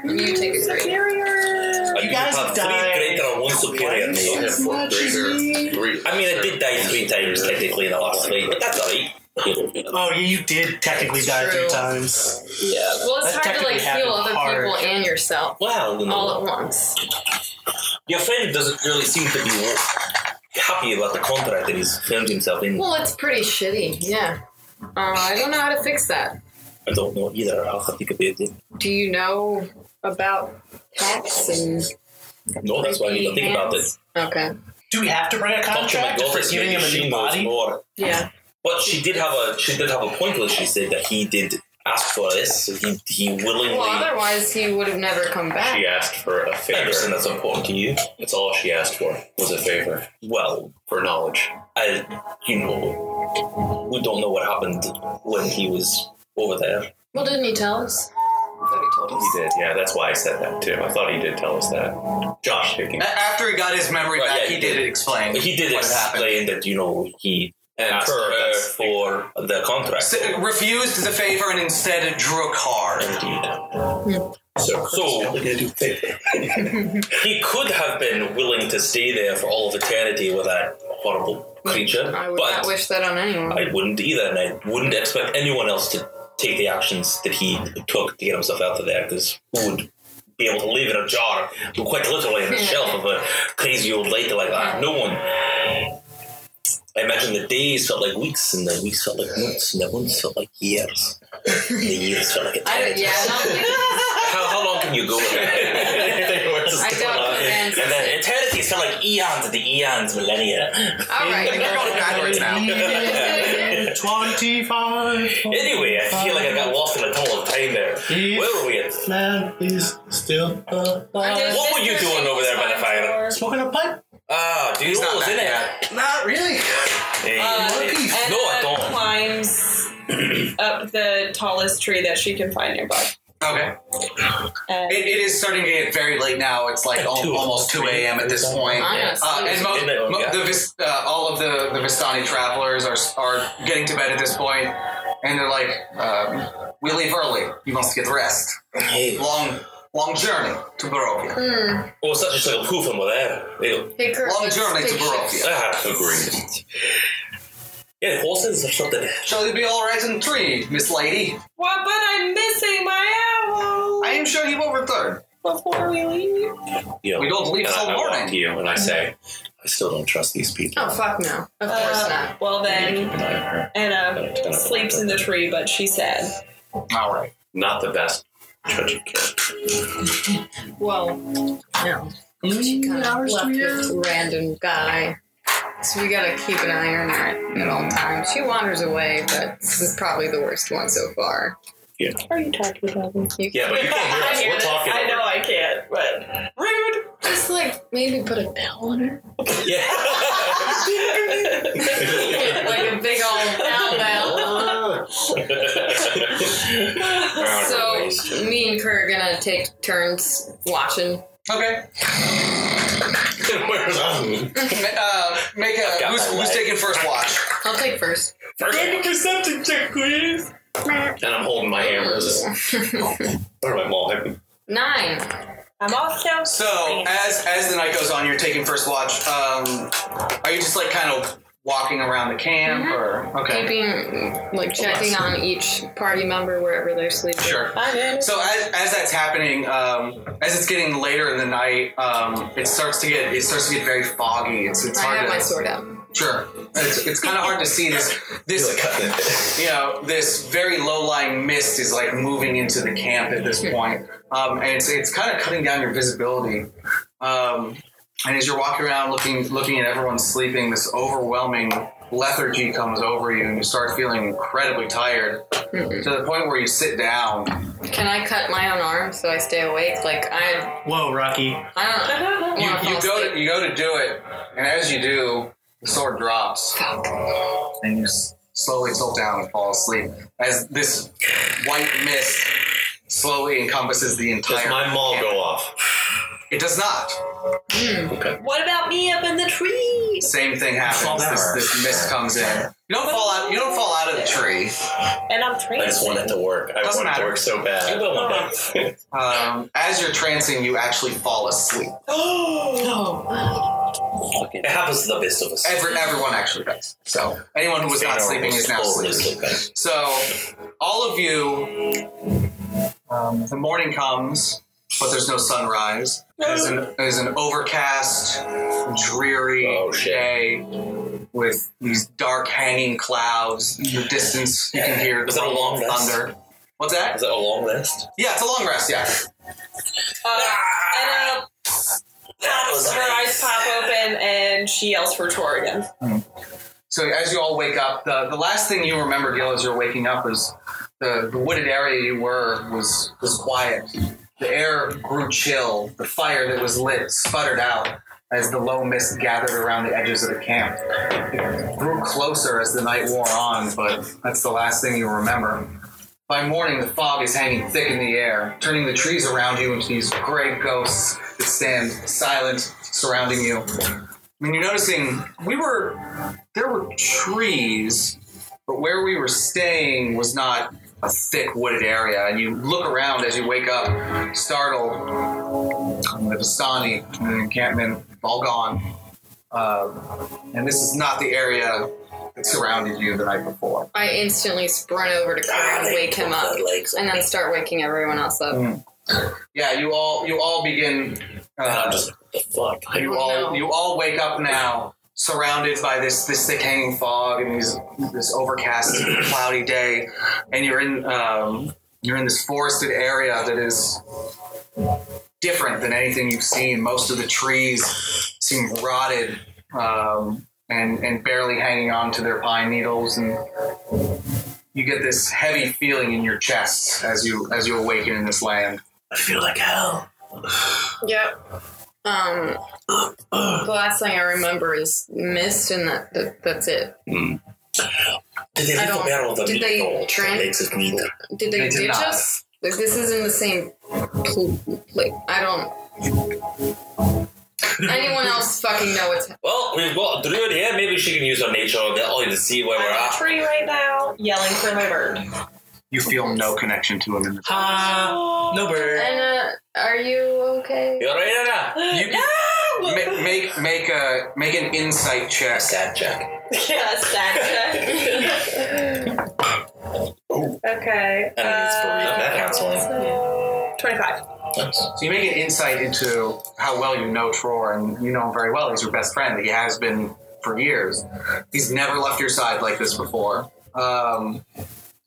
Speaker 3: You take a greater.
Speaker 5: Superior.
Speaker 8: I
Speaker 6: guys
Speaker 8: have
Speaker 6: died.
Speaker 8: three greater and one superior.
Speaker 6: Twice.
Speaker 8: now.
Speaker 9: I'll have four greater. Three.
Speaker 8: I mean, I did die three times technically in the last fight, but that's alright.
Speaker 6: Oh, yeah, you did technically die
Speaker 3: True.
Speaker 6: three times.
Speaker 8: Yeah.
Speaker 3: Well, it's
Speaker 6: That
Speaker 3: hard to like
Speaker 6: technically
Speaker 3: heal
Speaker 6: happened
Speaker 3: other
Speaker 6: hard.
Speaker 3: people and yourself
Speaker 8: Wow. You know,
Speaker 3: all at once.
Speaker 8: Your friend doesn't really seem to be happy about the contract that he's filmed himself in.
Speaker 3: Well, it's pretty shitty. Yeah. Uh, I don't know how to fix that.
Speaker 8: I don't know either. I'll have to think about it.
Speaker 3: Do you know about tax and?
Speaker 8: No, that's why I need to think about it.
Speaker 3: Okay.
Speaker 6: Do we have to bring a
Speaker 8: Talk to my
Speaker 6: contract for
Speaker 8: girlfriend.
Speaker 6: giving
Speaker 8: Maybe
Speaker 6: him a
Speaker 8: she
Speaker 6: new
Speaker 8: knows
Speaker 6: body?
Speaker 8: more.
Speaker 3: Yeah.
Speaker 8: But she did have a she did have a point where she said that he did ask for this. So he he willingly.
Speaker 3: Well, otherwise he would have never come back.
Speaker 9: She asked for a
Speaker 8: I
Speaker 9: favor.
Speaker 8: understand that's important to you.
Speaker 9: That's all she asked for was a favor
Speaker 8: Well,
Speaker 9: for knowledge.
Speaker 8: I you know we don't know what happened when he was over there.
Speaker 3: Well, didn't he tell us? I thought he told us.
Speaker 9: He did, yeah. That's why I said that too. I thought he did tell us that. Josh speaking.
Speaker 7: A- After he got his memory
Speaker 8: Right,
Speaker 7: back,
Speaker 8: yeah,
Speaker 7: he,
Speaker 8: he
Speaker 7: did,
Speaker 8: did.
Speaker 7: explain.
Speaker 8: But he did
Speaker 7: what happened.
Speaker 8: explain that you know he
Speaker 9: Asked for
Speaker 8: incurred
Speaker 9: this.
Speaker 8: for the contract.
Speaker 7: S- uh, refused the favor and instead drew a card.
Speaker 8: Indeed. So, so he could have been willing to stay there for all of eternity with that horrible creature.
Speaker 10: I would
Speaker 8: but
Speaker 10: not wish that on anyone.
Speaker 8: I wouldn't either, and I wouldn't expect anyone else to take the actions that he took to get himself out of there, because who would be able to live in a jar, quite literally in the shelf of a crazy old lady like that? No one. I imagine the days felt like weeks, and the weeks felt like months, and the months felt like years. And the years felt like a
Speaker 10: I, yeah, I don't think
Speaker 8: how, how long can you go with that?
Speaker 10: I don't
Speaker 8: and
Speaker 10: think
Speaker 8: then eternity is kind of like eons, the eons, millennia.
Speaker 10: All right.
Speaker 7: We're going backwards now.
Speaker 6: 25.
Speaker 8: Anyway, I feel like I got lost in a tunnel of time there. Where were we at?
Speaker 6: Land is still alive.
Speaker 8: What were you doing over there by the fire?
Speaker 6: Smoking a pipe?
Speaker 8: Ah, dude, what was in it?
Speaker 6: Not really.
Speaker 8: Hey, hey,
Speaker 5: Uh, And
Speaker 8: no, I
Speaker 5: uh,
Speaker 8: don't.
Speaker 5: climbs up the tallest tree that she can find nearby.
Speaker 7: Okay.
Speaker 5: And
Speaker 7: It, it is starting to get very late now. It's like al-
Speaker 8: Two.
Speaker 7: almost 2 a.m. at this point.
Speaker 10: I'm gonna
Speaker 7: Uh, and
Speaker 10: sleep.
Speaker 7: most,
Speaker 8: Midnight,
Speaker 7: mo-
Speaker 8: yeah.
Speaker 7: the Vis- uh, all of the, the Vistani travelers are, are getting to bed at this point, and they're like, um, "We leave early. You must get rest.
Speaker 8: Hey,
Speaker 7: Long, long journey to Barovia.
Speaker 10: Hmm.
Speaker 8: oh, it's not just like a poof and we're there. Ew.
Speaker 10: Hey, Kurt,
Speaker 7: Long
Speaker 10: let's
Speaker 7: journey to
Speaker 10: take shifts.
Speaker 7: Barovia.
Speaker 8: Ah, agreed. Yeah, horses or something.
Speaker 7: Shall you be all right in three, Miss Lady?
Speaker 5: what? But I'm missing my
Speaker 7: I am sure he will return.
Speaker 5: owl before we leave.
Speaker 9: You know,
Speaker 7: We don't leave
Speaker 9: and
Speaker 7: till
Speaker 9: I, I
Speaker 7: morning.
Speaker 9: walk to you and I say, I still don't trust these people.
Speaker 10: Oh, fuck no. Of course
Speaker 5: Uh,
Speaker 10: not.
Speaker 5: well then,
Speaker 9: And I'm
Speaker 8: uh,
Speaker 9: her.
Speaker 5: Anna sleeps in the tree, but she's sad.
Speaker 7: All right.
Speaker 9: Not the best
Speaker 5: Oh.
Speaker 9: judge of character.
Speaker 10: Well, no. She kind of left this random guy. So we gotta keep an eye on her at all times. She wanders away, but this is probably the worst one so far.
Speaker 5: Are you talking about me?
Speaker 9: Yeah, but you can't
Speaker 5: I
Speaker 9: hear us.
Speaker 5: hear
Speaker 9: We're
Speaker 5: this.
Speaker 9: talking.
Speaker 5: I
Speaker 9: over-
Speaker 5: know I can't, but rude.
Speaker 10: Just like maybe put a bell on her.
Speaker 8: Yeah.
Speaker 10: like a big old bell bell. So me and Kurt are gonna take turns watching.
Speaker 7: Okay.
Speaker 8: Where's um,
Speaker 7: Ma- uh, make a
Speaker 8: got
Speaker 7: who's,
Speaker 8: my
Speaker 7: who's
Speaker 8: leg.
Speaker 7: taking first watch?
Speaker 10: I'll take first.
Speaker 8: First of all,
Speaker 6: Perception check, please.
Speaker 8: and I'm holding my hammers. Where my mall? I
Speaker 10: Nine.
Speaker 5: I'm off now.
Speaker 7: So as as the night goes on, you're taking first watch. Um, are you just like kind of walking around the camp,
Speaker 10: Mm-hmm.
Speaker 7: or okay?
Speaker 10: Keeping like checking on each party member wherever they're sleeping.
Speaker 7: Sure. So as, as that's happening, um, as it's getting later in the night, um, it starts to get it starts to get very foggy. It's it's
Speaker 10: I
Speaker 7: hard
Speaker 10: have
Speaker 7: to
Speaker 10: my sword out.
Speaker 7: sure. It's, it's kind of hard to see this this you know this very low lying mist is like moving into the camp at this point, um, and it's it's kind of cutting down your visibility. Um, and as you're walking around looking looking at everyone sleeping, this overwhelming lethargy comes over you, and you start feeling incredibly tired to the point where you sit down.
Speaker 10: Can I cut my own arm so I stay awake? Like I,
Speaker 6: Whoa, Rocky.
Speaker 10: I don't.
Speaker 5: Uh-huh.
Speaker 7: You,
Speaker 10: wanna
Speaker 7: you
Speaker 10: fall
Speaker 7: go
Speaker 10: asleep.
Speaker 7: to you go to do it, and as you do, the sword drops, and you s- slowly tilt down and fall asleep as this white mist slowly encompasses the
Speaker 9: Does
Speaker 7: entire.
Speaker 9: my mall go off?
Speaker 7: It does not.
Speaker 5: What about me up in the tree?
Speaker 7: Same thing
Speaker 6: Fall
Speaker 7: happens.
Speaker 6: down.
Speaker 7: This, this mist comes in. You don't fall out. You don't fall out of the tree.
Speaker 5: And I'm
Speaker 9: I
Speaker 5: trained.
Speaker 9: just want it to work. I
Speaker 7: Doesn't
Speaker 9: want it
Speaker 7: matter.
Speaker 9: to work so
Speaker 8: I
Speaker 9: bad.
Speaker 8: will one day.
Speaker 7: Um, as you're trancing, you actually fall asleep.
Speaker 8: It happens to the best of us.
Speaker 7: Every, everyone actually does. So anyone who was not sleeping is now
Speaker 8: Always
Speaker 7: sleeping.
Speaker 8: sleeping.
Speaker 7: So, all of you, um, the morning comes, but there's no sunrise. It is an, it is an overcast, dreary
Speaker 9: Oh, shit.
Speaker 7: day with these dark hanging clouds. In the distance, you can hear the
Speaker 8: Is that a long
Speaker 7: rumble of
Speaker 8: rest?
Speaker 7: thunder. What's that?
Speaker 8: Is that a long list?
Speaker 7: Yeah, it's a long rest, yeah.
Speaker 5: Uh, and uh,
Speaker 8: That was
Speaker 5: her eyes
Speaker 8: nice.
Speaker 5: pop open, and she yells for Tor again.
Speaker 7: So as you all wake up, the, the last thing you remember, Gil, as you're waking up is the, the wooded area you were was was quiet. The air grew chill. The fire that was lit sputtered out as the low mist gathered around the edges of the camp. It grew closer as the night wore on, but that's the last thing you remember. By morning, the fog is hanging thick in the air, turning the trees around you into these gray ghosts that stand silent, surrounding you. And you're noticing we were there were trees, but where we were staying was not a thick wooded area. And you look around as you wake up, um, startled. and The Vistani and the encampment all um, gone. Um, and this is not the area that surrounded you the night before.
Speaker 3: I instantly sprint over to Kara and wake him up, and then start waking everyone else up.
Speaker 7: Yeah, you all you all begin. Uh, just fuck. You all you all wake up now, surrounded by this this thick hanging fog and these this overcast cloudy day, and you're in um, you're in this forested area that is different than anything you've seen. Most of the trees seem rotted um, and and barely hanging on to their pine needles, and you get this heavy feeling in your chest as you as you awaken in this land. I feel like hell.
Speaker 3: Yep. Um, the last thing I remember is mist, and that, that that's it.
Speaker 8: Did they
Speaker 3: I
Speaker 8: leave the
Speaker 3: don't-
Speaker 8: barrel of the
Speaker 3: did
Speaker 8: meat
Speaker 3: they
Speaker 8: gold
Speaker 3: drink-
Speaker 8: that makes it meat?
Speaker 3: Did they,
Speaker 8: They did
Speaker 3: ditch
Speaker 8: not.
Speaker 3: us? Like this isn't the same. pl- Like I don't. Anyone else fucking know what's
Speaker 8: Well, we've got Druid here. Maybe she can use her nature a bit to see where we're at.
Speaker 5: Tree right now, yelling for my bird.
Speaker 7: You feel no connection to him in the
Speaker 9: Uh,
Speaker 8: Ah, no bird.
Speaker 3: Anna, uh, are you okay?
Speaker 8: You're right, Anna.
Speaker 7: You no! make make make a make an insight check. Sad check.
Speaker 5: Yes, that Okay.
Speaker 7: And it's for
Speaker 5: Uh,
Speaker 7: real. That counts one.
Speaker 5: so, 25.
Speaker 7: So you make an insight into how well you know Tror, and you know him very well. He's your best friend. He has been for years. He's never left your side like this before. Um,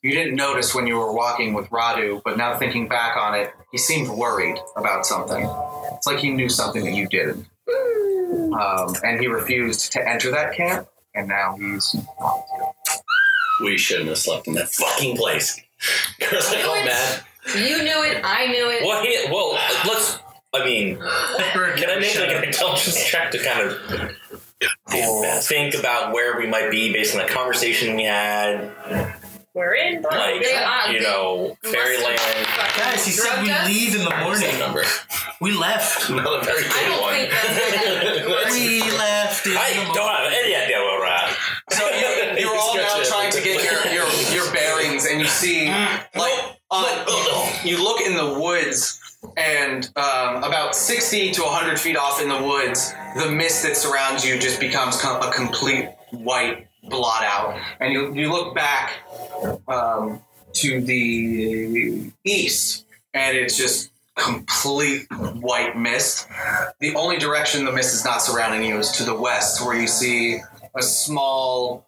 Speaker 7: you didn't notice when you were walking with Radu, but now thinking back on it, he seemed worried about something. It's like he knew something that you didn't. Um, and he refused to enter that camp, and now he's
Speaker 9: We shouldn't have slept in that fucking place. "Oh,
Speaker 8: Girls like all mad.
Speaker 3: You knew it. I knew it.
Speaker 8: Well, he, well, let's. I mean, can I make like an intelligence check to kind of think about where we might be based on the conversation we had?
Speaker 5: We're in.
Speaker 8: Like,
Speaker 5: They are-
Speaker 8: you know, fairyland.
Speaker 6: Guys, he said we leave in the morning.
Speaker 8: Number.
Speaker 6: We left.
Speaker 8: Another very good one.
Speaker 6: we left. In
Speaker 8: I don't have any idea where we're at.
Speaker 7: So you, you're all now trying to get your, your, your bearings, and you see, like, on, you look in the woods, and um, about 60 to 100 feet off in the woods, the mist that surrounds you just becomes com- a complete white blot out. And you, you look back um, to the east, and it's just complete white mist. The only direction the mist is not surrounding you is to the west, where you see a small,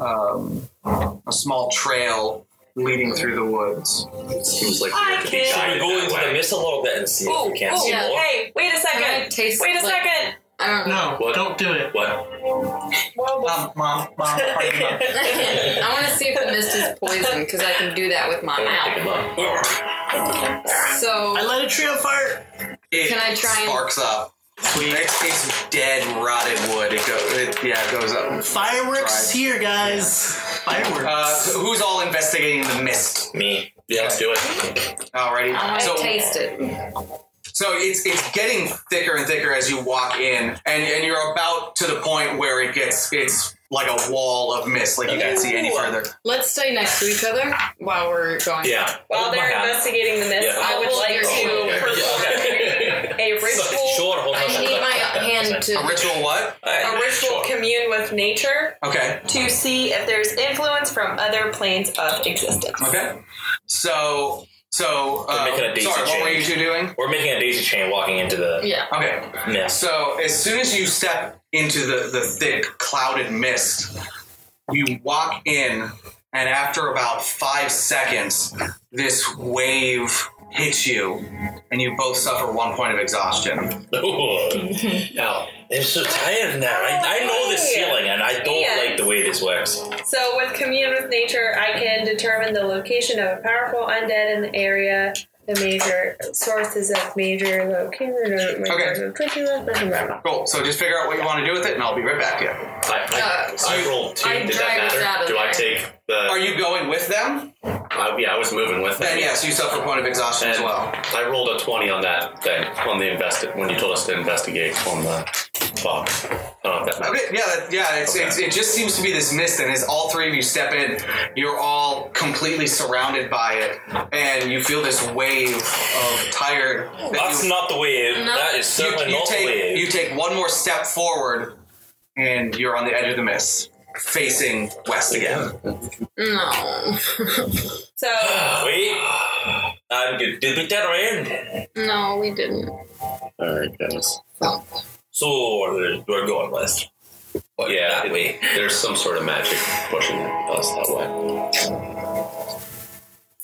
Speaker 7: um, a small trail leading through the woods.
Speaker 9: Seems like
Speaker 5: I
Speaker 8: Should we
Speaker 5: can.
Speaker 8: go into the mist a little bit and see if
Speaker 5: Oh,
Speaker 8: we can't
Speaker 5: oh,
Speaker 8: see
Speaker 5: yeah.
Speaker 8: more?
Speaker 5: Hey, wait a
Speaker 3: Can I
Speaker 5: second.
Speaker 3: taste,
Speaker 5: wait a
Speaker 3: like-
Speaker 5: second.
Speaker 3: I don't know.
Speaker 6: No, don't do it.
Speaker 8: What?
Speaker 5: Whoa, whoa.
Speaker 7: Mom, mom, mom, party, mom.
Speaker 3: I want to see if the mist is poison because I can do that with my mouth. So
Speaker 6: I light a tree on fire.
Speaker 7: It
Speaker 3: Can I try and-
Speaker 7: sparks up. It's, it's dead, rotted wood. It, go, it yeah, it goes up.
Speaker 6: Fireworks here, guys. Fireworks.
Speaker 7: Uh, so who's all investigating the mist?
Speaker 8: Me. Yeah, let's do it.
Speaker 3: I
Speaker 7: Alrighty.
Speaker 3: want to
Speaker 7: So,
Speaker 3: taste it.
Speaker 7: so it's it's getting thicker and thicker as you walk in, and and you're about to the point where it gets it's like a wall of mist, like you can't see any further.
Speaker 3: Let's stay next to each other while we're going.
Speaker 8: Yeah.
Speaker 5: While
Speaker 8: Hold my
Speaker 5: they're
Speaker 8: hand.
Speaker 5: investigating the mist,
Speaker 8: Yeah.
Speaker 5: I would
Speaker 3: Oh,
Speaker 5: like
Speaker 3: okay.
Speaker 5: to perform a ritual.
Speaker 8: Sure, hold on.
Speaker 3: I need my hand to.
Speaker 7: A ritual what?
Speaker 5: A ritual commune with nature
Speaker 7: Okay.
Speaker 5: to see if there's influence from other planes of existence.
Speaker 7: Okay. So so uh,
Speaker 8: We're making a daisy
Speaker 7: sorry, what were you
Speaker 8: chain.
Speaker 7: two doing?
Speaker 8: We're making a daisy chain walking into the
Speaker 3: Yeah.
Speaker 7: Okay.
Speaker 8: mist.
Speaker 7: So as soon as you step into the, the thick clouded mist, you walk in, and after about five seconds, this wave hits you, and you both suffer one point of exhaustion.
Speaker 8: no, I'm so tired now. I, I know this feeling, and I don't
Speaker 5: Yeah.
Speaker 8: like the way this works.
Speaker 5: So, with commune with nature, I can determine the location of a powerful undead in the area. The major sources of major location. Okay.
Speaker 7: Cool. So just figure out what you want to do with it, and I'll be right back to you.
Speaker 9: I, I, I rolled two.
Speaker 3: Uh, I
Speaker 9: Did
Speaker 3: drag us
Speaker 9: that
Speaker 3: out of
Speaker 9: matter? Do I
Speaker 3: there.
Speaker 9: take the?
Speaker 7: Are you going with them?
Speaker 9: I, yeah, I was moving with
Speaker 7: Then
Speaker 9: it.
Speaker 7: yes, you suffer a point of exhaustion as
Speaker 9: And
Speaker 7: well.
Speaker 9: I rolled a twenty on that thing on the invest when you told us to investigate on the box. I don't know if that matters.
Speaker 7: Okay, yeah, that, yeah. It's,
Speaker 9: Okay.
Speaker 7: it's, it just seems to be this mist, and as all three of you step in, you're all completely surrounded by it, and you feel this wave of tired. that
Speaker 8: That's
Speaker 7: you-
Speaker 8: not the wave.
Speaker 3: No.
Speaker 8: That is certainly
Speaker 7: you, you
Speaker 8: not the
Speaker 7: take
Speaker 8: wave.
Speaker 7: you take one more step forward, and you're on the edge of the mist, facing west again.
Speaker 3: No.
Speaker 5: So
Speaker 8: Wait. I'm good. Did we turn around?
Speaker 3: no, we didn't.
Speaker 9: Alright, guys.
Speaker 8: So we're going west. But
Speaker 9: Yeah,
Speaker 8: not wait.
Speaker 9: There's some sort of magic pushing us that way.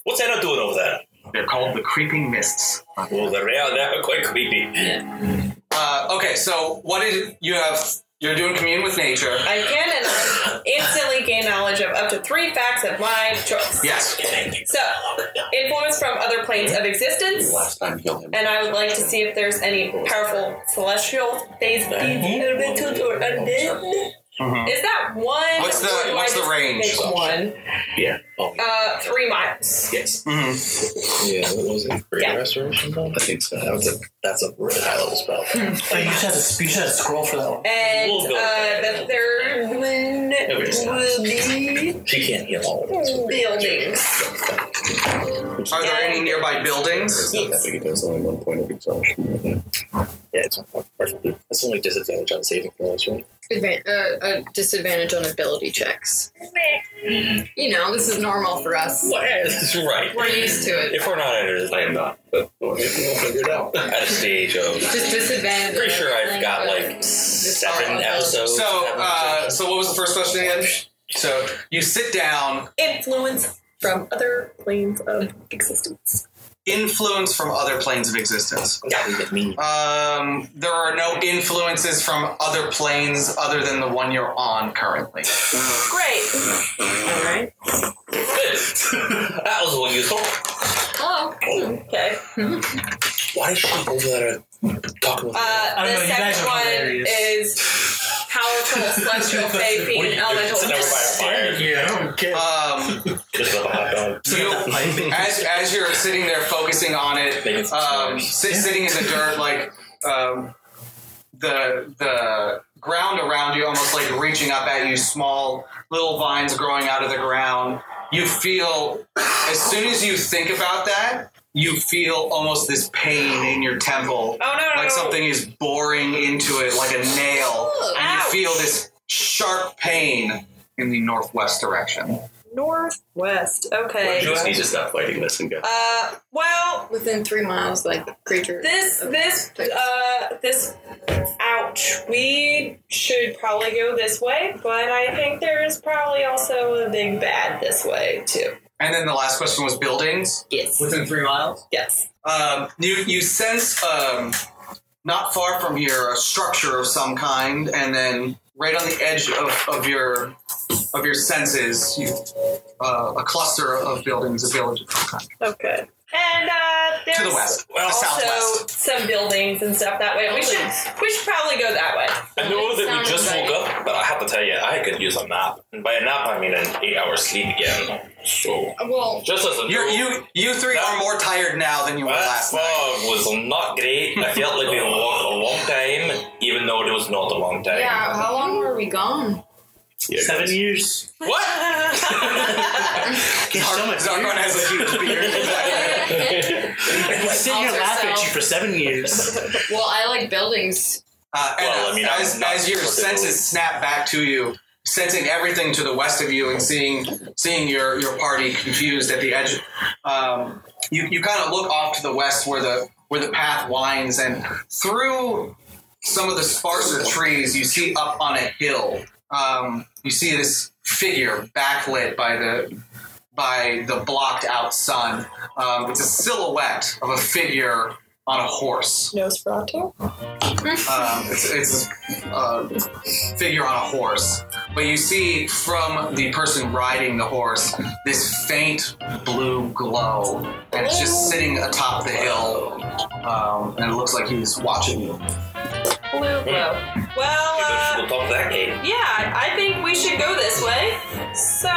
Speaker 8: What's Anna doing over there?
Speaker 7: They're called the creeping mists.
Speaker 8: Well, the real that was quite creepy.
Speaker 7: Uh, okay, so what did you have? You're doing commune with nature.
Speaker 5: I can and I instantly gain knowledge of up to three facts of my choice.
Speaker 7: Yes.
Speaker 5: So, influence from other planes of existence,
Speaker 9: Last time healed him.
Speaker 5: and I would like to see if there's any powerful celestial phase individuals or undead.
Speaker 7: Mhm.
Speaker 5: Is that one?
Speaker 7: What's the-
Speaker 5: or do I
Speaker 7: what's the
Speaker 5: just
Speaker 7: range?
Speaker 5: pick One.
Speaker 9: Yeah. Oh,
Speaker 5: Uh, three miles.
Speaker 9: yes.
Speaker 7: Mhm.
Speaker 9: Yeah, what was it? Great
Speaker 5: Yeah.
Speaker 9: restoration spell? I think so. That was a, that's a really high level spell.
Speaker 7: Mm-hmm.
Speaker 6: Oh, you should have a, you should have a scroll for that one.
Speaker 5: And
Speaker 8: We'll go
Speaker 5: uh, the third one
Speaker 9: it's not.
Speaker 5: will be
Speaker 9: She can't heal all of us.
Speaker 5: buildings.
Speaker 7: Are there any nearby buildings?
Speaker 9: It's not that big a deal. It's only one point of exhaustion right now. Yeah, it's not that perfectly. That's only disadvantage on saving throws, right?
Speaker 10: Advan- uh, a disadvantage on ability checks. You know, this is normal for us.
Speaker 8: That's right.
Speaker 10: We're used to it.
Speaker 8: If we're not under this,
Speaker 9: I am not, but we'll figure it out.
Speaker 8: at a stage of,
Speaker 10: Just disadvantage. uh,
Speaker 8: pretty sure I've got like seven episodes.
Speaker 7: So, uh, so what was the first question again? So you sit down,
Speaker 5: Influence from other planes of existence.
Speaker 7: influence from other planes of existence.
Speaker 9: Yeah. Me.
Speaker 7: Um, there are no influences from other planes other than the one you're on currently.
Speaker 5: Great.
Speaker 8: Good. that was one useful.
Speaker 10: Oh,
Speaker 5: Okay. Uh,
Speaker 9: Why is she over there talking with
Speaker 5: Uh,
Speaker 6: I
Speaker 5: the
Speaker 6: don't know, you guys
Speaker 5: second
Speaker 6: are
Speaker 5: one
Speaker 6: hilarious.
Speaker 5: is powerful celestial fae
Speaker 8: What are
Speaker 5: being
Speaker 8: you doing?
Speaker 5: elemental.
Speaker 8: Sit over by a fire.
Speaker 6: Yeah, I don't
Speaker 8: Uh,
Speaker 6: get
Speaker 7: Um,
Speaker 8: Just a hot dog.
Speaker 7: you, as, as you're sitting there focusing on it, um, sit, sitting in the dirt, like um, the the ground around you, almost like reaching up at you, small little vines growing out of the ground. You feel as soon as you think about that, you feel almost this pain in your temple,
Speaker 5: Oh no, no,
Speaker 7: like
Speaker 5: no.
Speaker 7: something is boring into it, like a nail, and you
Speaker 5: Ouch.
Speaker 7: feel this sharp pain in the northwest direction.
Speaker 5: Northwest. Okay.
Speaker 9: You just need to stop fighting this and go.
Speaker 5: Uh, well,
Speaker 10: within three miles, like the creature.
Speaker 5: this this uh this. Ouch. We should probably go this way, but I think there is probably also a big bad this way too.
Speaker 7: And then the last question was buildings.
Speaker 5: Yes.
Speaker 7: Within three miles.
Speaker 5: Yes.
Speaker 7: Um, you you sense um, not far from here a structure of some kind, and then right on the edge of, of your of your senses, you uh, a cluster of buildings, a village of some kind.
Speaker 5: Okay. And uh, there's
Speaker 7: To the west,
Speaker 8: well,
Speaker 7: the
Speaker 5: also
Speaker 7: southwest.
Speaker 5: some buildings and stuff that way. We should we should probably go that way.
Speaker 8: I know that we just woke up, but I have to tell you, I could use a nap. And by a nap, I mean an eight-hour sleep again. So
Speaker 10: Well,
Speaker 8: just as a
Speaker 7: You're, you you three are more tired now than you were
Speaker 8: That
Speaker 7: last night.
Speaker 8: fog was not great. I felt like we had walked a long time, even though it was not a long time.
Speaker 10: yeah. How long were we gone?
Speaker 9: Yeah,
Speaker 6: seven
Speaker 9: guys.
Speaker 6: years.
Speaker 8: What?
Speaker 6: Get so much.
Speaker 7: Zarkon has a huge beard.
Speaker 6: We sit here
Speaker 10: Alter
Speaker 6: laughing at
Speaker 10: self.
Speaker 6: you for seven years.
Speaker 10: Well, I like buildings.
Speaker 7: Uh, and
Speaker 8: Well, I mean, I'm
Speaker 7: as,
Speaker 8: not
Speaker 7: as your
Speaker 8: particularly-
Speaker 7: senses snap back to you, sensing everything to the west of you and seeing seeing your, your party confused at the edge, um, you, you kind of look off to the west where the where the path winds, and through some of the sparser trees, you see up on a hill. Um, you see this figure backlit by the by the blocked out sun. Um, it's a silhouette of a figure on a horse.
Speaker 5: Nosferatu.
Speaker 7: Um, it's it's uh, figure on a horse, but you see from the person riding the horse this faint blue glow, and it's just sitting atop the hill, um, and it looks like he's watching you.
Speaker 5: Blue glow. Well, uh,
Speaker 8: we'll talk that game.
Speaker 5: yeah, I I think we should go this way. So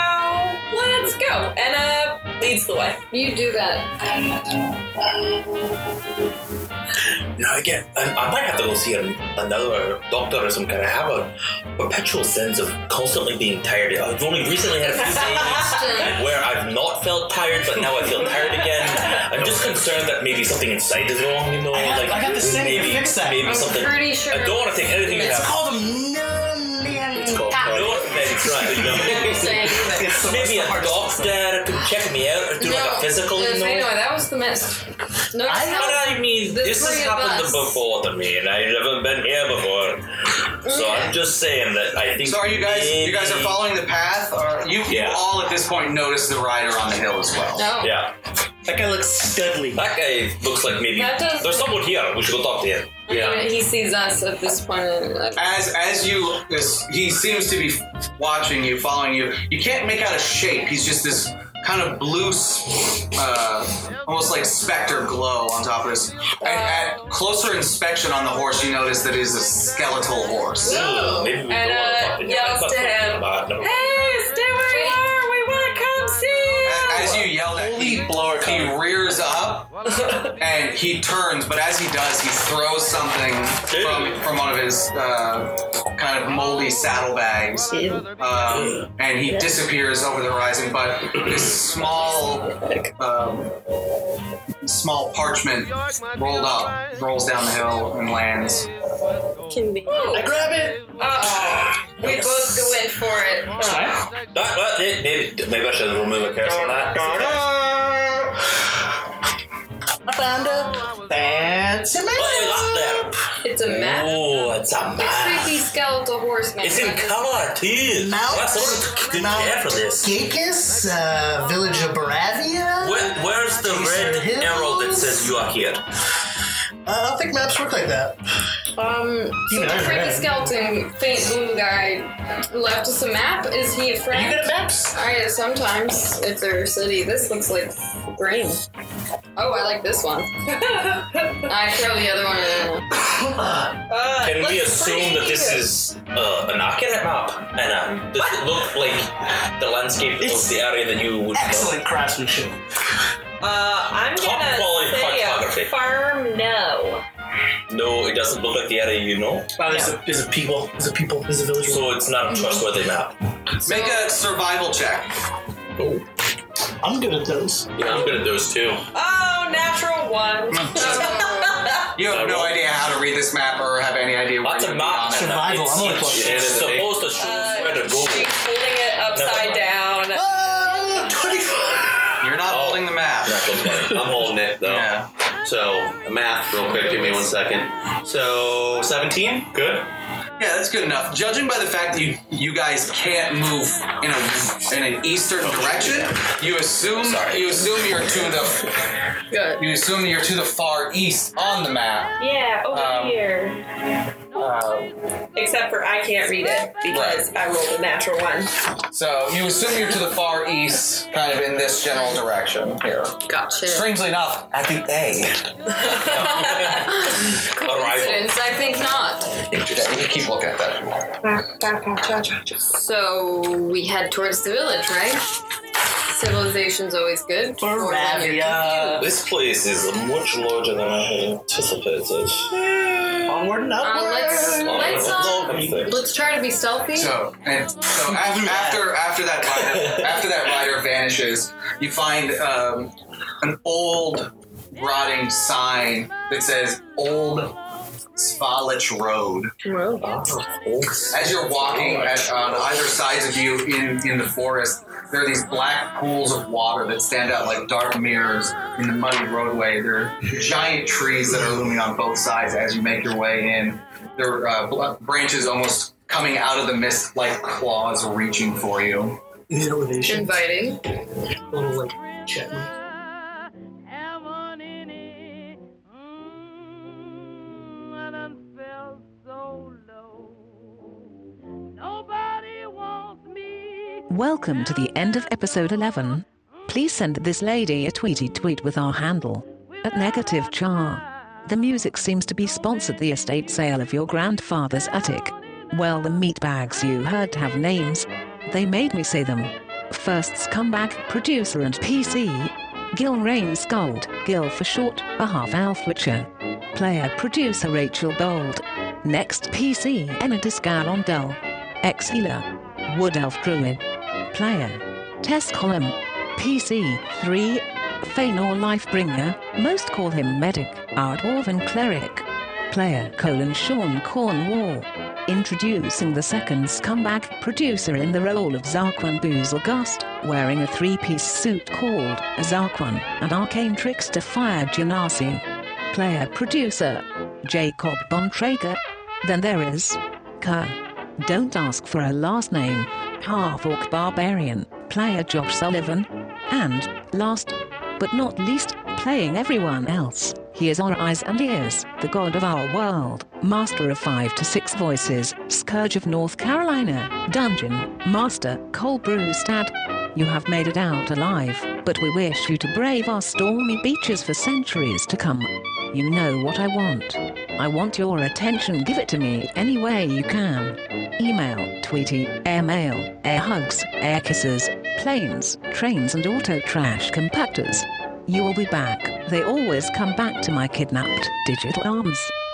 Speaker 5: let's go. And uh, leads the way.
Speaker 10: You do that.
Speaker 9: Now I get. I, I might have to go see an, another doctor or some kind. I have a perpetual sense of constantly being tired. I've only recently had a few days where I've not felt tired, but now I feel tired again. I'm just concerned that maybe something inside is wrong. You know,
Speaker 6: I got-
Speaker 8: like
Speaker 6: I got the setting to
Speaker 8: maybe
Speaker 6: fix that.
Speaker 8: maybe
Speaker 10: I'm
Speaker 8: something.
Speaker 10: pretty sure.
Speaker 8: I don't want to take anything you
Speaker 6: It's
Speaker 8: have.
Speaker 6: called a non
Speaker 8: I don't know.
Speaker 3: saying that.
Speaker 8: Maybe a doctor could check me out or do like a physical, you
Speaker 3: that's-
Speaker 8: know?
Speaker 3: Anyway, that was the mess. No,
Speaker 8: I know what I mean.
Speaker 3: The
Speaker 8: This has
Speaker 3: three of
Speaker 8: happened
Speaker 3: us.
Speaker 8: before to me, and I've never been here before. So I'm just saying that I think.
Speaker 7: So are you guys? You guys are
Speaker 8: maybe-
Speaker 7: following the path, or you
Speaker 8: Yeah.
Speaker 7: all at this point notice the rider on the hill as well?
Speaker 3: no.
Speaker 8: Yeah.
Speaker 6: That guy looks studly.
Speaker 8: That guy looks like maybe.
Speaker 3: That does-
Speaker 8: There's someone here. We should go talk to him.
Speaker 3: I mean, he sees us at this point. and, uh,
Speaker 7: As as you, this, he seems to be watching you, following you. You can't make out a shape. He's just this kind of blue, s- uh, almost like specter glow on top of this. And at closer inspection on the horse, you notice that it is a skeletal horse.
Speaker 8: So maybe we
Speaker 5: And,
Speaker 8: don't
Speaker 5: uh,
Speaker 8: want to
Speaker 5: yells
Speaker 8: talk
Speaker 5: to him.
Speaker 8: him.
Speaker 5: Hey, stay where you are. We want to come see you.
Speaker 7: A- As you yell that, he, he rears up and he turns, but as he does, he throws something from, from one of his uh, kind of moldy saddlebags. Um, and he disappears over the horizon, but this small, um, small parchment rolled up rolls down the hill and lands.
Speaker 3: Can be.
Speaker 10: Oh.
Speaker 6: I grab it.
Speaker 5: Uh,
Speaker 3: Uh-oh. We both go in for it.
Speaker 8: That, that, may- maybe, maybe I should remove a curse on that.
Speaker 6: I found it. That's a
Speaker 8: What is that
Speaker 3: It's a
Speaker 8: there?
Speaker 3: mess.
Speaker 8: Oh, it's a
Speaker 3: It's
Speaker 8: man.
Speaker 3: creepy skeletal horse man.
Speaker 8: It's in color too.
Speaker 12: Mount-
Speaker 8: That's all didn't
Speaker 12: Mount
Speaker 8: care for this.
Speaker 12: Gacus, uh, village of Baravia.
Speaker 8: Where, where's the
Speaker 12: These are
Speaker 8: red
Speaker 12: hills.
Speaker 8: arrow that says you are here?
Speaker 12: Uh, I don't think maps work like that.
Speaker 3: Um, so
Speaker 12: Even
Speaker 3: the
Speaker 12: I
Speaker 3: freaky
Speaker 12: read.
Speaker 3: skeleton, faint blue guy, left us a map. Is he a friend?
Speaker 6: maps?
Speaker 3: Alright, sometimes it's our city. This looks like green. Oh, I like this one. I throw the other one in.
Speaker 5: Uh,
Speaker 8: Can we
Speaker 3: let's
Speaker 8: assume that this
Speaker 3: see.
Speaker 8: is uh, an accurate map? And uh, does it look like the landscape
Speaker 6: It's
Speaker 8: of the area that you would know?
Speaker 6: Excellent craftsmanship.
Speaker 5: uh, I'm
Speaker 8: Top
Speaker 5: gonna
Speaker 8: quality
Speaker 5: say
Speaker 8: photography.
Speaker 5: a firm no.
Speaker 8: No, it doesn't look like the area you know.
Speaker 6: Wow, there's, a, there's a people. There's a people. There's a village.
Speaker 8: So it's not a trustworthy map.
Speaker 7: Make a survival check.
Speaker 6: I'm good at those.
Speaker 8: Yeah, I'm good at those too.
Speaker 5: Oh, natural one.
Speaker 7: You have no idea how to read this map or have any idea where
Speaker 8: Lots
Speaker 7: you're
Speaker 8: of
Speaker 7: gonna be on
Speaker 8: maps.
Speaker 7: it.
Speaker 12: Survival, I'm only plus
Speaker 8: It's supposed to show us where to
Speaker 5: uh,
Speaker 8: go.
Speaker 5: she's holding it upside down.
Speaker 12: Uh, 25.
Speaker 7: You're not holding the map.
Speaker 4: I'm holding it though.
Speaker 7: Yeah.
Speaker 4: So math, real quick. Give me one second. So 17. Good.
Speaker 7: Yeah, that's good enough. Judging by the fact that you you guys can't move in a in an eastern direction, you assume you assume you're to the
Speaker 3: Good.
Speaker 7: you assume you're to the far east on the map.
Speaker 5: Yeah, over
Speaker 7: Um,
Speaker 5: here.
Speaker 8: uh,
Speaker 5: Except for I can't read it because I rolled a natural one.
Speaker 7: So you assume you're to the far east, kind of in this general direction here.
Speaker 3: Gotcha.
Speaker 7: Strangely enough, at the A.
Speaker 8: Arrival.
Speaker 3: Coincidence? I think not.
Speaker 7: Yeah, you can keep looking at that. if you want.
Speaker 3: So we head towards the village, right? Civilization's always good. Or when you're
Speaker 6: Baravia.
Speaker 8: This place is much larger than I had anticipated.
Speaker 6: Onward and
Speaker 3: Uh,
Speaker 6: upward.
Speaker 3: let's let's uh, let's try to be stealthy.
Speaker 7: So and so af- after after that rider after that rider vanishes, you find um, an old rotting sign that says Old Svalich Road. As you're walking at, on either sides of you in, in the forest, there are these black pools of water that stand out like dark mirrors in the muddy roadway. There are giant trees that are looming on both sides as you make your way in. There are uh, bl- branches almost coming out of the mist like claws reaching for you.
Speaker 6: These elevations.
Speaker 3: Inviting.
Speaker 6: A little like Chapman.
Speaker 2: heaven in it. Mm, I done felt so low. Nobody wants me.
Speaker 1: Welcome to the end of episode 11. Please send this lady a tweety tweet with our handle at negative char. The music seems to be sponsored the estate sale of your grandfather's attic. Well, the meatbags you heard have names. They made me say them. First Scumbag, Producer and PC. Gil Rain Scold, Gil for short, a half elf witcher. Player Producer Rachel Bold. Next PC, Enidus Galondel. Ex Healer. Wood Elf Druid. Player. Test column. PC 3. Feynor Lifebringer, most call him Medic, our Dwarven Cleric. Player colon Sean Cornwall. Introducing the second scumbag producer in the role of Zarquan Boozlegast, wearing a three-piece suit called Zarquan, an arcane trickster fire Genasi. Player producer, Jacob Bontrager. Then there is Kerr. Don't ask for a last name. Half-orc barbarian, player Josh Sullivan. And, last, but not least, playing everyone else. He is our eyes and ears, the god of our world, master of five to six voices, scourge of North Carolina, dungeon, master, Cole Brewstad. You have made it out alive, but we wish you to brave our stormy beaches for centuries to come. You know what I want. I want your attention, give it to me any way you can. Email, Tweety, airmail, air hugs, air kisses, planes, trains, and auto trash compactors. You will be back. They always come back to my kidnapped digital arms.